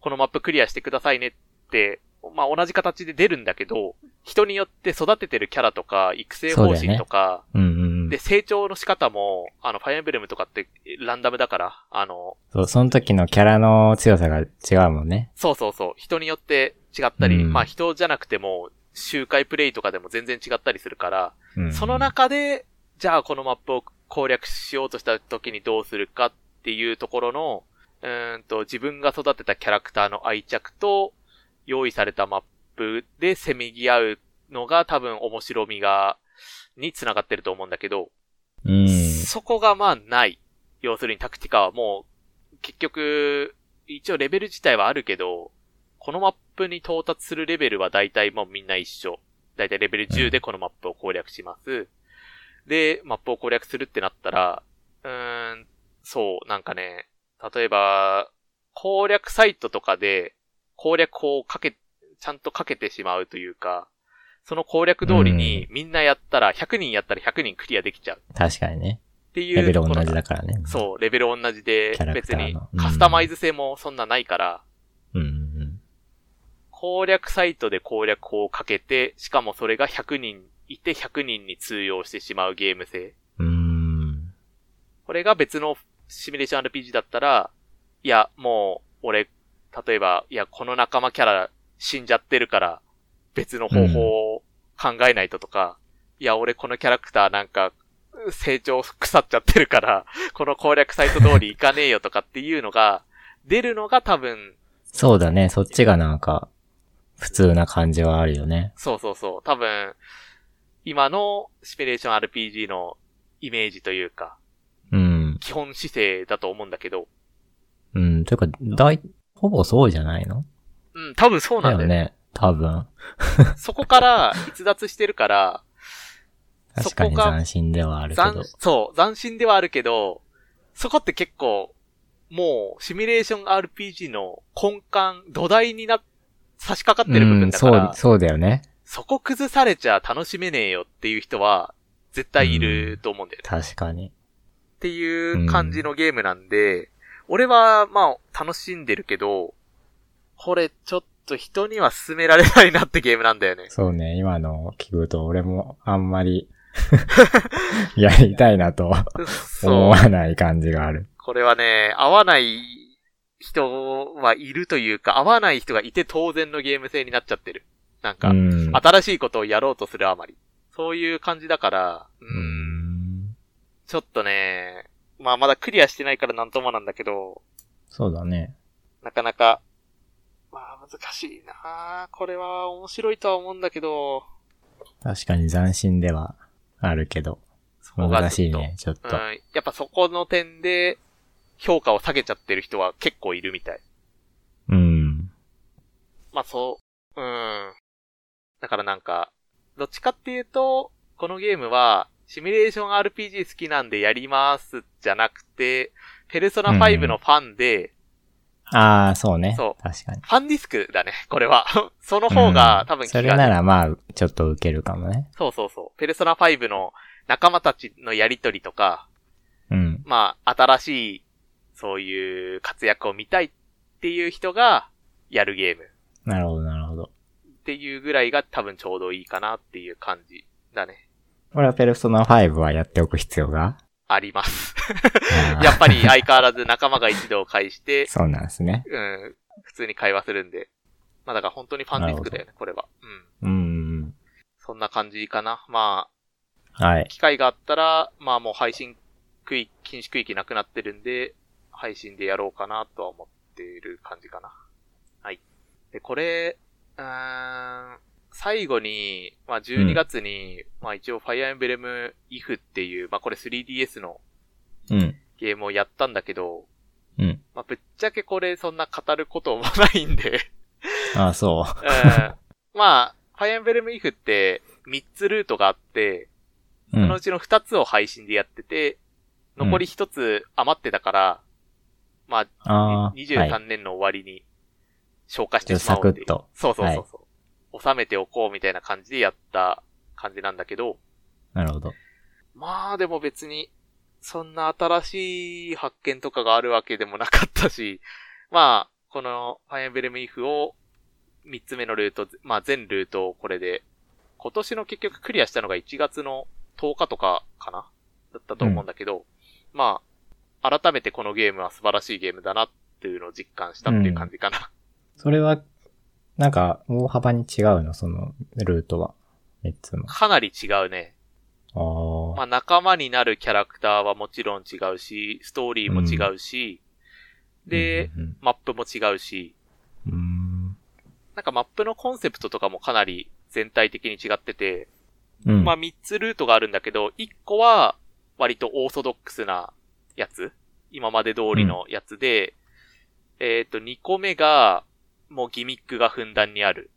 Speaker 2: このマップクリアしてくださいねって、まあ同じ形で出るんだけど、人によって育ててるキャラとか、育成方針とか、
Speaker 1: うんうんうん
Speaker 2: で、。成長の仕方も、あの、ファイアエンブレムとかってランダムだから、あの、
Speaker 1: そう、その時のキャラの強さが違うもんね。
Speaker 2: そうそうそう、人によって違ったり、
Speaker 1: うん
Speaker 2: まあ人じゃなくても、周回プレイとかでも全然違ったりするから、
Speaker 1: うん。
Speaker 2: その中で、じゃあこのマップを攻略しようとした時にどうするかっていうところの、うーんと、自分が育てたキャラクターの愛着と、用意されたマップでせめぎ合うのが多分面白みが、に繋がってると思うんだけど、
Speaker 1: うん。
Speaker 2: そこがまあない。要するにタクティカはもう、結局、一応レベル自体はあるけど、このマップに到達するレベルは大体もうみんな一緒。大体レベル10でこのマップを攻略します。で、マップを攻略するってなったら、うーん、そう、なんかね、例えば、攻略サイトとかで、攻略法をかけ、ちゃんとかけてしまうというか、その攻略通りにみんなやったら、100人やったら100人クリアできちゃう。
Speaker 1: 確かにね。
Speaker 2: っていう。
Speaker 1: レベル同じだからね。
Speaker 2: そう、レベル同じで
Speaker 1: キャ、ラク
Speaker 2: 別
Speaker 1: ターの
Speaker 2: に
Speaker 1: うん
Speaker 2: カスタマイズ性もそんなないから、
Speaker 1: うんうん
Speaker 2: 攻略サイトで攻略法をかけて、しかもそれが100人いて100人に通用してしまうゲーム性。
Speaker 1: うん。う
Speaker 2: これが別のシミュレーション RPG だったら、いや、もう、俺、例えば、いや、この仲間キャラ死んじゃってるから、別の方法を考えないととか、いや、俺このキャラクターなんか、成長腐っちゃってるから、この攻略サイト通りいかねえよとかっていうのが、出るのが多分、
Speaker 1: そうだね。そっちがなんか、普通な感じはあるよね。
Speaker 2: そうそうそう、多分、今のシミュレーション RPG のイメージというか、
Speaker 1: うん。
Speaker 2: 基本姿勢だと思うんだけど、
Speaker 1: うん。というか、だい、ほぼそうじゃないの
Speaker 2: うん、多分そうなんだよね。
Speaker 1: ね。多分。
Speaker 2: そこから 逸脱してるから、そ
Speaker 1: 確か
Speaker 2: こ
Speaker 1: に
Speaker 2: が
Speaker 1: 斬新ではあるけど
Speaker 2: 斬。、そう、斬新ではあるけど、そこって結構、もう、シミュレーション RPG の根幹、土台にな、差し掛かってる部
Speaker 1: う
Speaker 2: 分
Speaker 1: ん、
Speaker 2: だか
Speaker 1: そう
Speaker 2: ら、、そ
Speaker 1: そうだよね。
Speaker 2: こ崩されちゃ楽しめねえよっていう人は、絶対いると思うんだよね。
Speaker 1: 確かに。
Speaker 2: っていう感じのゲームなんで、俺は、まあ、楽しんでるけど、これ、ちょっと人には勧められないなってゲームなんだよね。
Speaker 1: そうね。今のを聞くと、俺もあんま り、 やりたいなと
Speaker 2: そう
Speaker 1: 思。わない感じがある。
Speaker 2: これはね、合わない人はいるというか、合わない人がいて当然のゲーム性になっちゃってる。なん
Speaker 1: う
Speaker 2: か、
Speaker 1: ん。
Speaker 2: 新しいことをやろうとするあまり。そういう感じだから、う、
Speaker 1: うんん。
Speaker 2: ちょっとね、まあまだクリアしてないからなんともなんだけど、
Speaker 1: そうだね。
Speaker 2: なかなか、まあ難しいなあこれは面白いとは思うんだけど、
Speaker 1: 確かに斬新ではあるけど、
Speaker 2: そこが
Speaker 1: 難しい
Speaker 2: ちょっと、
Speaker 1: ね、ちょっ
Speaker 2: う
Speaker 1: と。
Speaker 2: ん、やっぱそこの点で、評価を下げちゃってる人は結構いるみたい。
Speaker 1: うん。
Speaker 2: まあそう、うん。だからなんか、どっちかっていうと、このゲームは、シミュレーション RPG 好きなんでやりますじゃなくて、ペルソナ5のファンで、
Speaker 1: ああ、そうね。
Speaker 2: そう
Speaker 1: 確かに。
Speaker 2: ファンディスクだね、これは。 その方が多
Speaker 1: う
Speaker 2: 分
Speaker 1: ん
Speaker 2: 気
Speaker 1: そ
Speaker 2: が、
Speaker 1: れならまあ、ちょっと受けるかもね。
Speaker 2: そうそうそう。ペルソナ5の仲間たちのやりとりとか、
Speaker 1: うん。
Speaker 2: まあ、新しい、そういう活躍を見たいっていう人が、やるゲーム
Speaker 1: なるほど、なるほど。
Speaker 2: っていうぐらいが多分ちょうどいいかなっていう感じだね。
Speaker 1: 俺はペルソナ5はやっておく必要が
Speaker 2: あります。
Speaker 1: あー
Speaker 2: やっぱり相変わらず仲間が一同介して、
Speaker 1: そうなんですね。
Speaker 2: うん、普通に会話するんで。まあだから本当にファンディスクだよね、これは。うん。
Speaker 1: うん。
Speaker 2: そんな感じかな。ま
Speaker 1: はい
Speaker 2: あ、。機会があったら、まあもう配信区域、禁止区域なくなってるんで、配信でやろうかなとは思っている感じかな。はい。で、これ、うーん、最後に、まあ12月に、まあ一応 Fire Emblem If っていう、まあこれ 3DS の
Speaker 1: うん。
Speaker 2: ゲームをやったんだけど、
Speaker 1: うん。
Speaker 2: まあ、ぶっちゃけこれそんな語ることもない んで、
Speaker 1: ああ、そ
Speaker 2: うん。まあ、ファイアンベルムイフって3つルートがあって、
Speaker 1: う。う
Speaker 2: その
Speaker 1: ん
Speaker 2: う。ちの2つを配信でやってて、
Speaker 1: うん
Speaker 2: 残り1つ余ってたから、まあ
Speaker 1: ああ、、は
Speaker 2: 23
Speaker 1: い。
Speaker 2: 年の終わりに消化し
Speaker 1: ちょ
Speaker 2: て
Speaker 1: っと
Speaker 2: しま
Speaker 1: サ
Speaker 2: おう
Speaker 1: ク
Speaker 2: ってい
Speaker 1: ッ
Speaker 2: う。
Speaker 1: と。
Speaker 2: そうそうそうそう。収めておこうみたいな感じでやった感じなんだけど、
Speaker 1: なるほど。
Speaker 2: まあでも別に、そんな新しい発見とかがあるわけでもなかったし、 まあ、このファイアンベルムイフを、3つ目のルート、まあ全ルートをこれで、今年の結局クリアしたのが1月の10日とかかなだったと思うんだけど、まあ、改めてこのゲームは素晴らしいゲームだなっていうのを実感したっていう感じかな。
Speaker 1: それは、なんか、大幅に違うの、その、ルートは。3つ
Speaker 2: かなり違うね。
Speaker 1: の。あ
Speaker 2: ま
Speaker 1: あ。
Speaker 2: あ仲間になるキャラクターはもちろん違うし、ストーリーも違うし、で、
Speaker 1: うん
Speaker 2: マップも違うし、
Speaker 1: うんうん、
Speaker 2: なんかマップのコンセプトとかもかなり全体的に違ってて、
Speaker 1: うーん。うん
Speaker 2: まあ、3つルートがあるんだけど、1個は割とオーソドックスなやつ。今まで通りのやつで、えっ、と、2個目が、もうギミックがふんだんにある。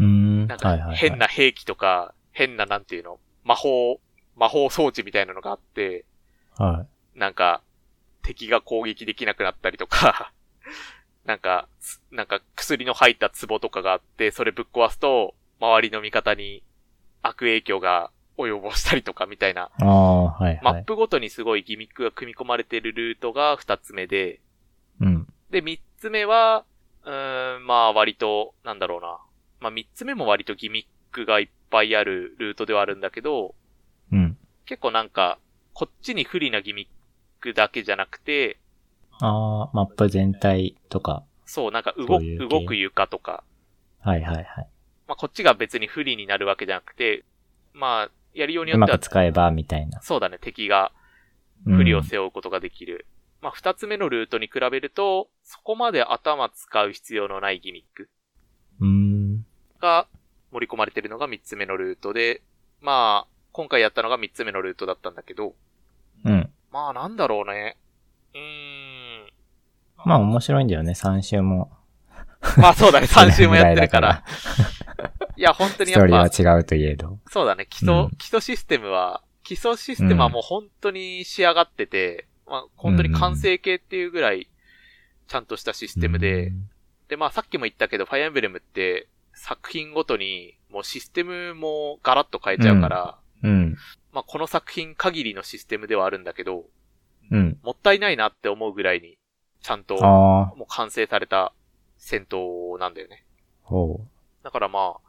Speaker 1: うん。
Speaker 2: なん
Speaker 1: はいはい
Speaker 2: か
Speaker 1: はい、
Speaker 2: 変。な兵器とか、変ななんていうの、魔法、魔法装置みたいなのがあって、
Speaker 1: は
Speaker 2: なんか、敵が攻撃できなくなったりとか、 なんか、すなんか薬の入った壺とかがあって、それぶっ壊すと、周りの味方に悪影響が及ぼしたりとかみたい
Speaker 1: い。
Speaker 2: な、
Speaker 1: ああ、はい
Speaker 2: マ
Speaker 1: は
Speaker 2: ッ
Speaker 1: い。
Speaker 2: プごとにすごいギミックが組み込まれてるルートが二つ目で、
Speaker 1: うん。
Speaker 2: で、三つ目は、うーん、まあ割と、なんだろうな。まあ三つ目も割とギミックがいっぱいあるルートではあるんだけど、
Speaker 1: うん。
Speaker 2: 結構なんか、こっちに不利なギミックだけじゃなくて、
Speaker 1: ああ、マップ全体とか。
Speaker 2: そう、なんか動
Speaker 1: そう
Speaker 2: く、
Speaker 1: いう系
Speaker 2: 動く床とか、
Speaker 1: はいはいはい。
Speaker 2: まあこっちが別に不利になるわけじゃなくて、まあ、やりように
Speaker 1: う
Speaker 2: よっ
Speaker 1: ま
Speaker 2: ては
Speaker 1: く、使えば、みたいな。
Speaker 2: そうだね、敵が
Speaker 1: うん
Speaker 2: 不利を背負うことができる。まあ、二つ目のルートに比べると、そこまで頭使う必要のないギミック
Speaker 1: うーん。
Speaker 2: が盛り込まれてるのが三つ目のルートで、まあ、今回やったのが三つ目のルートだったんだけど、
Speaker 1: うん。
Speaker 2: まあなんだろうね。うーん。
Speaker 1: まあ面白いんだよね、3周も。
Speaker 2: まあそ うだね、3週もやって
Speaker 1: ぐ
Speaker 2: るか
Speaker 1: いだ
Speaker 2: ら。いや、本当に
Speaker 1: スト
Speaker 2: や
Speaker 1: ー
Speaker 2: っ
Speaker 1: リ
Speaker 2: ぱ、
Speaker 1: ーは違うといえど。
Speaker 2: そうだね、基礎、
Speaker 1: うん
Speaker 2: 基礎システムは、基礎システムはもう本当に仕上がってて、まあ本当に完成形っていうぐらい、ちゃんとしたシステムで、
Speaker 1: うん
Speaker 2: で、まあさっきも言ったけど、ファイアエンブレムって作品ごとにもうシステムもガラッと変えちゃうから、
Speaker 1: うん。
Speaker 2: まあこの作品限りのシステムではあるんだけど、
Speaker 1: うん。
Speaker 2: もったいないなって思うぐらいに、ちゃんとも
Speaker 1: ああ、
Speaker 2: う完成された戦闘なんだよね。
Speaker 1: ほ
Speaker 2: だからまあ、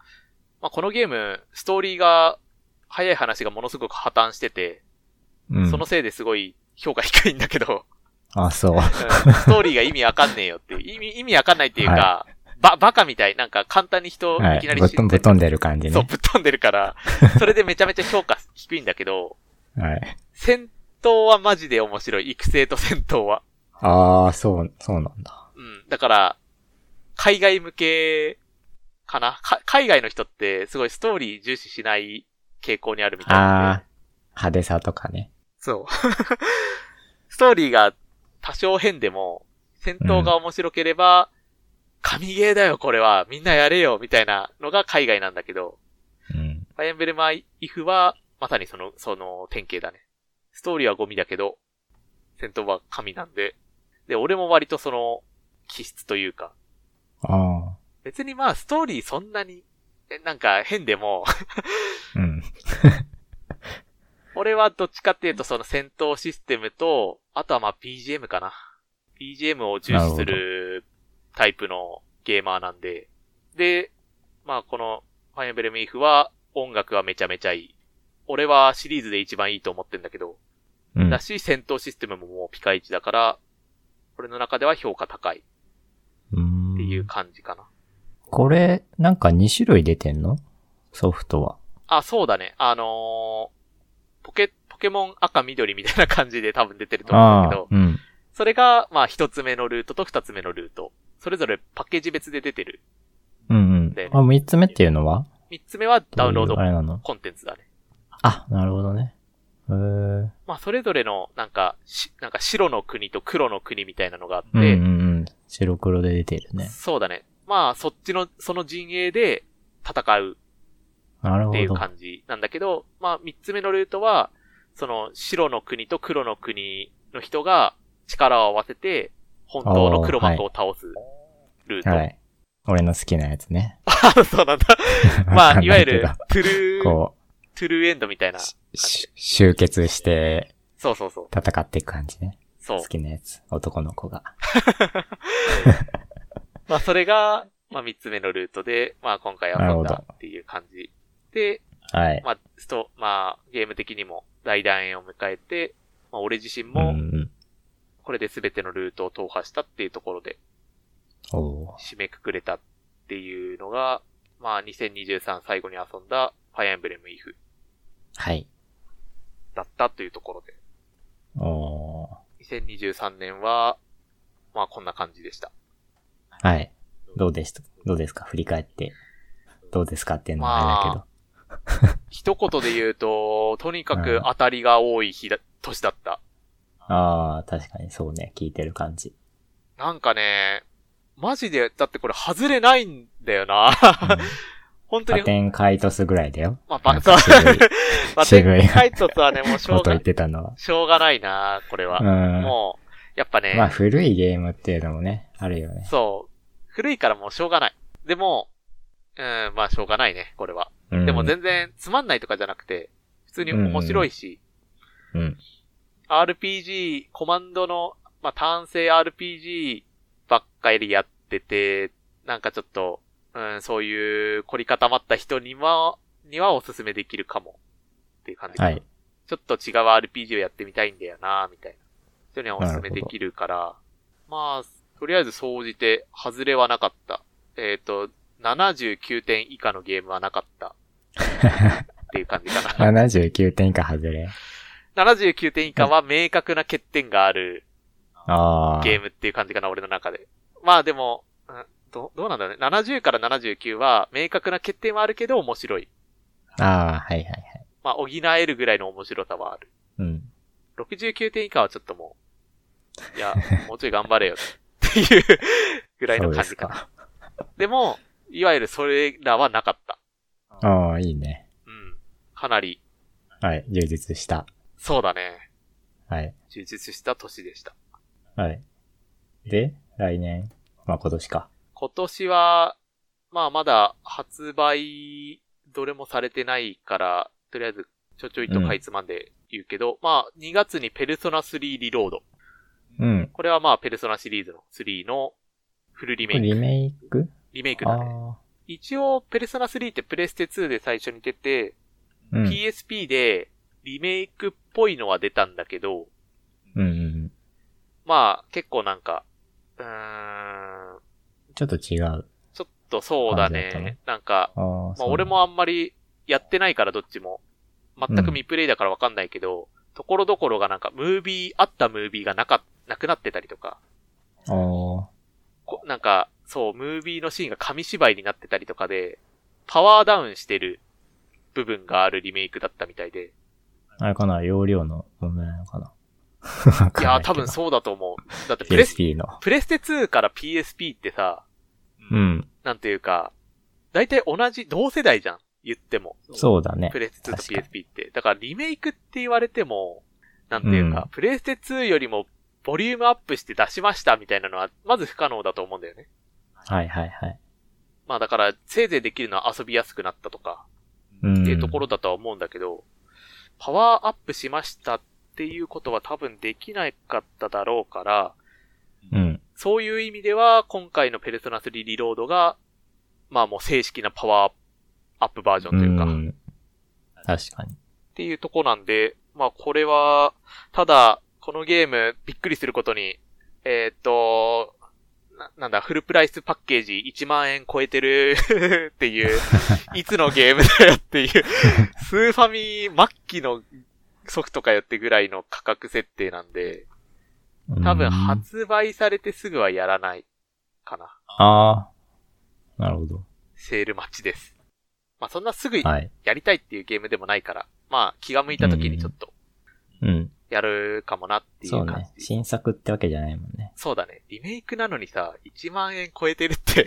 Speaker 2: まあこのゲーム、ストーリーが、早い話がものすごく破綻してて、
Speaker 1: う。うん。
Speaker 2: そのせいですごい評価低いんだけ ど、
Speaker 1: あ、そう。
Speaker 2: うんストーリーが意味わかんねえよっていう、意味、意味わかんないっていうか、ば、バカみたい、なんか簡単に人、
Speaker 1: はい。
Speaker 2: きないり
Speaker 1: ぶっ
Speaker 2: 死んで
Speaker 1: 飛んぶっ飛んでる感じ
Speaker 2: そう、
Speaker 1: ね。
Speaker 2: ぶっ飛んで るから、それでめちゃめちゃ評価低いんだけど、
Speaker 1: はい。
Speaker 2: 戦闘はマジで面白い。育成と戦闘は。
Speaker 1: ああ、そう、そうなんだ。
Speaker 2: うん。だから、海外向け、かなか海外の人って、すごいストーリー重視しない傾向にあるみたい
Speaker 1: あ
Speaker 2: な
Speaker 1: あ。、派手さとかね。
Speaker 2: そう。 ストーリーが多少変でも、戦闘が面白ければ、神ゲーだよ、これは。みんなやれよ、みたいなのが海外なんだけど、
Speaker 1: うん。
Speaker 2: ファイアンベルマイイフは、まさにその、その典型だね。ストーリーはゴミだけど、戦闘は神なんで。で、俺も割とその、気質というか、
Speaker 1: あ
Speaker 2: 別にまあ、ストーリーそんなに、えなんか変でも、
Speaker 1: あ、うん。
Speaker 2: 俺はどっちかっていうとその戦闘システムと、あとはまあ BGM かな。BGM を重視するタイプのゲーマーなんで。で、まあこのファイアンベルムイフは音楽はめちゃめちゃいい。俺はシリーズで一番いいと思ってんだけど、
Speaker 1: うん
Speaker 2: だ。し戦闘システムももうピカイチだから、俺の中では評価高いっていう
Speaker 1: うん
Speaker 2: 感じかな。
Speaker 1: これ、なんか2種類出てんのソフトは。
Speaker 2: あ、そうだね。あのーポケ、ポケモン赤緑みたいな感じで多分出てると思うんだ
Speaker 1: あ
Speaker 2: け
Speaker 1: あ
Speaker 2: ど、、
Speaker 1: うん。
Speaker 2: それが、まあ、一つ目のルートと二つ目のルート。それぞれパッケージ別で出てる。
Speaker 1: うんうん
Speaker 2: で。
Speaker 1: あ、3つ目っていうのは
Speaker 2: 三つ目はダウンロー
Speaker 1: ど
Speaker 2: ド
Speaker 1: ういうあれなの
Speaker 2: コンテンツだね。
Speaker 1: あ、なるほどね。へー
Speaker 2: まあ、それぞれの、なんか、し、なんか白の国と黒の国みたいなのがあって、
Speaker 1: うんうんうん。白黒で出てるね。
Speaker 2: そうだね。まあ、そっちの、その陣営で戦う
Speaker 1: なる
Speaker 2: っ
Speaker 1: ほ
Speaker 2: ていう
Speaker 1: ど。
Speaker 2: 感じなんだけど、まあ、三つ目のルートは、その、白の国と黒の国の人が力を合わせて、本当の黒幕を倒すルート。
Speaker 1: はい。俺の好きなやつね。
Speaker 2: あ、 そうなんだ。まあ、いわゆ る
Speaker 1: わかんな、
Speaker 2: トゥル
Speaker 1: けど
Speaker 2: ー、
Speaker 1: こ
Speaker 2: トゥルーエンドみたいな。
Speaker 1: う、し集結して
Speaker 2: そうそうそう。
Speaker 1: 戦っていく感じね。
Speaker 2: そう
Speaker 1: 好。きなやつ。男の子が。
Speaker 2: まあ、それが、まあ、三つ目のルートで、まあ、今回遊
Speaker 1: なる
Speaker 2: ん
Speaker 1: ほ
Speaker 2: だ
Speaker 1: ど
Speaker 2: っていう感じ。で、
Speaker 1: はい。
Speaker 2: まあ、スト、まあ、ゲーム的にも、大団円を迎えて、まあ、俺自身
Speaker 1: う
Speaker 2: も、
Speaker 1: ん。
Speaker 2: これで全てのルートを踏破したっていうところで
Speaker 1: おお
Speaker 2: 締めくくれたっていうのが、まあ、2023最後に遊んだファイアエンブレムイフ
Speaker 1: ー。はい。
Speaker 2: だったというところで、
Speaker 1: おおー。
Speaker 2: 2023年は、まあ、こんな感じでした。
Speaker 1: はい。どうでしたどうですか振り返って。どうですかっていうのはあれだけ
Speaker 2: 一言で言うと、とにか
Speaker 1: う
Speaker 2: く
Speaker 1: ん
Speaker 2: 当たりが多い日だ、年だっ
Speaker 1: ど。
Speaker 2: た。
Speaker 1: ああ、確かにそうね。聞いてる感 じ。
Speaker 2: なんかね、マジで、だってこれ外れないんだよな。
Speaker 1: う ん、
Speaker 2: 本当
Speaker 1: パ
Speaker 2: に、
Speaker 1: テンカイトスぐらいだよ。
Speaker 2: まあ、
Speaker 1: な
Speaker 2: バ
Speaker 1: んか
Speaker 2: カ、
Speaker 1: 渋い
Speaker 2: バテ
Speaker 1: 渋い
Speaker 2: ンカイトスはね、もうしょ
Speaker 1: こ
Speaker 2: う
Speaker 1: と言
Speaker 2: が
Speaker 1: っ、てたのは。
Speaker 2: しょうがないな、これは。
Speaker 1: う
Speaker 2: もう、やっぱね、
Speaker 1: ん。まあ古いゲームっていうのもね、あるよね。
Speaker 2: そう、古いからもうしょうがない。でも、うん、まあしょうがないね、これは。
Speaker 1: うん、
Speaker 2: でも全然つまんないとかじゃなくて、普通に面白いし、
Speaker 1: うん。
Speaker 2: RPG、コマンドの、まあ単性 RPG ばっかりやってて、なんかちょっと、うん、そういう凝り固まった人には、にはおすすめできるかも。っていう感じか
Speaker 1: は
Speaker 2: な。
Speaker 1: い。
Speaker 2: ちょっと違う RPG をやってみたいんだよな、みたいな。そういうのはおすすめできるから。まあ、とりあえず総じて、外れはなかった。えっ、と、79点以下のゲームはなかった。っていう感じ か
Speaker 1: 79点以下外れ。
Speaker 2: な。79点以下は明確な欠点がある
Speaker 1: ああ。
Speaker 2: ゲームっていう感じかな、俺の中で。まあでも、うんどどうなんだろうね。70から79は明確な欠点はあるけど面白い。
Speaker 1: ああ、はいはいはい。
Speaker 2: まあ補えるぐらいの面白さはある。
Speaker 1: うん。
Speaker 2: 69点以下はちょっともう、い や、もうちょい頑張れよ、っていうぐらい
Speaker 1: そ
Speaker 2: の
Speaker 1: うで
Speaker 2: 感
Speaker 1: す
Speaker 2: じかな。
Speaker 1: か。
Speaker 2: でも、いわゆるそれらはなかった。
Speaker 1: ああ、いいね。
Speaker 2: うん。かなり、
Speaker 1: はい。充実した。
Speaker 2: そうだね。
Speaker 1: はい。
Speaker 2: 充実した年でした。
Speaker 1: はい。で、来年。まあ今年か。
Speaker 2: 今年は、まあまだ発売、どれもされてないから、とりあえずちょちょいとかいつまんで言うけど、まあ2月にペルソナ3リロード。
Speaker 1: うん。
Speaker 2: これはまあペルソナシリーズの3のフルリ
Speaker 1: こ
Speaker 2: メ
Speaker 1: れ
Speaker 2: イ
Speaker 1: リ
Speaker 2: ク。
Speaker 1: メイク
Speaker 2: リメイク
Speaker 1: あ
Speaker 2: だ
Speaker 1: あ
Speaker 2: ね。
Speaker 1: ー。
Speaker 2: 一応、ペルソナ3ってプレステ2で最初に出て、
Speaker 1: うん。
Speaker 2: PSP でリメイクっぽいのは出たんだけど、
Speaker 1: うんうんうん。
Speaker 2: まあ、結構なんか、うーん、
Speaker 1: ちょっと違う。
Speaker 2: ちょっとそうだ
Speaker 1: 感じだった
Speaker 2: ね
Speaker 1: ね。
Speaker 2: なんか、
Speaker 1: ああ、
Speaker 2: ま
Speaker 1: そ
Speaker 2: あ
Speaker 1: う
Speaker 2: 俺。もあんまりやってないからどっちも、全く未プレイだからわかんないけど、ところどころがなんか、ムービー、あったムービーがなか、なくなってたりとか、
Speaker 1: ああ。
Speaker 2: こなんか、そう、ムービーのシーンが紙芝居になってたりとかで、パワーダウンしてる部分があるリメイクだったみたいで、
Speaker 1: あれかな容量の問題なのかなわか
Speaker 2: い
Speaker 1: んな
Speaker 2: や、
Speaker 1: け
Speaker 2: 多
Speaker 1: ど
Speaker 2: 分そうだと思う。だってプレス、
Speaker 1: PSP の。
Speaker 2: プレステ2から PSP ってさ、
Speaker 1: うん。
Speaker 2: なんていうか、大体同じ、同世代じゃん。言っても。
Speaker 1: そうだね
Speaker 2: プ。レステ2と
Speaker 1: 確かに
Speaker 2: PSP って。だからリメイクって言われても、なんていうか、
Speaker 1: うん
Speaker 2: プレステ2よりもボリュームアップして出しましたみたいなのは、まず不可能だと思うんだよね。
Speaker 1: はいはいはい。
Speaker 2: まあだから、せいぜいできるのは遊びやすくなったとか、
Speaker 1: うん。
Speaker 2: っていうところだとは思うんだけど、パワーアップしましたっていうことは多分できなかっただろうから、
Speaker 1: うん。
Speaker 2: そういう意味では、今回のペルソナ3リロードが、まあもう正式なパワーアップバージョンというか、っ
Speaker 1: ん確かに。
Speaker 2: ていうとこなんで、まあこれは、ただ、このゲーム、びっくりすることに、えーっと、な、なんだ、フルプライスパッケージ1万円超えてる っていう、いつのゲームだよっていう、スーファミ末期のソフトかよってぐらいの価格設定なんで、多
Speaker 1: う
Speaker 2: 分
Speaker 1: ん
Speaker 2: 発売されてすぐはやらないかな。
Speaker 1: ああ。なるほど。
Speaker 2: セール待ちです。まあそんなすぐや
Speaker 1: はい。
Speaker 2: りたいっていうゲームでもないから、まあ気が向いた時にちょっと
Speaker 1: うん。
Speaker 2: やるかもなっていう
Speaker 1: そう
Speaker 2: 感
Speaker 1: ね。
Speaker 2: じ。そう,、
Speaker 1: 新作ってわけじゃないもんね。
Speaker 2: だね。リメイクなのにさ、1万円超えて るって。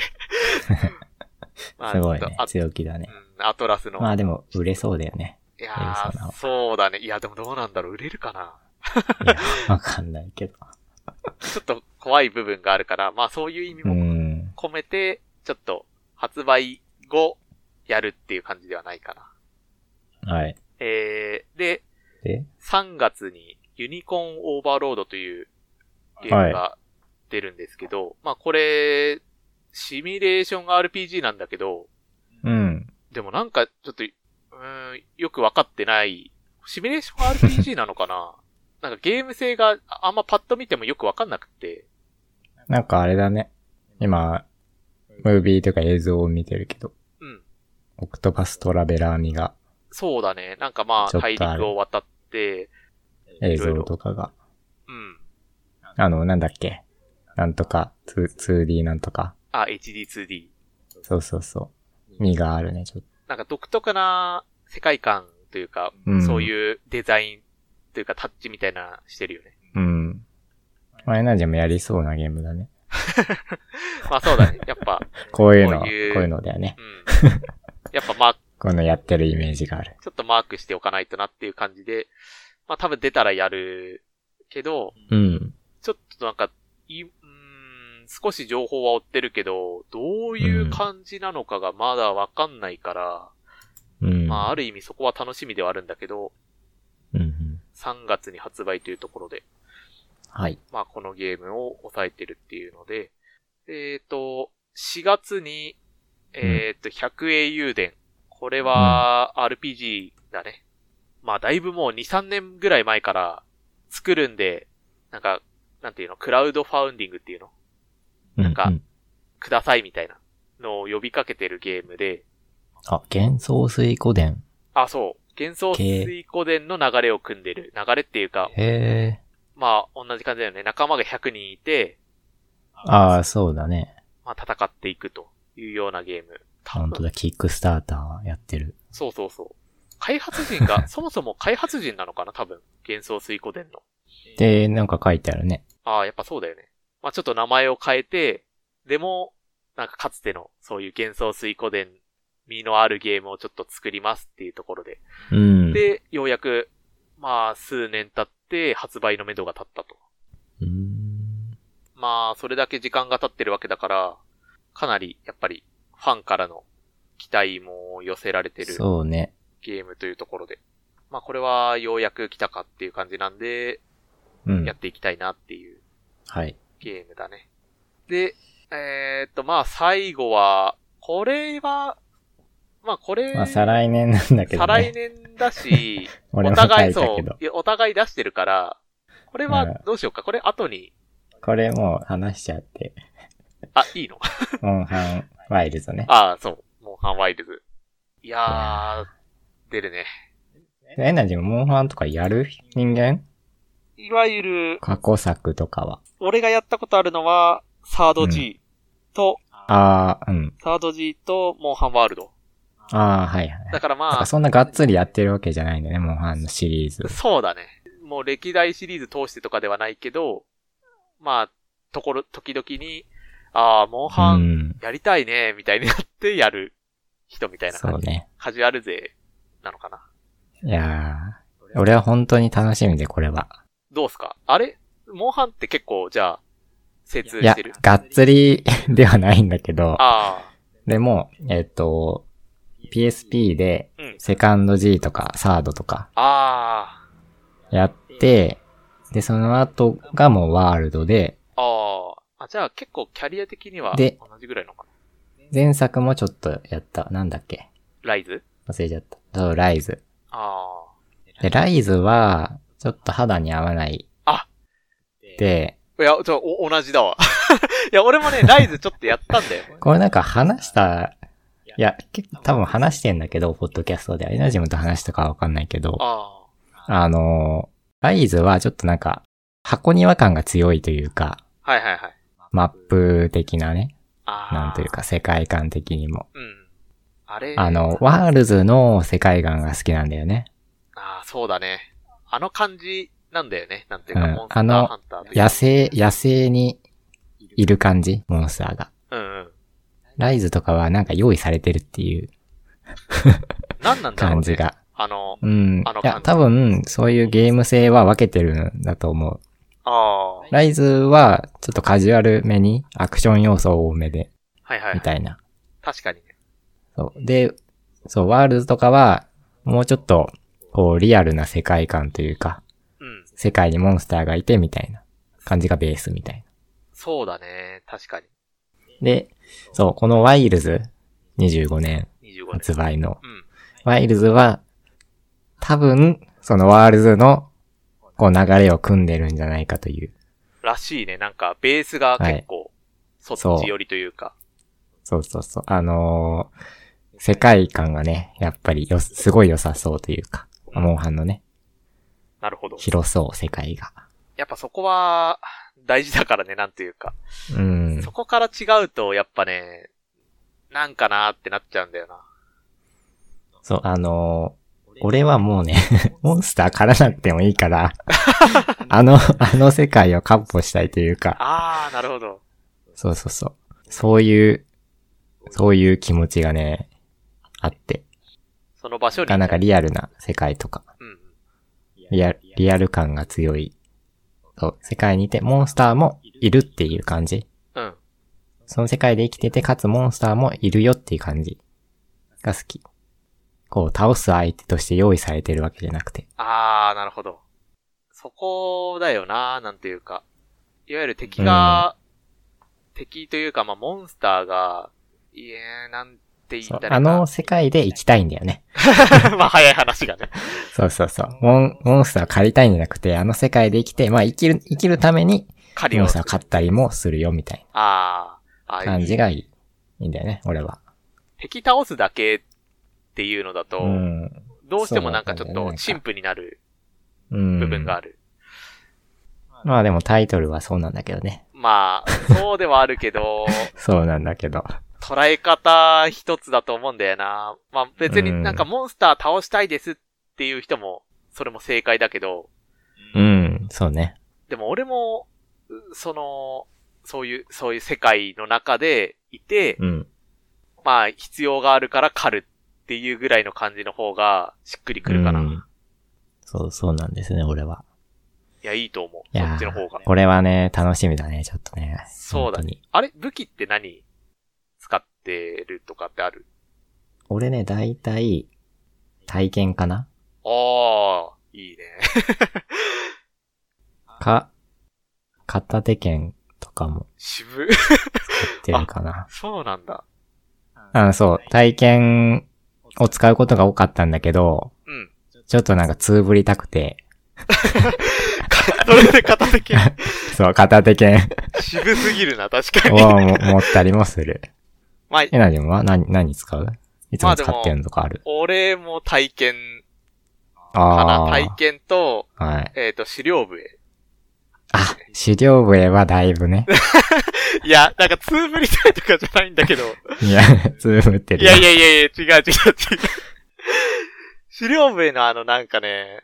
Speaker 2: まあ
Speaker 1: すごいね
Speaker 2: ちょっ。とあ
Speaker 1: 強気だね。
Speaker 2: うん、アトラスの。
Speaker 1: まあでも、売れそうだよね。
Speaker 2: いや
Speaker 1: 売れそうな
Speaker 2: ー、そうだね。いや、でもどうなんだろう。売れるかない
Speaker 1: や、 わかんないけど。
Speaker 2: ちょっと怖い部分があるから、まあそういう意味
Speaker 1: う
Speaker 2: も
Speaker 1: ん。
Speaker 2: 込めて、ちょっと発売後やるっていう感じではないかな。
Speaker 1: はい。
Speaker 2: えー、で、
Speaker 1: で、
Speaker 2: 3月にユニコーンオーバーロードというゲームが出るんですけど、まあこれ、シミュレーション RPG なんだけど、
Speaker 1: うん。
Speaker 2: でもなんかちょっと、うーん、よくわかってないシミュレーション RPG なのかななんかゲーム性があんまパッと見てもよくわかんなくて。
Speaker 1: なんかあれだね。今、ムービーとか映像を見てるけど、
Speaker 2: うん。
Speaker 1: オクトパストラベラーみが
Speaker 2: そうだね。なんかま
Speaker 1: ちょ
Speaker 2: あ、
Speaker 1: っとあ
Speaker 2: 大
Speaker 1: る
Speaker 2: 陸を渡って、
Speaker 1: 映像とかが、
Speaker 2: うん。
Speaker 1: あの、なんだっけ。なんとか、2- 2D なんとか。
Speaker 2: あ、HD2D。
Speaker 1: そうそうそう。みがあるね、ちょっ
Speaker 2: なんか独特な世界観というか、
Speaker 1: うん
Speaker 2: そういうデザインというかタッチみたいなしてるよね。
Speaker 1: と。うん。まあ、エナジーもやりそうなゲームだね。
Speaker 2: まあそうだね。やっ ぱ、
Speaker 1: こういうの、
Speaker 2: こ
Speaker 1: こ
Speaker 2: う
Speaker 1: う
Speaker 2: いう
Speaker 1: いうのだよね。
Speaker 2: うん。やっぱまあ、
Speaker 1: こういうのやってるイメージがある。
Speaker 2: ちょっとマークしておかないとなっていう感じで、まあ多分出たらやるけど、
Speaker 1: うん。
Speaker 2: ちょっとなんか、い、うーん、少し情報は追ってるけど、どういう感じなのかがまだわかんないから、
Speaker 1: うん。
Speaker 2: まあある意味そこは楽しみではあるんだけど、
Speaker 1: うんうん。
Speaker 2: 3月に発売というところで、
Speaker 1: はい。
Speaker 2: まあこのゲームを抑えてるっていうので、えっ、と、4月に、えっ、と、100英雄伝。これは RPG だね。まあだいぶもう2、3年ぐらい前から作るんで、なんか、なんていうの、クラウドファウンディングっていうの
Speaker 1: なん
Speaker 2: かくださいみたいなのを呼びかけてるゲームで、
Speaker 1: あ、幻想水湖伝。
Speaker 2: あ、そう。幻想水湖伝の流れを組んでる。流れっていうか、
Speaker 1: へえ。
Speaker 2: まあ、同じ感じだよね。仲間が100人いて、
Speaker 1: ああ、そうだね。
Speaker 2: まあ、戦っていくというようなゲーム。多
Speaker 1: 本当
Speaker 2: 分
Speaker 1: だ、キックスターターやってる。
Speaker 2: そうそうそう。開発 人が、そもそも開発人なのかな多分。幻想水湖伝の。
Speaker 1: で、なんか書いてあるね。
Speaker 2: ああ、やっぱそうだよね。まあ、ちょっと名前を変えて、でも、なんかかつての、そういう幻想水湖伝、身のあるゲームをちょっと作りますっていうところで、
Speaker 1: うん。
Speaker 2: で、ようやく、まあ、数年経って、発売の目処が立ったと。
Speaker 1: うーん。
Speaker 2: まあ、それだけ時間が経ってるわけだから、かなり、やっぱり、ファンからの期待も寄せられてる
Speaker 1: そうね。
Speaker 2: ゲームというところで。まあ、これは、ようやく来たかっていう感じなんで、
Speaker 1: うん
Speaker 2: やっ。ていきたいなっていう
Speaker 1: はい。
Speaker 2: ゲームだね。で、えーっと、まあ、最後は、これは、まあ、これ、
Speaker 1: まあ、再来年なんだけど
Speaker 2: 再来
Speaker 1: ね。
Speaker 2: 年だし、
Speaker 1: 俺
Speaker 2: お
Speaker 1: も書い
Speaker 2: 互い、
Speaker 1: た
Speaker 2: そ
Speaker 1: け
Speaker 2: う
Speaker 1: ど。
Speaker 2: い。やお互い出してるから、これ
Speaker 1: うん
Speaker 2: はどうしようか。これ後に、
Speaker 1: これもう話しちゃって。
Speaker 2: あ、いいの
Speaker 1: モンハンワイルドね。
Speaker 2: ああ、そう。モンハンワイルズ。い
Speaker 1: い
Speaker 2: や
Speaker 1: や
Speaker 2: ー、出るね。
Speaker 1: エナジーもモンハンとかやる人間
Speaker 2: いわゆる、
Speaker 1: 過去作とかは。
Speaker 2: 俺がやったことあるのは、サード G と、
Speaker 1: ああ、うん。
Speaker 2: サード G と、モンハンワールド。
Speaker 1: ああ、はいはい。
Speaker 2: だから
Speaker 1: なん
Speaker 2: ま
Speaker 1: かそんながっつりやってるわけじゃないんだね、モンハンのシリーズ
Speaker 2: あ、。そうだね。もう歴代シリーズ通してとかではないけど、まあ、ところ、時々に、ああ、モン
Speaker 1: う
Speaker 2: ハン、
Speaker 1: ん。
Speaker 2: やりたいね、みたいになってやる人みたいな
Speaker 1: そ
Speaker 2: 感
Speaker 1: う
Speaker 2: じ。
Speaker 1: ね。
Speaker 2: カジュアル勢なのかな。
Speaker 1: いやー。俺は本当に楽しみで、これは。
Speaker 2: どうすかあれモンハンって結構、じゃあ、精通
Speaker 1: いや
Speaker 2: してる、
Speaker 1: がっつり ではないんだけど、
Speaker 2: あ
Speaker 1: でも、えっ、と、PSP で
Speaker 2: あ、うん。
Speaker 1: セカンド G とかサードとか
Speaker 2: あ
Speaker 1: やって、で、その後がもうワールドで、
Speaker 2: あ、ああ。あ、じゃあ結構キャリア的には同
Speaker 1: で
Speaker 2: じぐらいのか
Speaker 1: 前作もちょっとやった。なんだっけ
Speaker 2: な。ライズ
Speaker 1: 忘れちゃった。そう、ライズ。
Speaker 2: あ
Speaker 1: で、ライズは、ちょっと肌に合わない。
Speaker 2: あ
Speaker 1: で、
Speaker 2: あ。いや、ちょ、お同じだわ。 いや、俺もね、ライズちょっとやったんだよ。
Speaker 1: これなんか話した、いや、結構多分話してんだけど、ポッドキャストで。エナジムと話したかはわかんないけど、
Speaker 2: あ
Speaker 1: あのー、ライズはちょっとなんか、箱庭感が強いというか、
Speaker 2: あ。はいはいはい。
Speaker 1: マップ的なね、
Speaker 2: ああ。
Speaker 1: なんという。か世界観的にも。
Speaker 2: うん。あれ
Speaker 1: あの、ワールズの世界観が好きなんだよね。
Speaker 2: ああ、そうだね。あの感じなんだよね。なんていうか、
Speaker 1: うん
Speaker 2: モンスターハンターというか
Speaker 1: 野生、野生にいる感じ、モンスターが。
Speaker 2: うんうん。
Speaker 1: ライズとかはなんか用意されてるっていう
Speaker 2: 何なんだろう、ね、
Speaker 1: 感じが。
Speaker 2: あの、
Speaker 1: うん。い
Speaker 2: あの感
Speaker 1: や、
Speaker 2: じ
Speaker 1: 多分、そういうゲーム性は分けてるんだと思う。
Speaker 2: ああ。
Speaker 1: ライズは、ちょっとカジュアルめに、アクション要素多めで、
Speaker 2: はいは
Speaker 1: み
Speaker 2: いはい。
Speaker 1: たいな。
Speaker 2: 確かにね。
Speaker 1: そう。で、そう、ワールズとかは、もうちょっと、こう、リアルな世界観というか、
Speaker 2: うん。
Speaker 1: 世界にモンスターがいて、みたいな感じがベースみたい
Speaker 2: そうだね。確かに。
Speaker 1: な。で、そう、このワイルズ、25年
Speaker 2: 25年。
Speaker 1: 発売の、
Speaker 2: うん。
Speaker 1: ワイルズは、多分、そのワールズの、こう流れを組んでるんじゃないかという。
Speaker 2: らしいね。なんか、ベースが結構、そっち寄りというか。
Speaker 1: そうそうそう。あのー世界観がね、やっぱりよ、すごい良さそうというか、モンハンのね、
Speaker 2: なるほど。
Speaker 1: 広そう世界が。
Speaker 2: やっぱそこは、大事だからね、なんというか。
Speaker 1: うん
Speaker 2: そ。こから違うと、やっぱね、なんかなーってなっちゃうんだよな。
Speaker 1: そう、あのー俺はもうね、 モンスターからなくてもいい から、あの、あの世界をカッポしたいというか、
Speaker 2: あー、なるほど。
Speaker 1: そうそうそう。そういう、そういう気持ちがね、あって、
Speaker 2: その場所
Speaker 1: な
Speaker 2: に。
Speaker 1: かなかリアルな世界とか、
Speaker 2: うんうん。
Speaker 1: リアル、リアル感が強い。そう、世界にいて、モンスターもいるっていう感じ。
Speaker 2: うん。
Speaker 1: その世界で生きてて、かつモンスターもいるよっていう感じが好き。こう、倒す相手として用意されてるわけじゃなくて。
Speaker 2: あー、なるほど。そこだよな、なんていうか。いわゆる敵が、敵というか、まあ、モンスターが、いえー、なんて言
Speaker 1: そう
Speaker 2: ったら
Speaker 1: あ
Speaker 2: いいか
Speaker 1: の世界で生きたいんだよね。
Speaker 2: まあ、早い話 がね。
Speaker 1: そうそうそう。モン、モンスターを借りたいんじゃなくて、あの世界で生きて、まあ生きる、生きるために、
Speaker 2: 狩り
Speaker 1: モ
Speaker 2: を
Speaker 1: ンス。ターを買ったりもするよみたい
Speaker 2: あー、あ
Speaker 1: な
Speaker 2: ー
Speaker 1: 感
Speaker 2: いい
Speaker 1: じがいい。いいんだよね、俺は。
Speaker 2: 敵倒すだけっていうのだと、
Speaker 1: うん。
Speaker 2: どうしてもなんかちょっ
Speaker 1: そうなんだよ
Speaker 2: と
Speaker 1: ね
Speaker 2: 陳腐になる
Speaker 1: うん。
Speaker 2: 部分がある。
Speaker 1: まあでもタイトルはそうなんだけどね。
Speaker 2: まあ、そうではあるけ ど、
Speaker 1: そうなんだけど。
Speaker 2: 捉え方一つだと思うんだよな。まあ別に
Speaker 1: うん
Speaker 2: なんかモンスター倒したいですっていう人も、それも正解だけど、
Speaker 1: うん、そうね。
Speaker 2: でも俺も、うその、そういう、そういう世界の中でいて、
Speaker 1: うん。
Speaker 2: まあ必要があるから狩るっていうぐらいの感じの方がしっくりくるかな。
Speaker 1: う
Speaker 2: い
Speaker 1: んそう、そうなんですね、俺は。
Speaker 2: や、いいと思う。
Speaker 1: い
Speaker 2: そ
Speaker 1: やー
Speaker 2: っちの方が。
Speaker 1: これはね、楽しみだね、ちょっとね。
Speaker 2: そうだ
Speaker 1: 本当
Speaker 2: ね
Speaker 1: に。
Speaker 2: あれ武器って何使ってるとかってある
Speaker 1: 俺ね、大体、体験かな
Speaker 2: ああ、いいね。
Speaker 1: か、片手剣とかも
Speaker 2: 渋。
Speaker 1: やってるかな。
Speaker 2: そうなんだ。
Speaker 1: あの、そう、体験を使うことが多かったんだけど、
Speaker 2: うん。
Speaker 1: ちょっとなんかつぶりたくて、
Speaker 2: それで片手剣。
Speaker 1: そう、片手剣
Speaker 2: 渋すぎるな、確か
Speaker 1: を
Speaker 2: に。
Speaker 1: も持ったりもする。
Speaker 2: まあ、
Speaker 1: えなじんは何、何使ういつも使ってるのとかある、
Speaker 2: 俺も体験か
Speaker 1: あ
Speaker 2: な。
Speaker 1: あ
Speaker 2: 体験と、
Speaker 1: ーはい。
Speaker 2: えっ、と、資料部へ。
Speaker 1: あ、資料部へはだいぶ ね。
Speaker 2: いや、なんか、ツーブリたいとかじゃないんだけど。
Speaker 1: いや、つぶって
Speaker 2: い
Speaker 1: るよ。
Speaker 2: やいやいやいや、違う違う違う。資料部へのあの、なんかね、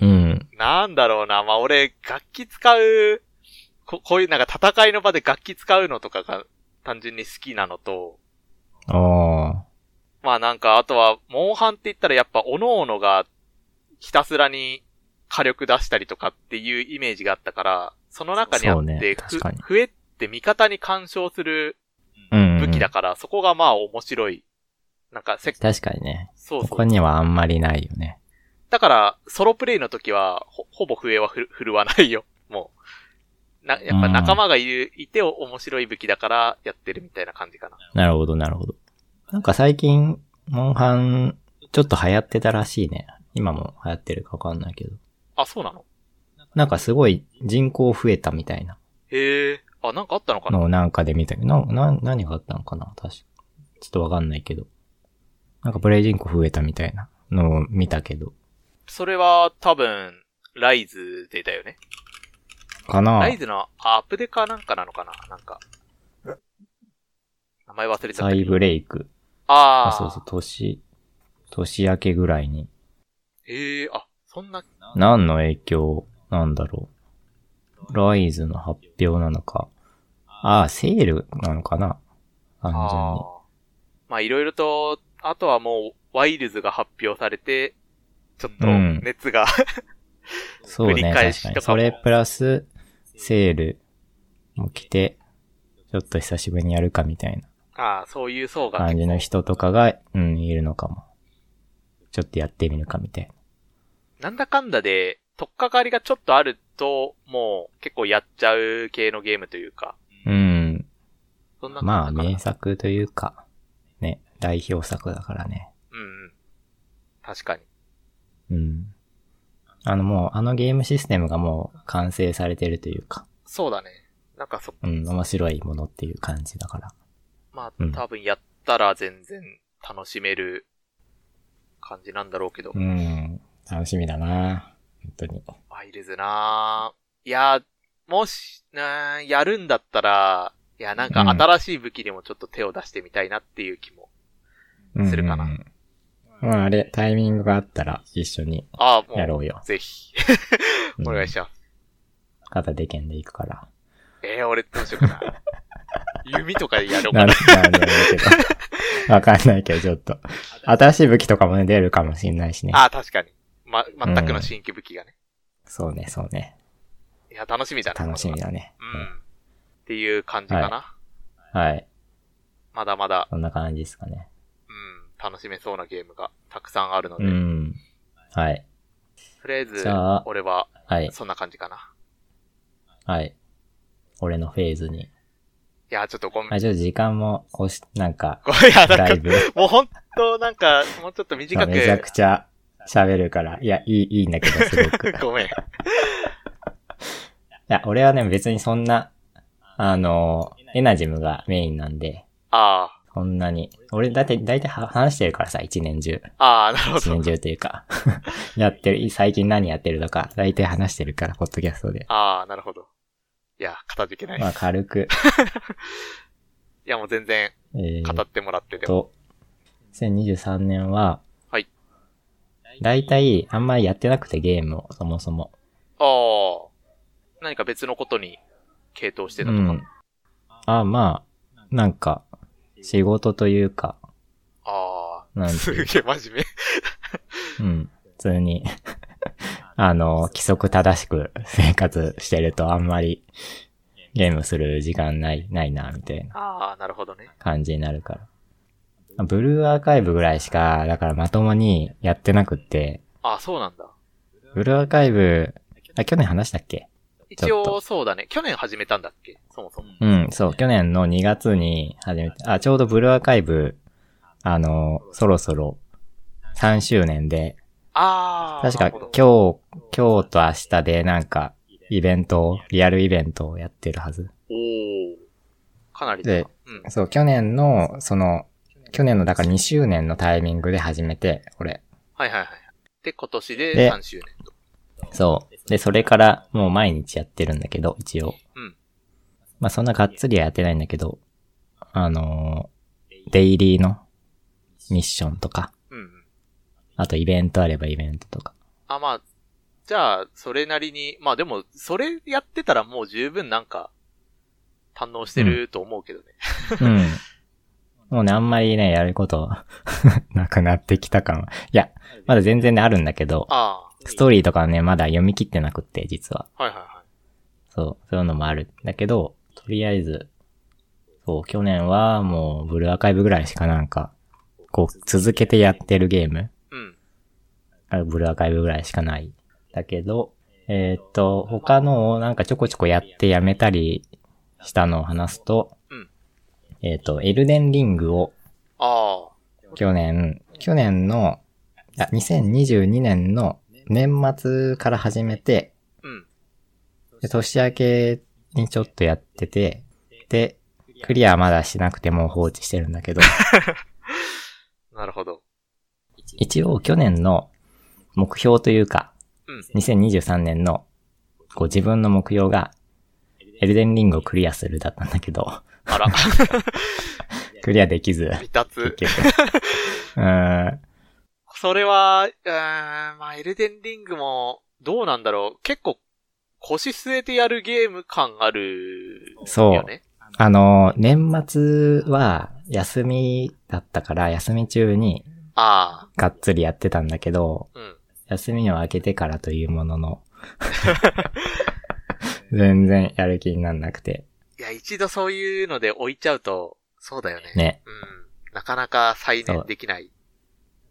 Speaker 1: うん。
Speaker 2: なんだろうな、まあ、俺、楽器使う、ここういうなんか戦いの場で楽器使うのとかが単純に好きなのと、
Speaker 1: おー。
Speaker 2: まあなんか、あとは、モンハンって言ったらやっぱ、おのおのが、ひたすらに火力出したりとかっていうイメージがあったから、その中にあ
Speaker 1: そ
Speaker 2: っ
Speaker 1: うね
Speaker 2: て、
Speaker 1: 確かに
Speaker 2: 増えって味方に干渉する
Speaker 1: うん、
Speaker 2: 武器だから、そこがまあ面白い。なんかせ、
Speaker 1: 確かにね。
Speaker 2: そう
Speaker 1: こ
Speaker 2: そ
Speaker 1: こ
Speaker 2: う。
Speaker 1: にはあんまりないよね。
Speaker 2: だから、ソロプレイの時は、ほほぼ笛はふる振るわないよ、 もう。な、やっぱ仲間がいる、いて面白い武器だから、やってるみたいな感じかな。
Speaker 1: なるほど、なるほど。なんか最近、モンハン、ちょっと流行ってたらしいね。今も流行ってるかわかんないけど。
Speaker 2: あ、そうなの
Speaker 1: なんかすごい人口増えたみたいな
Speaker 2: へえ、あ、なんかあったのかな
Speaker 1: のをなんかで見たけど、な、な、何があったのかな確か。ちょっとわかんないけど。なんかプレイ人口増えたみたいなのを見たけど。
Speaker 2: それは多分、ライズでだよね。
Speaker 1: かな
Speaker 2: ライズのアップデかなんかなのかななんか。名前忘れちゃった
Speaker 1: 再
Speaker 2: けど。
Speaker 1: ブレイク。
Speaker 2: あ
Speaker 1: あ、
Speaker 2: あ。
Speaker 1: そうそう、年、年明けぐらいに。
Speaker 2: ええあ、そんな、
Speaker 1: 何の影響なんだろう。ライズの発表なのか。ああ、セールなのかな単
Speaker 2: あ
Speaker 1: 純に。
Speaker 2: あ。まあいろいろと、あとはもう、ワイルズが発表されて、ちょっと
Speaker 1: うん、
Speaker 2: 熱が、
Speaker 1: そう
Speaker 2: 繰
Speaker 1: ね、
Speaker 2: り返し
Speaker 1: 確
Speaker 2: と
Speaker 1: か
Speaker 2: かも
Speaker 1: に。それプラス、セールも来て、ちょっと久しぶりにやるかみたいな
Speaker 2: ああ、そういう層が
Speaker 1: 感じの人とかが、うん、いるのかも。ちょっとやってみるかみたいな。
Speaker 2: なんだかんだで、とっかかりがちょっとあると、もう、結構やっちゃう系のゲームというか。
Speaker 1: うん。
Speaker 2: そんな
Speaker 1: まあ、
Speaker 2: 感じかな
Speaker 1: 名作というか、ね、代表作だからね。
Speaker 2: うんうん。確かに。
Speaker 1: うん。あのもう、あのゲームシステムがもう完成されてるというか、
Speaker 2: そうだね。なんかそ、
Speaker 1: うん、面白いものっていう感じだから。
Speaker 2: ま
Speaker 1: うん
Speaker 2: あ、多分やったら全然楽しめる感じなんだろうけど
Speaker 1: う。ん、楽しみだな本当に。
Speaker 2: ワイルズなぁ。いや、もし、なぁやるんだったら、いや、なんか
Speaker 1: うん
Speaker 2: 新しい武器にもちょっと手を出してみたいなっていう気も。するかな
Speaker 1: うんうんうん。まああれ、タイミングがあったら一緒に
Speaker 2: ああ、も
Speaker 1: やろ
Speaker 2: う、
Speaker 1: うよ。
Speaker 2: ぜひ、
Speaker 1: うん
Speaker 2: お願いします。
Speaker 1: 片手剣で行くから。
Speaker 2: えー、俺どうしようかな。弓とかでやろう
Speaker 1: な
Speaker 2: か
Speaker 1: ん
Speaker 2: な。
Speaker 1: なんでもいいけ ど。わかんないけど、ちょっと。新しい武器とかもね、出るかもしんないしね。
Speaker 2: ああ、確かに。ま、全くの新規武器がね。
Speaker 1: そうね、そうね。
Speaker 2: いや、楽しみだな。
Speaker 1: 楽しみ
Speaker 2: こ
Speaker 1: だね。
Speaker 2: れは。うん。っていう感じかな。
Speaker 1: はい。
Speaker 2: まだまだ、
Speaker 1: そんな感じですかね。
Speaker 2: うん、楽しめそうなゲームがたくさんあるので、
Speaker 1: うん。はい。
Speaker 2: とりあえず
Speaker 1: じゃあ、
Speaker 2: 俺は、
Speaker 1: はい。
Speaker 2: そんな感じかな。
Speaker 1: はい。俺のフェーズに。
Speaker 2: いや、ちょっとごめん。
Speaker 1: あ、ちょっと時間も押し、なんか、
Speaker 2: ごめん、いや、なん
Speaker 1: だ
Speaker 2: か
Speaker 1: い、ぶ、
Speaker 2: もう本当なんか、もうちょっと短く。
Speaker 1: めちゃくちゃ喋るから。いや、いい、いいんだけど、すご く。
Speaker 2: ごめん。
Speaker 1: いや、俺はね、別にそんな、あの、エナジムがメインなんで、
Speaker 2: あ
Speaker 1: そんなに。俺、だって、だいたい話してるからさ、一年中。
Speaker 2: あ、ああ、なるほ
Speaker 1: 一
Speaker 2: ど
Speaker 1: 年。中というか、 やってる、最近何やってるとか、だいたい話してるから、ポッドキャストで。
Speaker 2: ああ、なるほど。いや、片付けない。
Speaker 1: まあ、軽 く、
Speaker 2: いや、もう全然、
Speaker 1: えー、
Speaker 2: 語ってもらってても。
Speaker 1: と、2023年は、
Speaker 2: はい。
Speaker 1: だいたい、あんまりやってなくてゲームを、そもそも。
Speaker 2: ああ、何か別のことに、傾倒してたとか。
Speaker 1: うん。あ、まあ、なんか、仕事というか、
Speaker 2: あ
Speaker 1: なん
Speaker 2: あ、
Speaker 1: ていう
Speaker 2: すげえ真面目。
Speaker 1: うん。普通に、 あの、規則正しく生活してるとあんまりゲームする時間ない、ないな、みたいな
Speaker 2: ああ、なるほどね。
Speaker 1: 感じになるから。ブルーアーカイブぐらいしか、だからまともにやってなくって、
Speaker 2: ああ、そうなんだ。
Speaker 1: ブルーアーカイブ、あ、去年話したっけ
Speaker 2: 一
Speaker 1: ちょっ
Speaker 2: 応、
Speaker 1: と
Speaker 2: そうだね。去年始めたんだっけそもそも。
Speaker 1: うん、そう、去年の2月に始めて、あ、ちょうどブルーアーカイブ、あの、そろそろ3周年で、
Speaker 2: ああ、
Speaker 1: 確か
Speaker 2: なるほど
Speaker 1: 今日、今日と明日でなんか、イベントを、リアルイベントをやってるはず。
Speaker 2: おお。かなりだな。うん。
Speaker 1: そう、去年の、その、去年のだから2周年のタイミングで始めて、俺。
Speaker 2: はいはいはい。で、今年で
Speaker 1: で
Speaker 2: 3周年と。
Speaker 1: そう。で、それからもう毎日やってるんだけど、一応。
Speaker 2: うん。
Speaker 1: まあそんながっつりはやってないんだけど、あのーデイリーのミッションとか、
Speaker 2: うんうん。
Speaker 1: あとイベントあればイベントとか。
Speaker 2: あ、まあ、じゃあ、それなりに、まあでも、それやってたらもう十分なんか、堪能してると思うけどね。
Speaker 1: うん。もうね、あんまりね、やること なくなってきた感は。いや、まだ全然ね、あるんだけど、
Speaker 2: あ
Speaker 1: ストーリーとかはね、まだ読み切ってなくって、実は。
Speaker 2: あ、はいはいはい。
Speaker 1: そう、そういうのもあるんだけど、とりあえず、そう、去年はもうブルーアーカイブぐらいしかなんか、こう、続けてやってるゲーム、
Speaker 2: うん。
Speaker 1: あブルーアーカイブぐらいしかない。だけど、えーっと、他のをなんかちょこちょこやってやめたりしたのを話すと、
Speaker 2: うん
Speaker 1: えーっと、エルデンリングを
Speaker 2: あ
Speaker 1: 去年、去年の、あ、2022年の年末から始めて、
Speaker 2: あ、うん。
Speaker 1: で、年明けにちょっとやってて、で、クリアまだしなくてもう放置してるんだけど、
Speaker 2: なるほど。
Speaker 1: 一応去年の目標というか、
Speaker 2: うん。
Speaker 1: 2023年のこう自分の目標が、エルデンリングをクリアするだったんだけど、
Speaker 2: あら、
Speaker 1: クリアできず、
Speaker 2: 離脱
Speaker 1: 結。局。うーん、
Speaker 2: それは、うーん、まあ、エルデンリングも、どうなんだろう。結構、腰据えてやるゲーム感ある、
Speaker 1: そう
Speaker 2: よね。
Speaker 1: あの、年末は休みだったから、休み中に
Speaker 2: あ
Speaker 1: がっつりやってたんだけど、
Speaker 2: あ、うん。
Speaker 1: 休みを明けてからというものの、全然やる気になんなくて、
Speaker 2: いや、一度そういうので置いちゃうと、そうだよね。
Speaker 1: ね。
Speaker 2: うん。なかなか再
Speaker 1: そ
Speaker 2: 燃
Speaker 1: う
Speaker 2: できない。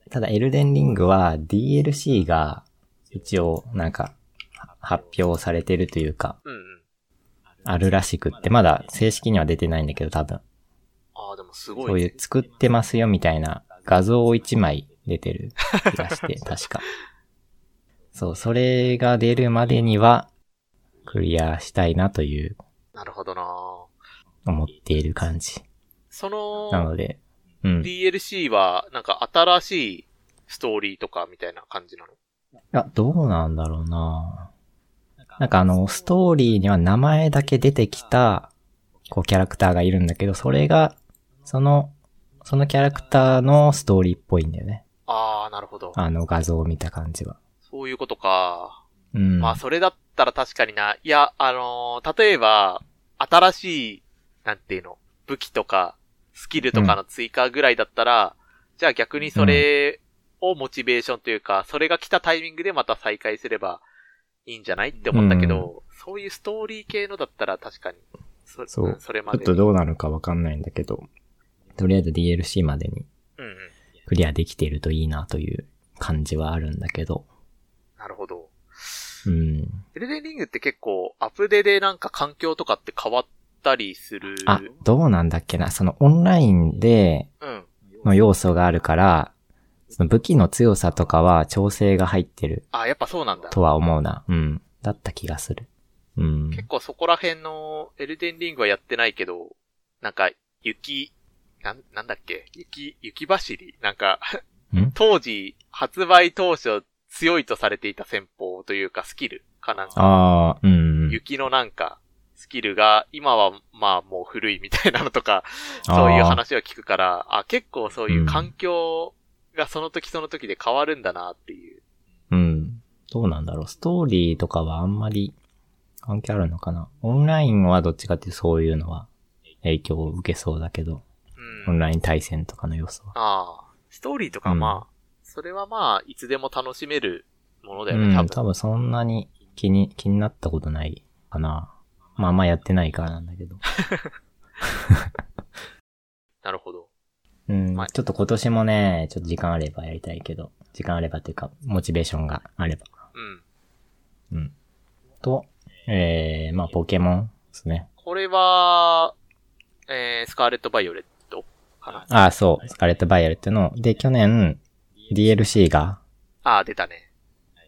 Speaker 1: ただ、エルデンリングは DLC が一応、なんか、は発表されてるというか、
Speaker 2: うんうん。
Speaker 1: あるらしくって、まだ正式には出てないんだけど、多分。
Speaker 2: ああ、でもすご
Speaker 1: そ
Speaker 2: いうね、
Speaker 1: いう作ってますよみたいな画像を一枚出てる気がして、確か。そう、それが出るまでには、クリアしたいなという、
Speaker 2: なるほどなぁ
Speaker 1: 思っている感じ。
Speaker 2: そ
Speaker 1: なの
Speaker 2: の、
Speaker 1: で、うん。
Speaker 2: DLC は、なんか新しいストーリーとかみたいな感じなの
Speaker 1: あ、どうなんだろうななんかあの、ストーリーには名前だけ出てきた、こうキャラクターがいるんだけど、それが、その、そのキャラクターのストーリーっぽいんだよね。
Speaker 2: あー、なるほど。
Speaker 1: あの画像を見た感じは。
Speaker 2: そういうことか。
Speaker 1: うん。
Speaker 2: まあ、それだったら確かにな。いや、あのー例えば、新しい、なんていうの、武器とか、スキルとかの追加ぐらいだったら、じゃあ逆にそれをモチベーションというか、それが来たタイミングでまた再開すればいいんじゃないって思ったけど、そういうストーリー系のだったら確かに、そ
Speaker 1: そうん
Speaker 2: それま
Speaker 1: ちょっ
Speaker 2: で。
Speaker 1: とどうなるかわかんないんだけど、とりあえず DLC までに
Speaker 2: うんうん。
Speaker 1: クリアできているといいなという感じはあるんだけど、
Speaker 2: なるほど。
Speaker 1: うん。
Speaker 2: エルデンリングって結構、アップデでなんか環境とかって変わったりする。
Speaker 1: あ、どうなんだっけな、そのオンラインで
Speaker 2: うん。
Speaker 1: の要素があるから、その武器の強さとかは調整が入ってる
Speaker 2: あ、やっぱそうなんだ。
Speaker 1: とは思うな。うん。だった気がする。うん。
Speaker 2: 結構そこら辺のエルデンリングはやってないけど、なんか、雪、なん、なんだっけ雪、雪走りなんか
Speaker 1: ん、
Speaker 2: 当時、発売当初強いとされていた戦法というかスキルかなんか、
Speaker 1: ああ、うん。
Speaker 2: 雪のなんか、スキルが今はまあもう古いみたいなのとか、そういう話を聞くから、あ結構そういう環境がその時その時で変わるんだなっていう。
Speaker 1: うん。どうなんだろう。ストーリーとかはあんまり関係あるのかな。オンラインはどっちかっていうとそういうのは影響を受けそうだけど、
Speaker 2: う
Speaker 1: オ
Speaker 2: ん。
Speaker 1: ンライン対戦とかの要素は。
Speaker 2: ああ。ストーリーとか
Speaker 1: うん
Speaker 2: まあ、それはまあ、いつでも楽しめるものだ
Speaker 1: う
Speaker 2: よね、多
Speaker 1: ん、
Speaker 2: 分。
Speaker 1: 多分そんなに気に、気になったことないかな。まああんまやってないからなんだけど。
Speaker 2: なるほど。
Speaker 1: うん、
Speaker 2: はい
Speaker 1: ちょっと今年もね、ちょっと時間あればやりたいけど、時間あればというか、モチベーションがあれば。
Speaker 2: うん。
Speaker 1: うん。と、えー、まあポケモンですね。
Speaker 2: これは、えー、スカーレット・バイオレットかな。
Speaker 1: ああ、そう、スカーレット・バイエルっての。で、去年、DLC が、
Speaker 2: ああ、出たね。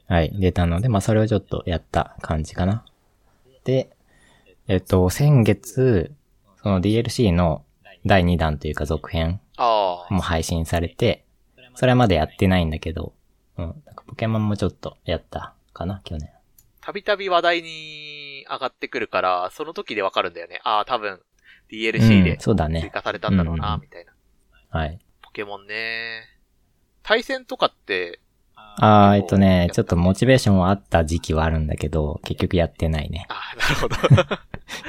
Speaker 1: はい、出たので、まあそれをちょっとやった感じかな。で、えっと、先月、その DLC の第2弾というか続編
Speaker 2: ああ。
Speaker 1: も配信されて、それまでやってないんだけど、うん、なんかポケモンもちょっとやったかな、去年。
Speaker 2: たびたび話題に上がってくるから、その時でわかるんだよね。ああ、多分、DLC
Speaker 1: う
Speaker 2: で
Speaker 1: ん、そうだ
Speaker 2: 追
Speaker 1: ね。
Speaker 2: 加されたんだろうな、
Speaker 1: うん
Speaker 2: みたいな。
Speaker 1: はい。
Speaker 2: ポケモンね。対戦とかって、
Speaker 1: あー、え
Speaker 2: 結構
Speaker 1: っとね、ちょっとモチベーションはあった時期はあるんだけど、結局やってないね。
Speaker 2: ああ、なるほど。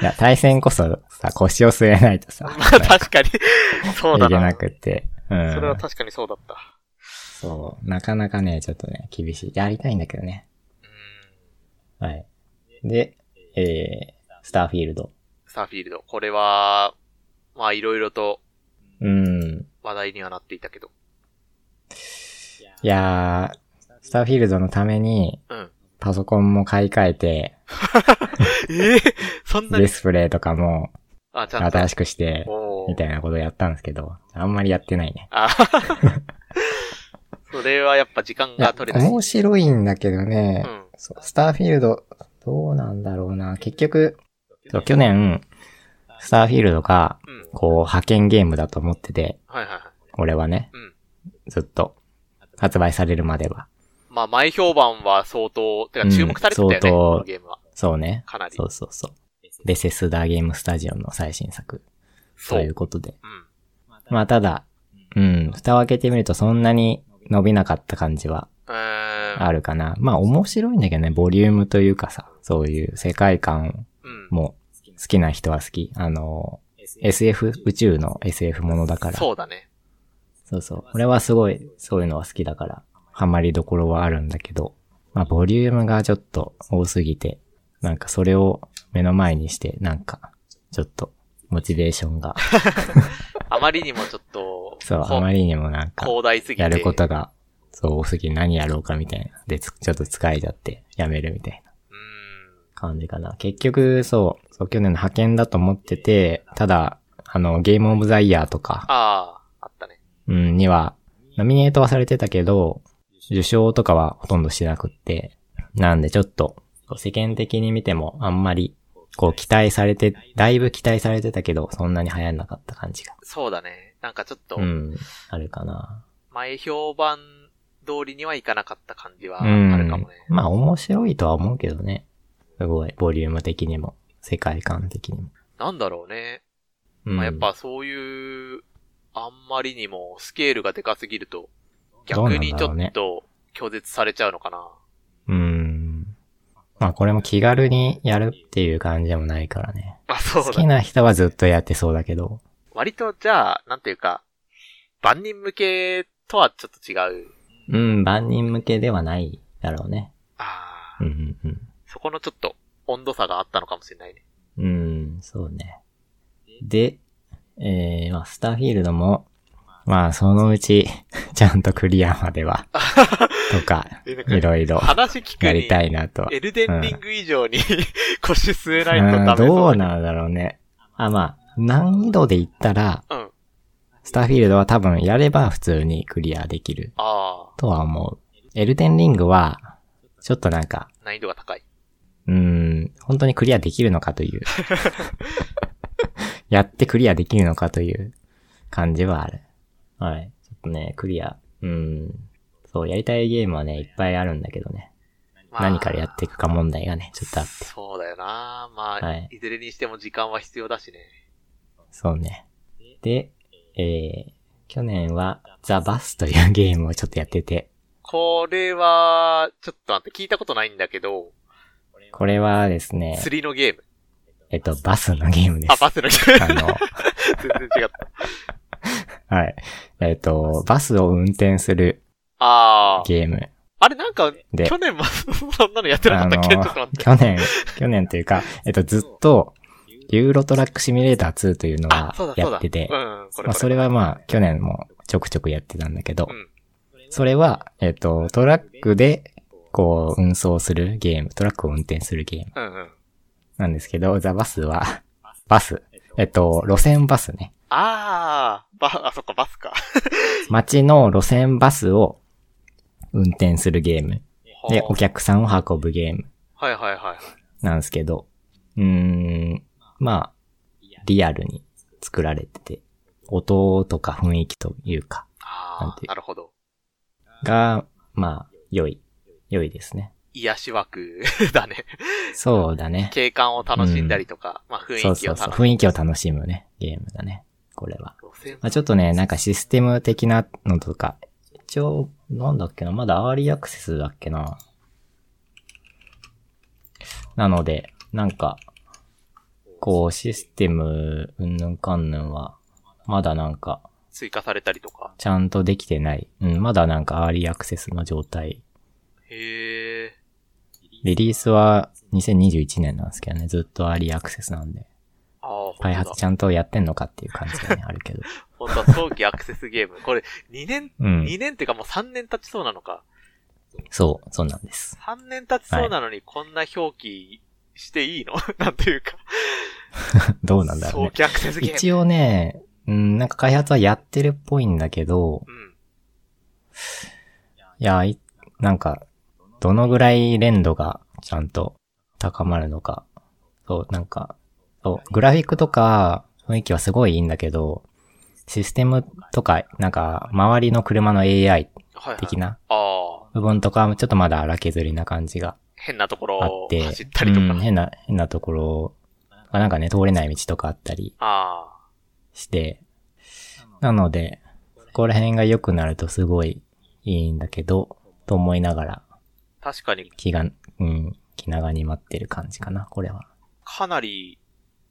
Speaker 1: いや、対戦こそさ、腰を据えないとさ、
Speaker 2: まあ確かに。そうだ
Speaker 1: いけ
Speaker 2: な。
Speaker 1: な
Speaker 2: そ
Speaker 1: くて。うん。
Speaker 2: れは確かにそうだった。
Speaker 1: そう。なかなかね、ちょっとね、厳しい。やりたいんだけどね。
Speaker 2: うん。
Speaker 1: はい。で、えー、スターフィールド。
Speaker 2: サーフィールド。これは、まあいろいろと
Speaker 1: うん。
Speaker 2: 話題にはなっていたけど。
Speaker 1: いやー、スターフィールドのために、
Speaker 2: うん。
Speaker 1: パソコンも買い替えて、
Speaker 2: ええ そんな
Speaker 1: ディ
Speaker 2: に
Speaker 1: スプレイとかも
Speaker 2: あ、ちゃんと。
Speaker 1: 新しくして、
Speaker 2: お
Speaker 1: み
Speaker 2: ー
Speaker 1: たいなことやったんですけど、あんまりやってないね。
Speaker 2: あ それはやっぱ時間
Speaker 1: いや
Speaker 2: が取れない。
Speaker 1: 面白いんだけどね、
Speaker 2: うん。
Speaker 1: そうスターフィールド、どうなんだろうな。結局、そう去年、スターフィールドが、
Speaker 2: うん。
Speaker 1: こう、派遣ゲームだと思ってて、
Speaker 2: はいはいはい。
Speaker 1: 俺はね、
Speaker 2: うん
Speaker 1: ずっと、発売されるまでは。
Speaker 2: まあ前評判は相当、てか注目されてたよ
Speaker 1: うん
Speaker 2: ね、
Speaker 1: 相当
Speaker 2: このゲームは。
Speaker 1: そうね。
Speaker 2: かなり。
Speaker 1: そうそうそう。ベセスダーゲームスタジオの最新作。
Speaker 2: そ
Speaker 1: と
Speaker 2: う
Speaker 1: いうことで。
Speaker 2: うん。
Speaker 1: まあ、ただ、うん、蓋を開けてみるとそんなに伸びなかった感じは
Speaker 2: うーん。
Speaker 1: あるかな。まあ、面白いんだけどね、ボリュームというかさ、そういう世界観
Speaker 2: うん。
Speaker 1: も好きな人は好き。あの、SF、宇宙の SF ものだから。
Speaker 2: そうだね。
Speaker 1: そうそう。俺はすごい、そういうのは好きだから、ハマりどころはあるんだけど、まあ、ボリュームがちょっと多すぎて、なんかそれを目の前にして、なんか、ちょっと、モチベーション が、
Speaker 2: あまりにもちょっと、
Speaker 1: そう、
Speaker 2: こ
Speaker 1: あまりにもなんか、
Speaker 2: 広大すぎて。
Speaker 1: やることが、そう、多すぎて何やろうかみたいな。で、つちょっと疲れちゃって、やめるみたいな
Speaker 2: うん。
Speaker 1: 感じかな。結局、そう、そう、去年の派遣だと思ってて、ただ、あの、ゲームオブザイヤーとか、
Speaker 2: ああ、あったね。
Speaker 1: うん、には、ノミネートはされてたけど、受賞とかはほとんどしてなくって、なんでちょっと、こう世間的に見てもあんまり、こう期待されて、だいぶ期待されてたけど、そんなに流行んなかった感じが。
Speaker 2: そうだね。なんかちょっと
Speaker 1: う、ん。あるかな。
Speaker 2: 前評判通りにはいかなかった感じは
Speaker 1: うん。
Speaker 2: あるかもね。
Speaker 1: まあ面白いとは思うけどね。すごい、ボリューム的にも、世界観的にも。
Speaker 2: なんだろうね。
Speaker 1: うん、
Speaker 2: まあ、やっぱそういう、あんまりにもスケールがでかすぎると、
Speaker 1: どうな
Speaker 2: 逆
Speaker 1: んだろうね
Speaker 2: にちょっと拒絶されちゃうのかな。
Speaker 1: うん。まあこれも気軽にやるっていう感じでもないからね。
Speaker 2: あ、そ
Speaker 1: 好
Speaker 2: うだ
Speaker 1: き。な人はずっとやってそうだけど。
Speaker 2: 割とじゃあ、なんていうか、万人向けとはちょっと違う。
Speaker 1: うん、万人向けではないだろうね。
Speaker 2: あ
Speaker 1: う
Speaker 2: あ、
Speaker 1: ん、うん、
Speaker 2: そこのちょっと温度差があったのかもしれないね。
Speaker 1: うん。うん、そうね。で、えー、まあスターフィールドも、まあそのうち、 ちゃんとクリアまで は、とか、
Speaker 2: えなんか
Speaker 1: いろいろ
Speaker 2: 話聞く
Speaker 1: やり
Speaker 2: に、
Speaker 1: たいなとは。
Speaker 2: エルデンリング以上に 腰据えないと
Speaker 1: うん
Speaker 2: ダメそう
Speaker 1: どう
Speaker 2: だね
Speaker 1: なんだろうね。あ、まあ、難易度で言ったら、
Speaker 2: うん。
Speaker 1: スターフィールドは多分やれば普通にクリアできる
Speaker 2: あ
Speaker 1: とは思う。エルデンリングは、ちょっとなんか、
Speaker 2: あ、難易度が高い。
Speaker 1: うーん、本当にクリアできるのか という。やってクリアできるのかという感じはある。はい。ちょっとね、クリア。うーん。そう、やりたいゲームはね、いっぱいあるんだけどね。
Speaker 2: まあ
Speaker 1: 何からやっていくか問題がね、ちょっとあって。
Speaker 2: そうだよな。まあ、
Speaker 1: はい
Speaker 2: い、ずれにしても時間は必要だしね。
Speaker 1: そうね。で、えー、去年は、ザ・バスというゲームをちょっとやってて、
Speaker 2: これは、ちょっと待って、聞いたことないんだけど、
Speaker 1: これはですね、
Speaker 2: 釣りのゲーム。
Speaker 1: えっと、バスのゲームです。
Speaker 2: あ、バスのゲーム。
Speaker 1: あの、
Speaker 2: 全然違った。
Speaker 1: はい。えっ、と、バスを運転する
Speaker 2: ああ。
Speaker 1: ゲーム。
Speaker 2: あれなんか、
Speaker 1: で
Speaker 2: 去年も そんなのやってなか
Speaker 1: あ
Speaker 2: った
Speaker 1: の
Speaker 2: っけちょっと待って。
Speaker 1: 去年、去年というか、えっ、と、ずっと、ユーロトラックシミュレーター2というの
Speaker 2: あ
Speaker 1: は、
Speaker 2: そうだそう
Speaker 1: や
Speaker 2: だ。
Speaker 1: ってて
Speaker 2: う、ん、これこれ。
Speaker 1: まあ、それはまあ、去年もちょくちょくやってたんだけど
Speaker 2: う、ん。
Speaker 1: それは、えっ、と、トラックで、こう、運送するゲーム、トラックを運転するゲーム
Speaker 2: うんうん。
Speaker 1: なんですけど、ザ・バスは、バス。えっ、と、路線バスね。
Speaker 2: ああ、ば、あ、そっか、バスか。
Speaker 1: 街の路線バスを運転するゲーム。で、お客さんを運ぶゲーム。
Speaker 2: はいはいはいはい。
Speaker 1: なんですけど、うーん、まあ、リアルに作られてて、音とか雰囲気というか、な
Speaker 2: あ
Speaker 1: んて
Speaker 2: あ、なるほど。
Speaker 1: が、まあ、良い、良いですね。
Speaker 2: 癒し枠だね。
Speaker 1: そうだね。
Speaker 2: 景観を楽しんだりとか、まあ雰囲気
Speaker 1: そ
Speaker 2: を
Speaker 1: う
Speaker 2: 楽しむ。
Speaker 1: そうそう、雰囲気を楽しむね、ゲームだね、これは。
Speaker 2: 路線
Speaker 1: まあ、ちょっとね、なんかシステム的なのとか、一応、なんだっけな、まだアーリーアクセスだっけな。なので、なんか、こう、システム、うんぬんかんぬんは、まだなんか、
Speaker 2: 追加されたりとか。
Speaker 1: ちゃんとできてない。うん、まだなんかアーリーアクセスの状態。
Speaker 2: へえ。
Speaker 1: リリースは2021年なんですけどね、ずっとアーリーアクセスなんで、
Speaker 2: ああ、ほんと
Speaker 1: 開
Speaker 2: だ
Speaker 1: 発ちゃんとやってんのかっていう感じがね、あるけど。
Speaker 2: ほんとだ、早期アクセスゲーム。これ、2年、
Speaker 1: うん、
Speaker 2: 2年ってかもう3年経ちそうなのか。
Speaker 1: そう、そうなんです。
Speaker 2: 3年経ちそうなのにこんな表記していいの、 なんていうか。
Speaker 1: どうなんだろうね
Speaker 2: 早。期アクセスゲーム。
Speaker 1: 一応ね、うん、なんか開発はやってるっぽいんだけど、
Speaker 2: うん。
Speaker 1: いや、いなんか、どのぐらい連度がちゃんと高まるのか。そう、なんか、そう、グラフィックとか雰囲気はすごいいいんだけど、システムとか、なんか、周りの車の AI
Speaker 2: はい、はい。
Speaker 1: 的。な
Speaker 2: ああ、
Speaker 1: 部分とかはちょっとまだ荒削りな感じが
Speaker 2: 変なとこ
Speaker 1: あ
Speaker 2: ろ
Speaker 1: っ
Speaker 2: を
Speaker 1: て、
Speaker 2: 走ったりとか。
Speaker 1: うん、変な、変なところがなんかね、通れない道とかあったり、
Speaker 2: ああ、
Speaker 1: して、なので、そこら辺が良くなるとすごいいいんだけど、と思いながら、
Speaker 2: 確かに
Speaker 1: 気が、うん、気長に待ってる感じかな、これは。
Speaker 2: かなり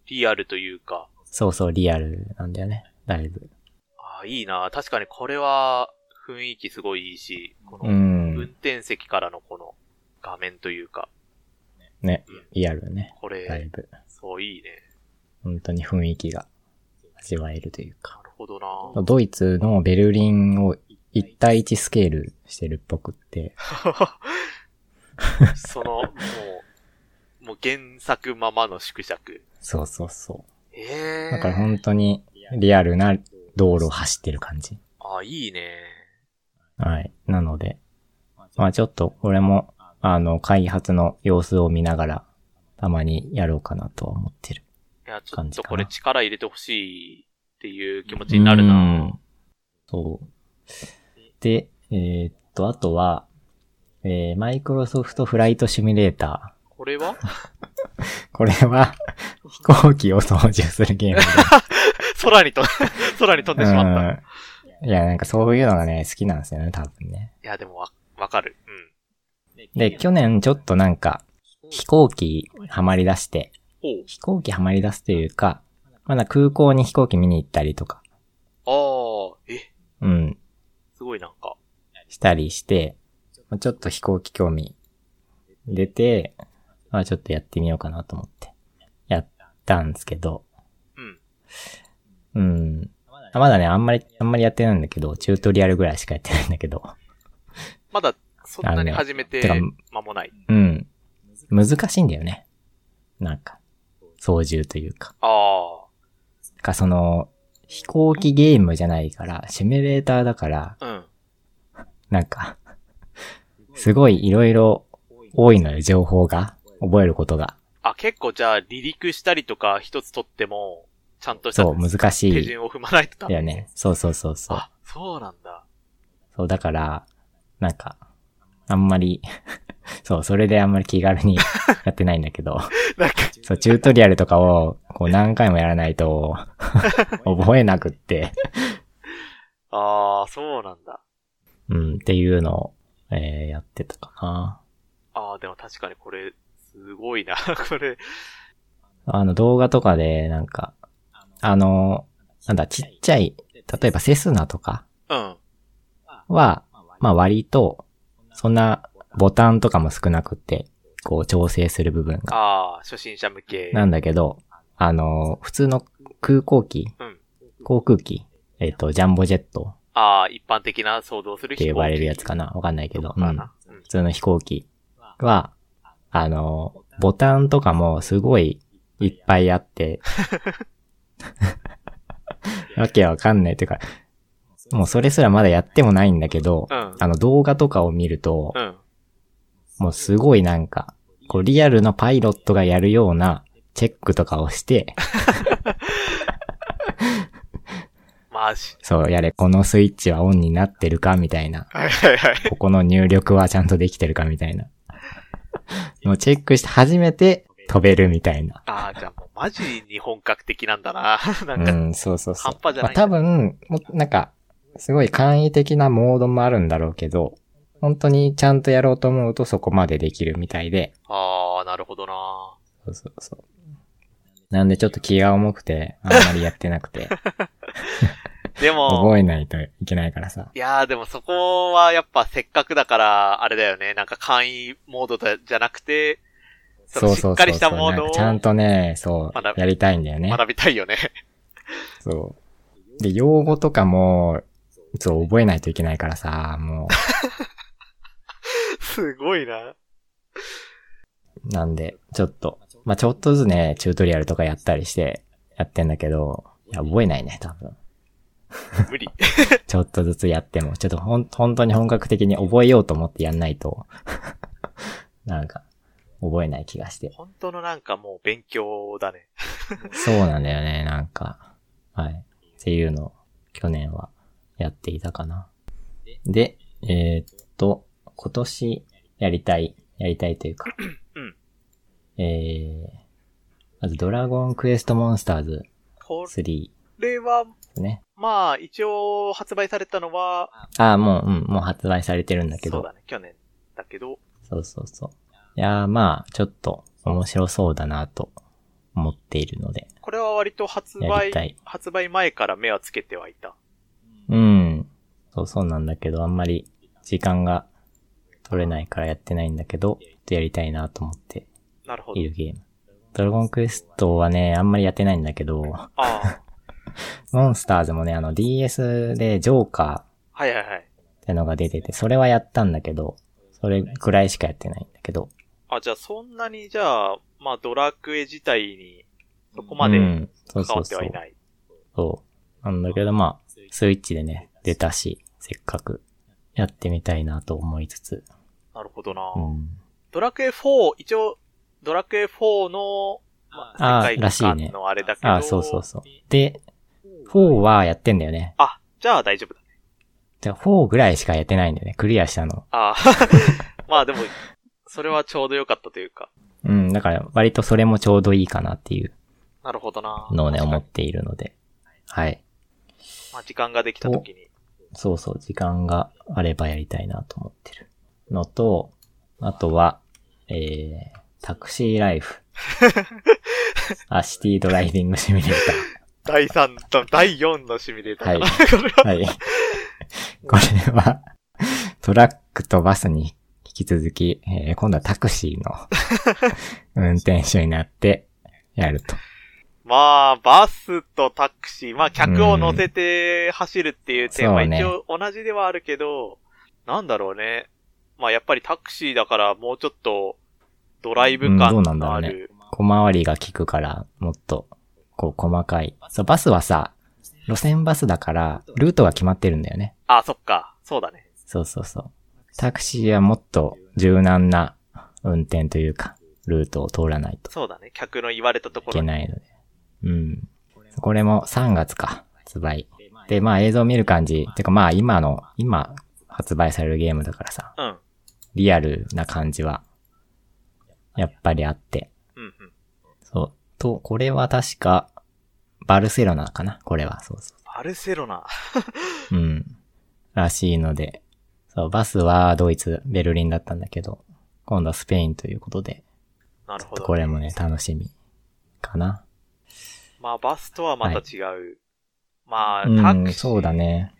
Speaker 2: リアルというか、
Speaker 1: そうそう、リアルなんだよね、だいぶ。
Speaker 2: ああ、いいな。確かにこれは雰囲気すごいいいし、こ
Speaker 1: う
Speaker 2: の運
Speaker 1: ん、
Speaker 2: 転席からのこの画面というか、
Speaker 1: ね、リアルね、
Speaker 2: これ、
Speaker 1: だいぶ。
Speaker 2: そういいね。
Speaker 1: 本当に雰囲気が味わえるというか。
Speaker 2: なるほどな。
Speaker 1: ドイツのベルリンを1対1スケールしてるっぽくって、
Speaker 2: その、もう、もう原作ままの縮尺。
Speaker 1: そうそうそ
Speaker 2: ええ
Speaker 1: う。
Speaker 2: ー。
Speaker 1: だから本当にリアルな道路を走ってる感じ。
Speaker 2: あ、いいね。
Speaker 1: はい。なので、まあちょっとこれも、あの、開発の様子を見ながら、たまにやろうかなとは思ってる。
Speaker 2: いや、ちょっ
Speaker 1: 感じ
Speaker 2: と
Speaker 1: かな
Speaker 2: これ力入れてほしいっていう気持ちになるな。
Speaker 1: うんそう。で、えーっと、あとは、えー、マイクロソフトフライトシミュレータ
Speaker 2: これは
Speaker 1: ー。これは、飛行機を操縦するゲームで。
Speaker 2: 空にと、 空に飛んでしまった。い
Speaker 1: うん。いや、なんかそういうのがね、好きなんですよね、多分ね。
Speaker 2: や、でもわ、わかる。
Speaker 1: で、去年ちょっとなんか、飛行機ハマり出して、
Speaker 2: うん。
Speaker 1: 飛行機ハマり出すというか、まだ空港に飛行機見に行ったりとか、
Speaker 2: ほう。ああ、え、
Speaker 1: うん、
Speaker 2: すごいなんか。
Speaker 1: したりして、まあちょっと飛行機興味出て、まあちょっとやってみようかなと思って、やったんですけど、
Speaker 2: うん。
Speaker 1: うん。あまだね、あんまり、あんまりやってないんだけど、チュートリアルぐらいしかやってないんだけど、
Speaker 2: まだ、そんなに
Speaker 1: あのね
Speaker 2: 始めて
Speaker 1: てか
Speaker 2: 間もない。
Speaker 1: うん。難しいんだよね。なんか、操縦というか。
Speaker 2: ああ
Speaker 1: か、その、飛行機ゲームじゃないから、シミュレーターだから、
Speaker 2: ー、うん。
Speaker 1: なんか、すごいいろいろ多いのよ、情報が。覚えることが。
Speaker 2: あ、結構じゃあ、離陸したりとか一つ取っても、ちゃんとした
Speaker 1: そう、難し
Speaker 2: 手
Speaker 1: い。
Speaker 2: 順を踏まないとダ
Speaker 1: だ
Speaker 2: メ。
Speaker 1: よね。そうそうそうそう。
Speaker 2: あ、そうなんだ。
Speaker 1: そう、だから、なんか、あんまり、 そう、それであんまり気軽に やってないんだけど、
Speaker 2: なんか、
Speaker 1: そう、チュートリアルとかを、こう何回もやらないと、覚えなくって、
Speaker 2: ああ、そうなんだ。
Speaker 1: うん、っていうのを、えー、やってたかな。
Speaker 2: ああ、でも確かにこれ、すごいな。 これ、
Speaker 1: あの動画とかで、なんか、あの、なんだ、ちっちゃい、例えばセスナとか
Speaker 2: うん。
Speaker 1: は、まあ割と、そんなボタンとかも少なくて、こう調整する部分が。
Speaker 2: ああ、初心者向け。
Speaker 1: なんだけど、あの、普通の空港機、
Speaker 2: うん
Speaker 1: 航空機、えっ、と、ジャンボジェット
Speaker 2: ああ、一般的な想像する
Speaker 1: って
Speaker 2: 人
Speaker 1: 呼ばれるやつかなわかんないけど、う
Speaker 2: か
Speaker 1: ん、
Speaker 2: な。うん
Speaker 1: 普通の飛行機は、あの、ボタンとかもすごいいっぱいあって、 わけわかんないというか、もうそれすらまだやってもないんだけど、
Speaker 2: うん
Speaker 1: あの動画とかを見ると
Speaker 2: う、ん。
Speaker 1: もうすごいなんか、こうリアルなパイロットがやるようなチェックとかをして、
Speaker 2: まあ、し、
Speaker 1: そう、やれ、このスイッチはオンになってるかみたいな、
Speaker 2: はいはいはい。
Speaker 1: ここの入力はちゃんとできてるかみたい な、もうチェックして初めて飛べるみたいな。
Speaker 2: ああ、じゃあもうマジに本格的なんだな。 なん
Speaker 1: う
Speaker 2: か、
Speaker 1: ん、そうそうそう。
Speaker 2: 半端じゃ
Speaker 1: ま
Speaker 2: な
Speaker 1: あ、
Speaker 2: い
Speaker 1: 多分、もうなんか、すごい簡易的なモードもあるんだろうけど、本当にちゃんとやろうと思うとそこまでできるみたいで、
Speaker 2: ああ、なるほどな。
Speaker 1: そうそうそう。なんでちょっと気が重くて、あんまりやってなく て、
Speaker 2: でも、
Speaker 1: 覚えないといけないからさ。
Speaker 2: いやーでもそこはやっぱせっかくだから、あれだよね。なんか簡易モードだじゃなくて、そ
Speaker 1: そうそ
Speaker 2: の
Speaker 1: うそう
Speaker 2: しっかりした
Speaker 1: そう
Speaker 2: モー
Speaker 1: な
Speaker 2: ド
Speaker 1: ん
Speaker 2: を
Speaker 1: かちゃんとね、そ
Speaker 2: 学
Speaker 1: う、
Speaker 2: び
Speaker 1: やりたいんだよね。
Speaker 2: 学びたいよね。
Speaker 1: そう。で、用語とかも、そう、覚えないといけないからさ、も
Speaker 2: すごいな。
Speaker 1: う、 なんで、ちょっと、まあ、ちょっとずつね、チュートリアルとかやったりして、やってんだけど、いや、覚えないね、多分。
Speaker 2: 無理。
Speaker 1: ちょっとずつやっても、ちょっとほん、本当に本格的に覚えようと思ってやんないと、 なんか、覚えない気がして。
Speaker 2: 本当のなんかもう勉強だね。
Speaker 1: そうなんだよね、なんか。はい。っていうのを、去年はやっていたかな。で、えーっと、今年やりたい、やりたいというか。
Speaker 2: うん
Speaker 1: えー、まずドラゴンクエストモンスターズ
Speaker 2: こ
Speaker 1: 3で
Speaker 2: れは、
Speaker 1: すね。
Speaker 2: まあ、一応発売されたのは、
Speaker 1: ああ、もう、うん、もう発売されてるんだけど。
Speaker 2: そうだね、去年だけど、
Speaker 1: そうそうそう。いやーまあ、ちょっと面白そうだなと思っているので。
Speaker 2: これは割と発
Speaker 1: やりた
Speaker 2: 売
Speaker 1: い、
Speaker 2: 発売前から目はつけてはいた。
Speaker 1: うん。そうそうなんだけど、あんまり時間が取れないからやってないんだけど、ちょっとやりたいなと思って
Speaker 2: なるほど
Speaker 1: い。るゲーム。ドラゴンクエストはね、あんまりやってないんだけど、
Speaker 2: ああ、
Speaker 1: モンスターズもね、あの DS でジョーカ
Speaker 2: はいはいはい。
Speaker 1: ーってのが出てて、それはやったんだけど、それぐらいしかやってないんだけど。
Speaker 2: あ、じゃあそんなに、じゃあ、まあドラクエ自体に、そこま
Speaker 1: う
Speaker 2: で
Speaker 1: ん、そう
Speaker 2: 関
Speaker 1: そ
Speaker 2: わ
Speaker 1: う
Speaker 2: って
Speaker 1: そ。
Speaker 2: はいうない。
Speaker 1: そう。なんだけど、まあ、スイッチでね、出たし、せっかく、やってみたいなと思いつつ、
Speaker 2: なるほどな、
Speaker 1: うん。
Speaker 2: ドラクエ4、一応、ドラクエ4の、ま
Speaker 1: あ
Speaker 2: 世界
Speaker 1: らしいね
Speaker 2: 観のあれだけど。
Speaker 1: あ、そうそうそう。で、4はやってんだよね。
Speaker 2: あ、じゃあ大丈夫だね。
Speaker 1: じゃあ4ぐらいしかやってないんだよね。クリアしたの。
Speaker 2: あ まあでも、それはちょうど良かったというか。
Speaker 1: うん、だから割とそれもちょうどいいかなっていう
Speaker 2: なるほどな。
Speaker 1: のをね、
Speaker 2: 確か
Speaker 1: 思
Speaker 2: に
Speaker 1: っているので。はい。
Speaker 2: まあ時間ができた時に。
Speaker 1: そうそう、時間があればやりたいなと思ってるのと、あとは、えー、タクシーライ フ。あ、シティドライビングシミュレー
Speaker 2: 第3と第4のシミュレーターかな。
Speaker 1: は
Speaker 2: これは
Speaker 1: ター。はい。 これは、トラックとバスに引き続き、えー今度はタクシ ーの運転手になってやると。
Speaker 2: まあ、バスとタクシー、まあ、客を乗せて走るっていう点は
Speaker 1: うん
Speaker 2: 一応同じではあるけど、なんだろうね。まあ、やっぱりタクシーだからもうちょっとドライブ
Speaker 1: うんどう
Speaker 2: 感
Speaker 1: なんだ
Speaker 2: の
Speaker 1: ろ
Speaker 2: あ
Speaker 1: うね
Speaker 2: る。
Speaker 1: 小回りが効くから、もっと、こう、細かい。そう、バスはさ、路線バスだから、ルートが決まってるんだよね。
Speaker 2: あ、そっか。そうだね。
Speaker 1: そうそうそう。タクシーはもっと柔軟な運転というか、ルートを通らないと
Speaker 2: そうだね。客の言われたとこ
Speaker 1: い
Speaker 2: ろ
Speaker 1: け
Speaker 2: に。
Speaker 1: ないので。うん。これも3月か、発売。で、まあ映像を見る感じ、てかまあ今の、今発売されるゲームだからさ、
Speaker 2: うん。
Speaker 1: リアルな感じは、やっぱりあって。
Speaker 2: うんうん。
Speaker 1: そう。と、これは確か、バルセロナかなこれは。そうそ
Speaker 2: バルセロナ。
Speaker 1: う。うん。らしいので。そう、バスはドイツ、ベルリンだったんだけど、今度はスペインということで、
Speaker 2: なるほど。
Speaker 1: これもね、楽しみかな。
Speaker 2: まあ、バスとはまた違う。まあ、
Speaker 1: う
Speaker 2: タクシー、
Speaker 1: ん、そうだね。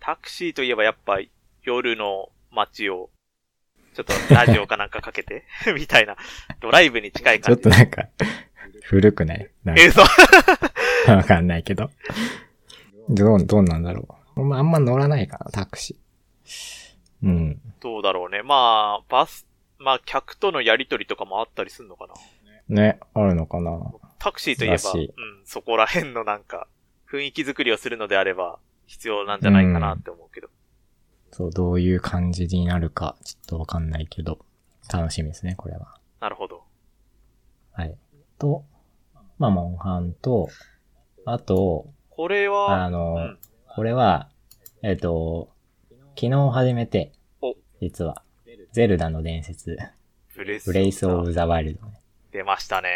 Speaker 2: タクシーといえばやっぱ夜の街を、ちょっとラジオかなんかかけて、 みたいな、ドライブに近い
Speaker 1: ちょっ
Speaker 2: 感じ。
Speaker 1: となんか、古くないなん
Speaker 2: え、そう。
Speaker 1: かわかんないけど。どう、どうなんだろう。まあ、あんま乗らないかな、タクシー。うん。
Speaker 2: どうだろうね。まあ、バス、まあ、客とのやりとりとかもあったりすんのかな。
Speaker 1: ね、あるのかな。
Speaker 2: タクシーといえ
Speaker 1: 素
Speaker 2: ば、
Speaker 1: 晴らし
Speaker 2: う
Speaker 1: い
Speaker 2: ん、そこら辺のなんか、雰囲気作りをするのであれば、必要なんじゃないかなって思うけど。
Speaker 1: そう、どういう感じになるか、ちょっとわかんないけど、楽しみですね、これは。
Speaker 2: なるほど。
Speaker 1: はい。と、まあ、モンハンと、あと、
Speaker 2: これ
Speaker 1: あ
Speaker 2: は、う
Speaker 1: の
Speaker 2: ん、、
Speaker 1: これは、えっと、昨日初めて
Speaker 2: お、
Speaker 1: 実は、ゼルダの伝説、
Speaker 2: ブレス
Speaker 1: ブレイスオブザワイルドね。
Speaker 2: 出ましたね。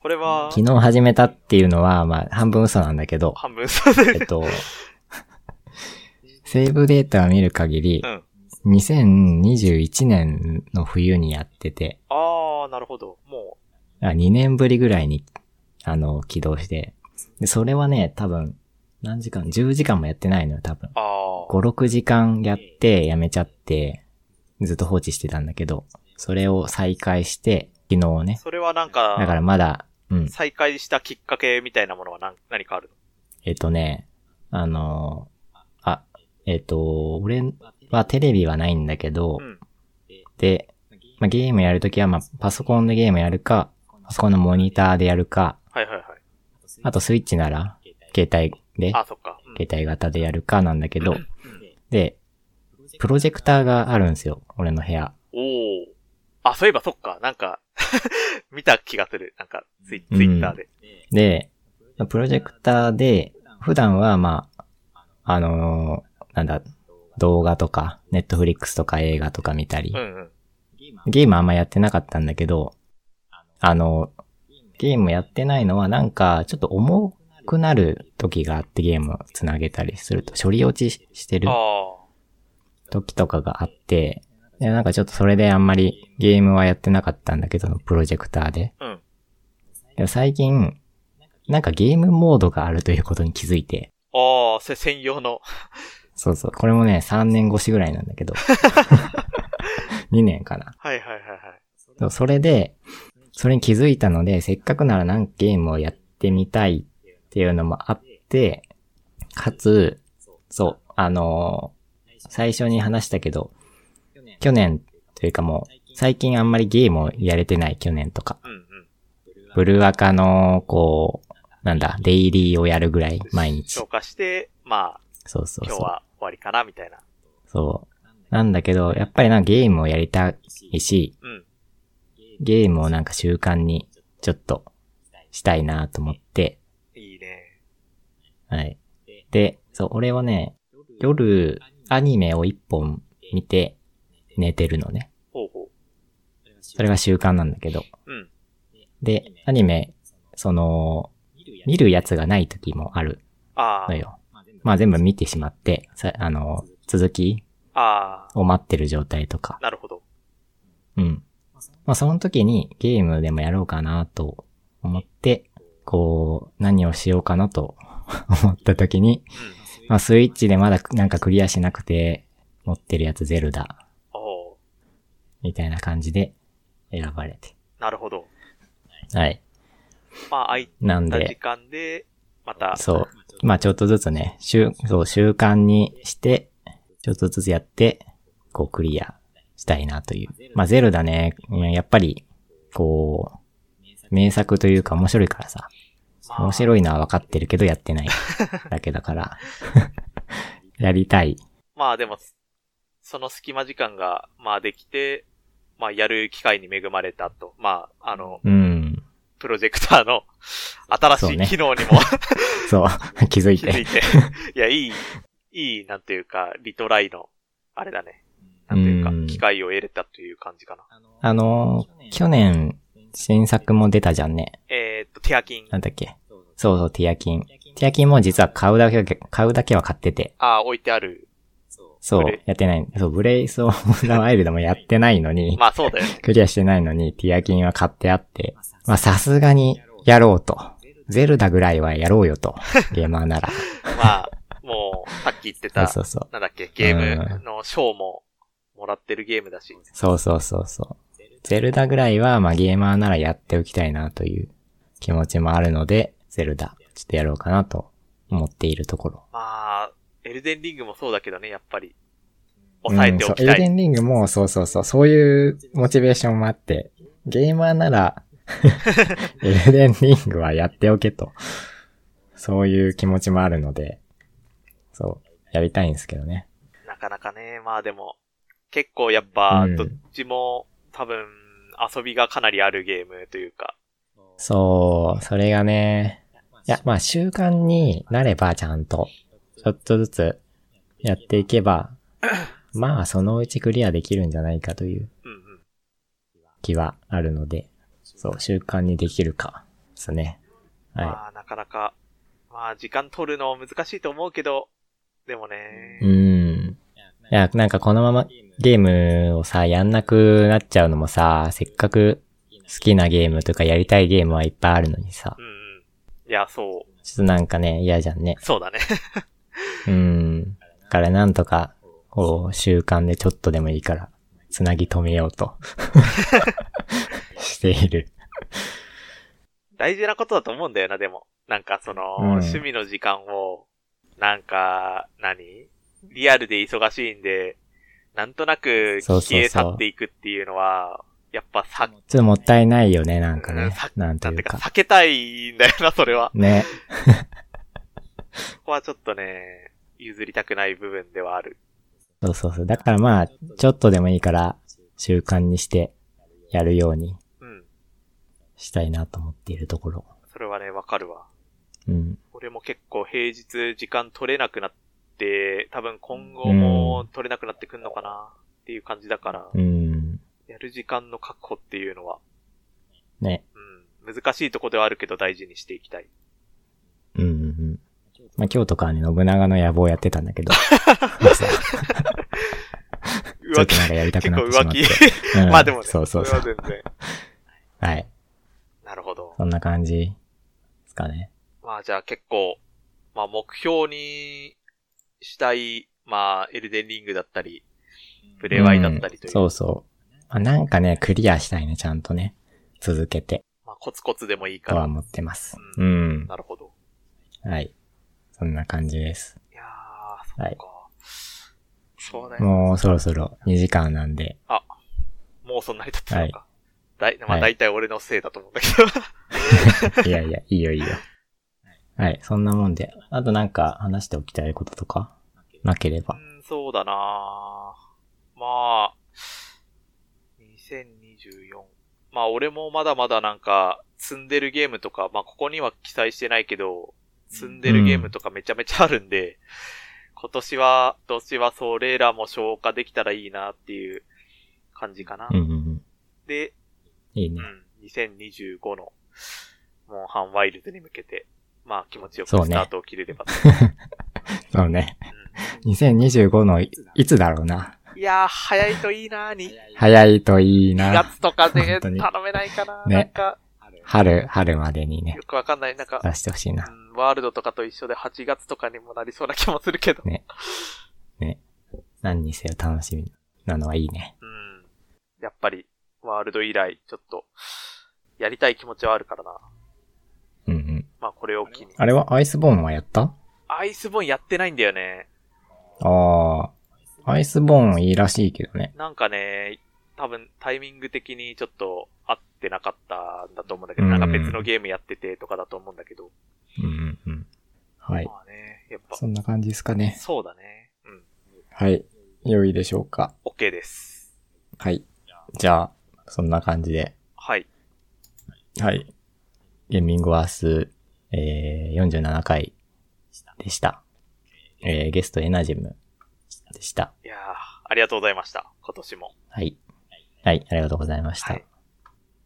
Speaker 2: これは、
Speaker 1: 昨日始めたっていうのは、まあ、半分嘘なんだけど、
Speaker 2: 半分そうで
Speaker 1: えっ と、セーブデータを見る限り
Speaker 2: う、ん。
Speaker 1: 2021年の冬にやってて、
Speaker 2: ああ、なるほど。も
Speaker 1: あ2年ぶりぐらいに、あの、起動して。で、それはね、多分、何時間 ?10 時間もやってないのよ、多分
Speaker 2: う、。ああ、
Speaker 1: 5、6時間やって、やめちゃって、ずっと放置してたんだけど、それを再開して、昨日ね。
Speaker 2: それはなん
Speaker 1: だか
Speaker 2: か、
Speaker 1: らまだ、うん。
Speaker 2: 再開したきっかけみたいなものは何何かある
Speaker 1: えっとね、あのあ、えっと、俺はテレビはないんだけど
Speaker 2: の、うん。
Speaker 1: で、まあ、ゲームやるときは、まあ、パソコンでゲームやるか、パソコンのモニターでやるか、
Speaker 2: はいはいはい。
Speaker 1: あとスイッチなら、携帯で、
Speaker 2: あ、そっか。うん
Speaker 1: 携帯型でやるかなんだけど、
Speaker 2: うん
Speaker 1: で、プロジェクターがあるんですよ、俺の部屋。
Speaker 2: おお。あ、そういえばそっか。なんか、 見た気がする。なんかツイ、
Speaker 1: うん
Speaker 2: ツイッターで。
Speaker 1: で、プロジェクターで、普段はまあ、あのーなんだ、動画とか、ネットフリックスとか映画とか見たり
Speaker 2: う、んうん。
Speaker 1: ゲームあんまやってなかったんだけど、あの、ゲームやってないのはなんか、ちょっと重くなる時があってゲームつなげたりすると、処理落ちしてる
Speaker 2: ああ。
Speaker 1: 時とかがあって、でなんかちょっとそれであんまりゲームはやってなかったんだけど、プロジェクターで。
Speaker 2: うん。
Speaker 1: でも最近、なんかゲームモードがあるということに気づいて、
Speaker 2: ああ、せ、専用の。
Speaker 1: そうそう、これもね、3年越しぐらいなんだ けど、2年かな。
Speaker 2: はいはいはいはい。
Speaker 1: でもそれで、それに気づいたので、せっかくならなんかゲームをやってみたいっていうのもあって、かつ、そう、あのー最初に話したけど、去年というかもう、最近あんまりゲームをやれてない去年とか、
Speaker 2: うんうん。
Speaker 1: ブルワカの、こう、なんだ、デイリーをやるぐらい、 毎日
Speaker 2: 消。化して、まあ、
Speaker 1: そうそう
Speaker 2: 今
Speaker 1: そう
Speaker 2: 日。は終わりかな、みたいな。
Speaker 1: そう。なんだけど、やっぱりなんかゲームをやりたいし、
Speaker 2: うん。
Speaker 1: ゲームをなんか習慣にちょっとしたいなと思って、
Speaker 2: いいね。
Speaker 1: はい。で、そう、俺はね、夜、アニメを一本見て寝てるのね。
Speaker 2: ほうほ
Speaker 1: それが習慣なんだけど。
Speaker 2: う。うん。
Speaker 1: で、アニメ、その、見るやつがない時もある
Speaker 2: あ
Speaker 1: の
Speaker 2: あ。
Speaker 1: よ。まあ全部見てしまって、さあの、続き
Speaker 2: ああ。
Speaker 1: を待ってる状態とか。
Speaker 2: なるほど。
Speaker 1: うん。まあその時にゲームでもやろうかなと思って、こう、何をしようかなと 思った時に、
Speaker 2: うん。
Speaker 1: まあスイッチでまだなんかクリアしなくて、持ってるやつゼルダ、
Speaker 2: おう
Speaker 1: みたいな感じで選ばれて。
Speaker 2: なるほど。
Speaker 1: はい。
Speaker 2: まあ、空い
Speaker 1: なん
Speaker 2: た時
Speaker 1: で、
Speaker 2: 間で、また、
Speaker 1: そう。まあちょっとずつね、習、そう、習慣にして、ちょっとずつやって、こうクリアしたいなという。まあゼルダね、うんやっぱり、こう、名作というか面白いからさ。
Speaker 2: まあ、
Speaker 1: 面白いのは分かってるけどやって ないだけだから。 やりたい。
Speaker 2: まあでも、その隙間時間が、まあできて、まあやる機会に恵まれたと。まあ、あの、
Speaker 1: うん。
Speaker 2: プロジェクターの新し
Speaker 1: そう
Speaker 2: い
Speaker 1: ね
Speaker 2: 機能にも
Speaker 1: そう。 気づい
Speaker 2: 気づい
Speaker 1: て。
Speaker 2: て。いや、いい、いい、なんていうか、リトライの、あれだね。なんていうか
Speaker 1: うん、
Speaker 2: 機会を得れたという感じかな。
Speaker 1: あの、去年、新作も出たじゃんね。
Speaker 2: えーっと、ティアキン。
Speaker 1: なんだっけ。そうそう、ティアキン。ティアキンも実は買うだけ、買うだけは買ってて。
Speaker 2: ああ、置いてある。
Speaker 1: そう
Speaker 2: ブレ、
Speaker 1: やってない。そう、ブレイス・オブ・ザ・ワイルドもやってないのに、
Speaker 2: まあそうだよね。
Speaker 1: クリアしてないのに、ティアキンは買ってあって、まあさすがにやろうと。ゼルダぐらいはやろうよ と。ゲーマーなら。
Speaker 2: まあ、もう、さっき言っ
Speaker 1: そ
Speaker 2: て
Speaker 1: う
Speaker 2: た、
Speaker 1: そうそう。
Speaker 2: なんだっけ、ゲームの賞ももらってるゲームだし。
Speaker 1: そうそうそうそう。ゼルダぐらいは、まあゲーマーならやっておきたいなという気持ちもあるので、ゼルダ、ちょっとやろうかなと思っているところ。
Speaker 2: まあ、エルデンリングもそうだけどね、やっぱり。抑えておき
Speaker 1: うんそう、エ
Speaker 2: た
Speaker 1: ルデ
Speaker 2: い。
Speaker 1: ンリングも、そうそうそう、そういうモチベーションもあって、ゲーマーな ら、エルデンリングはやっておけと。そういう気持ちもあるので、そう、やりたいんですけどね。
Speaker 2: なかなかね、まあでも、結構やっぱ
Speaker 1: う、ん
Speaker 2: どっちも、多分、遊びがかなりあるゲームというか。
Speaker 1: そう、それがね、いや、まあ習慣になればちゃんと、ちょっとずつやっていけ ば、まあそのうちクリアできるんじゃないかという
Speaker 2: うんうん。
Speaker 1: 気はあるので、そう、習慣にできるか、ですね。は
Speaker 2: まあ、なかなか、まあ、時間取るの難しいと思うけど、でもね
Speaker 1: い。う、ん。いや、なんかこのままゲームをさ、やんなくなっちゃうのもさ、せっかく好きなゲームとかやりたいゲームはいっぱいあるのにさ
Speaker 2: う、んうん。いや、そう。
Speaker 1: ちょっとなんかね、嫌じゃんね。
Speaker 2: そうだね。
Speaker 1: うん。だからなんとか、こう、習慣でちょっとでもいいから、つなぎ止めようと、している。
Speaker 2: 大事なことだと思うんだよな、でも。なんかその、
Speaker 1: うん
Speaker 2: 趣味の時間を、なんか、何リアルで忙しいんで、なんとなく
Speaker 1: そうそうそう
Speaker 2: 消え去っていくっていうのは、やっぱさ、
Speaker 1: ちょっともったいないよね、なんか
Speaker 2: うん
Speaker 1: ね
Speaker 2: さ。
Speaker 1: なんて
Speaker 2: なん
Speaker 1: い
Speaker 2: て
Speaker 1: う
Speaker 2: か
Speaker 1: か。
Speaker 2: 避けたいんだよな、それは。
Speaker 1: ね。
Speaker 2: ここはちょっとね、譲りたくない部分ではある。
Speaker 1: そうそうそう。だからまあ、ちょっとでもいいから、習慣にして、やるように
Speaker 2: うん。
Speaker 1: したいなと思っているところ。
Speaker 2: それはね、わかるわ。
Speaker 1: うん。
Speaker 2: 俺も結構平日時間取れなくなって、多分今後も取れなくなってくんのかなっていう感じだから、
Speaker 1: うん。
Speaker 2: やる時間の確保っていうのは、
Speaker 1: ね。
Speaker 2: うん。難しいとこではあるけど大事にしていき たい。
Speaker 1: うんうんうん。まあ今日とかはね、信長の野望やってたんだけ ど。朝ちょっ
Speaker 2: 浮
Speaker 1: と
Speaker 2: 気
Speaker 1: なんかやりたく
Speaker 2: 結
Speaker 1: なっ
Speaker 2: 構
Speaker 1: てしま
Speaker 2: 浮
Speaker 1: って
Speaker 2: 気。。
Speaker 1: うん
Speaker 2: まあでもね。
Speaker 1: そうそう
Speaker 2: れ
Speaker 1: そ
Speaker 2: は
Speaker 1: う。
Speaker 2: 全然。
Speaker 1: はい。
Speaker 2: なるほど。
Speaker 1: そんな感じですかね。
Speaker 2: まあじゃあ結構、まあ目標にしたい、まあエルデンリングだったり、プレワイだったり
Speaker 1: う
Speaker 2: という。
Speaker 1: んそうそう。あなんかね、クリアしたいね、ちゃんとね。続けて、
Speaker 2: まあコツコツでもいいか
Speaker 1: とは
Speaker 2: ら。
Speaker 1: 思ってます。
Speaker 2: う
Speaker 1: うん。
Speaker 2: なるほど。
Speaker 1: はい。そんな感じです。
Speaker 2: いやー、そ
Speaker 1: は
Speaker 2: う
Speaker 1: い
Speaker 2: か。そうね。
Speaker 1: もうそろそろ2時間なんで。
Speaker 2: もうそんなに経ってたのか。だい、まあ大体俺のせいだと思うんだけど。
Speaker 1: いやい や、いいよいいよ。はい、そんなもんで。あとなんか話しておきたいこととかなければ。
Speaker 2: うん、そうだなぁまあ、2024。まあ俺もまだまだなんか、積んでるゲームとか、まあここには記載してないけど、積んでるゲームとかめちゃめちゃあるんで、今年は、今年はそれらも消化できたらいいなっていう感じかな。
Speaker 1: うんうんうん。
Speaker 2: で、
Speaker 1: いいうね。
Speaker 2: ん、2025の、モンハンワイルドに向けて、まあ気持ちよく
Speaker 1: そうね
Speaker 2: スタートを切れればと。
Speaker 1: そうね。2025のいいつだろうな。
Speaker 2: うんいやー、早いといいなーに。
Speaker 1: 早いといい
Speaker 2: 2
Speaker 1: な。
Speaker 2: 月とかで
Speaker 1: 本当に
Speaker 2: 頼めないかな、
Speaker 1: ね
Speaker 2: なんか、
Speaker 1: 春、春までにね
Speaker 2: よ、くわかんない。なんか、
Speaker 1: 出してほしいうな。
Speaker 2: んワールドとかと一緒で8月とかにもなりそうな気もするけど。
Speaker 1: ね何にせよ楽しみなのはいいね。
Speaker 2: うん。やっぱり、ワールド以来、ちょっと、やりたい気持ちはあるからな。
Speaker 1: うんうん。
Speaker 2: まあこれを機に。
Speaker 1: あれはアイスボーンはやった
Speaker 2: アイスボーンやってないんだよね。
Speaker 1: ああ。アイスボーンいいらしいけどね。
Speaker 2: なんかね、多分タイミング的にちょっと合ってなかったんだと思うんだけ
Speaker 1: う
Speaker 2: ど、
Speaker 1: ん
Speaker 2: なんか別のゲームやっててとかだと思うんだけど。
Speaker 1: うんうんうん。はい。
Speaker 2: まあね、やっぱ、
Speaker 1: そんな感じですかね。
Speaker 2: そうだね。うん。
Speaker 1: はい。良いでしょうか。
Speaker 2: OK です。
Speaker 1: はい。じゃあ、そんな感じで。
Speaker 2: はい。
Speaker 1: はい。ゲーミングワース、えー、47回でした。えー、ゲストエナジムでした。
Speaker 2: いやー、ありがとうございました。今年も。
Speaker 1: はい。はい、ありがとうございました。
Speaker 2: はい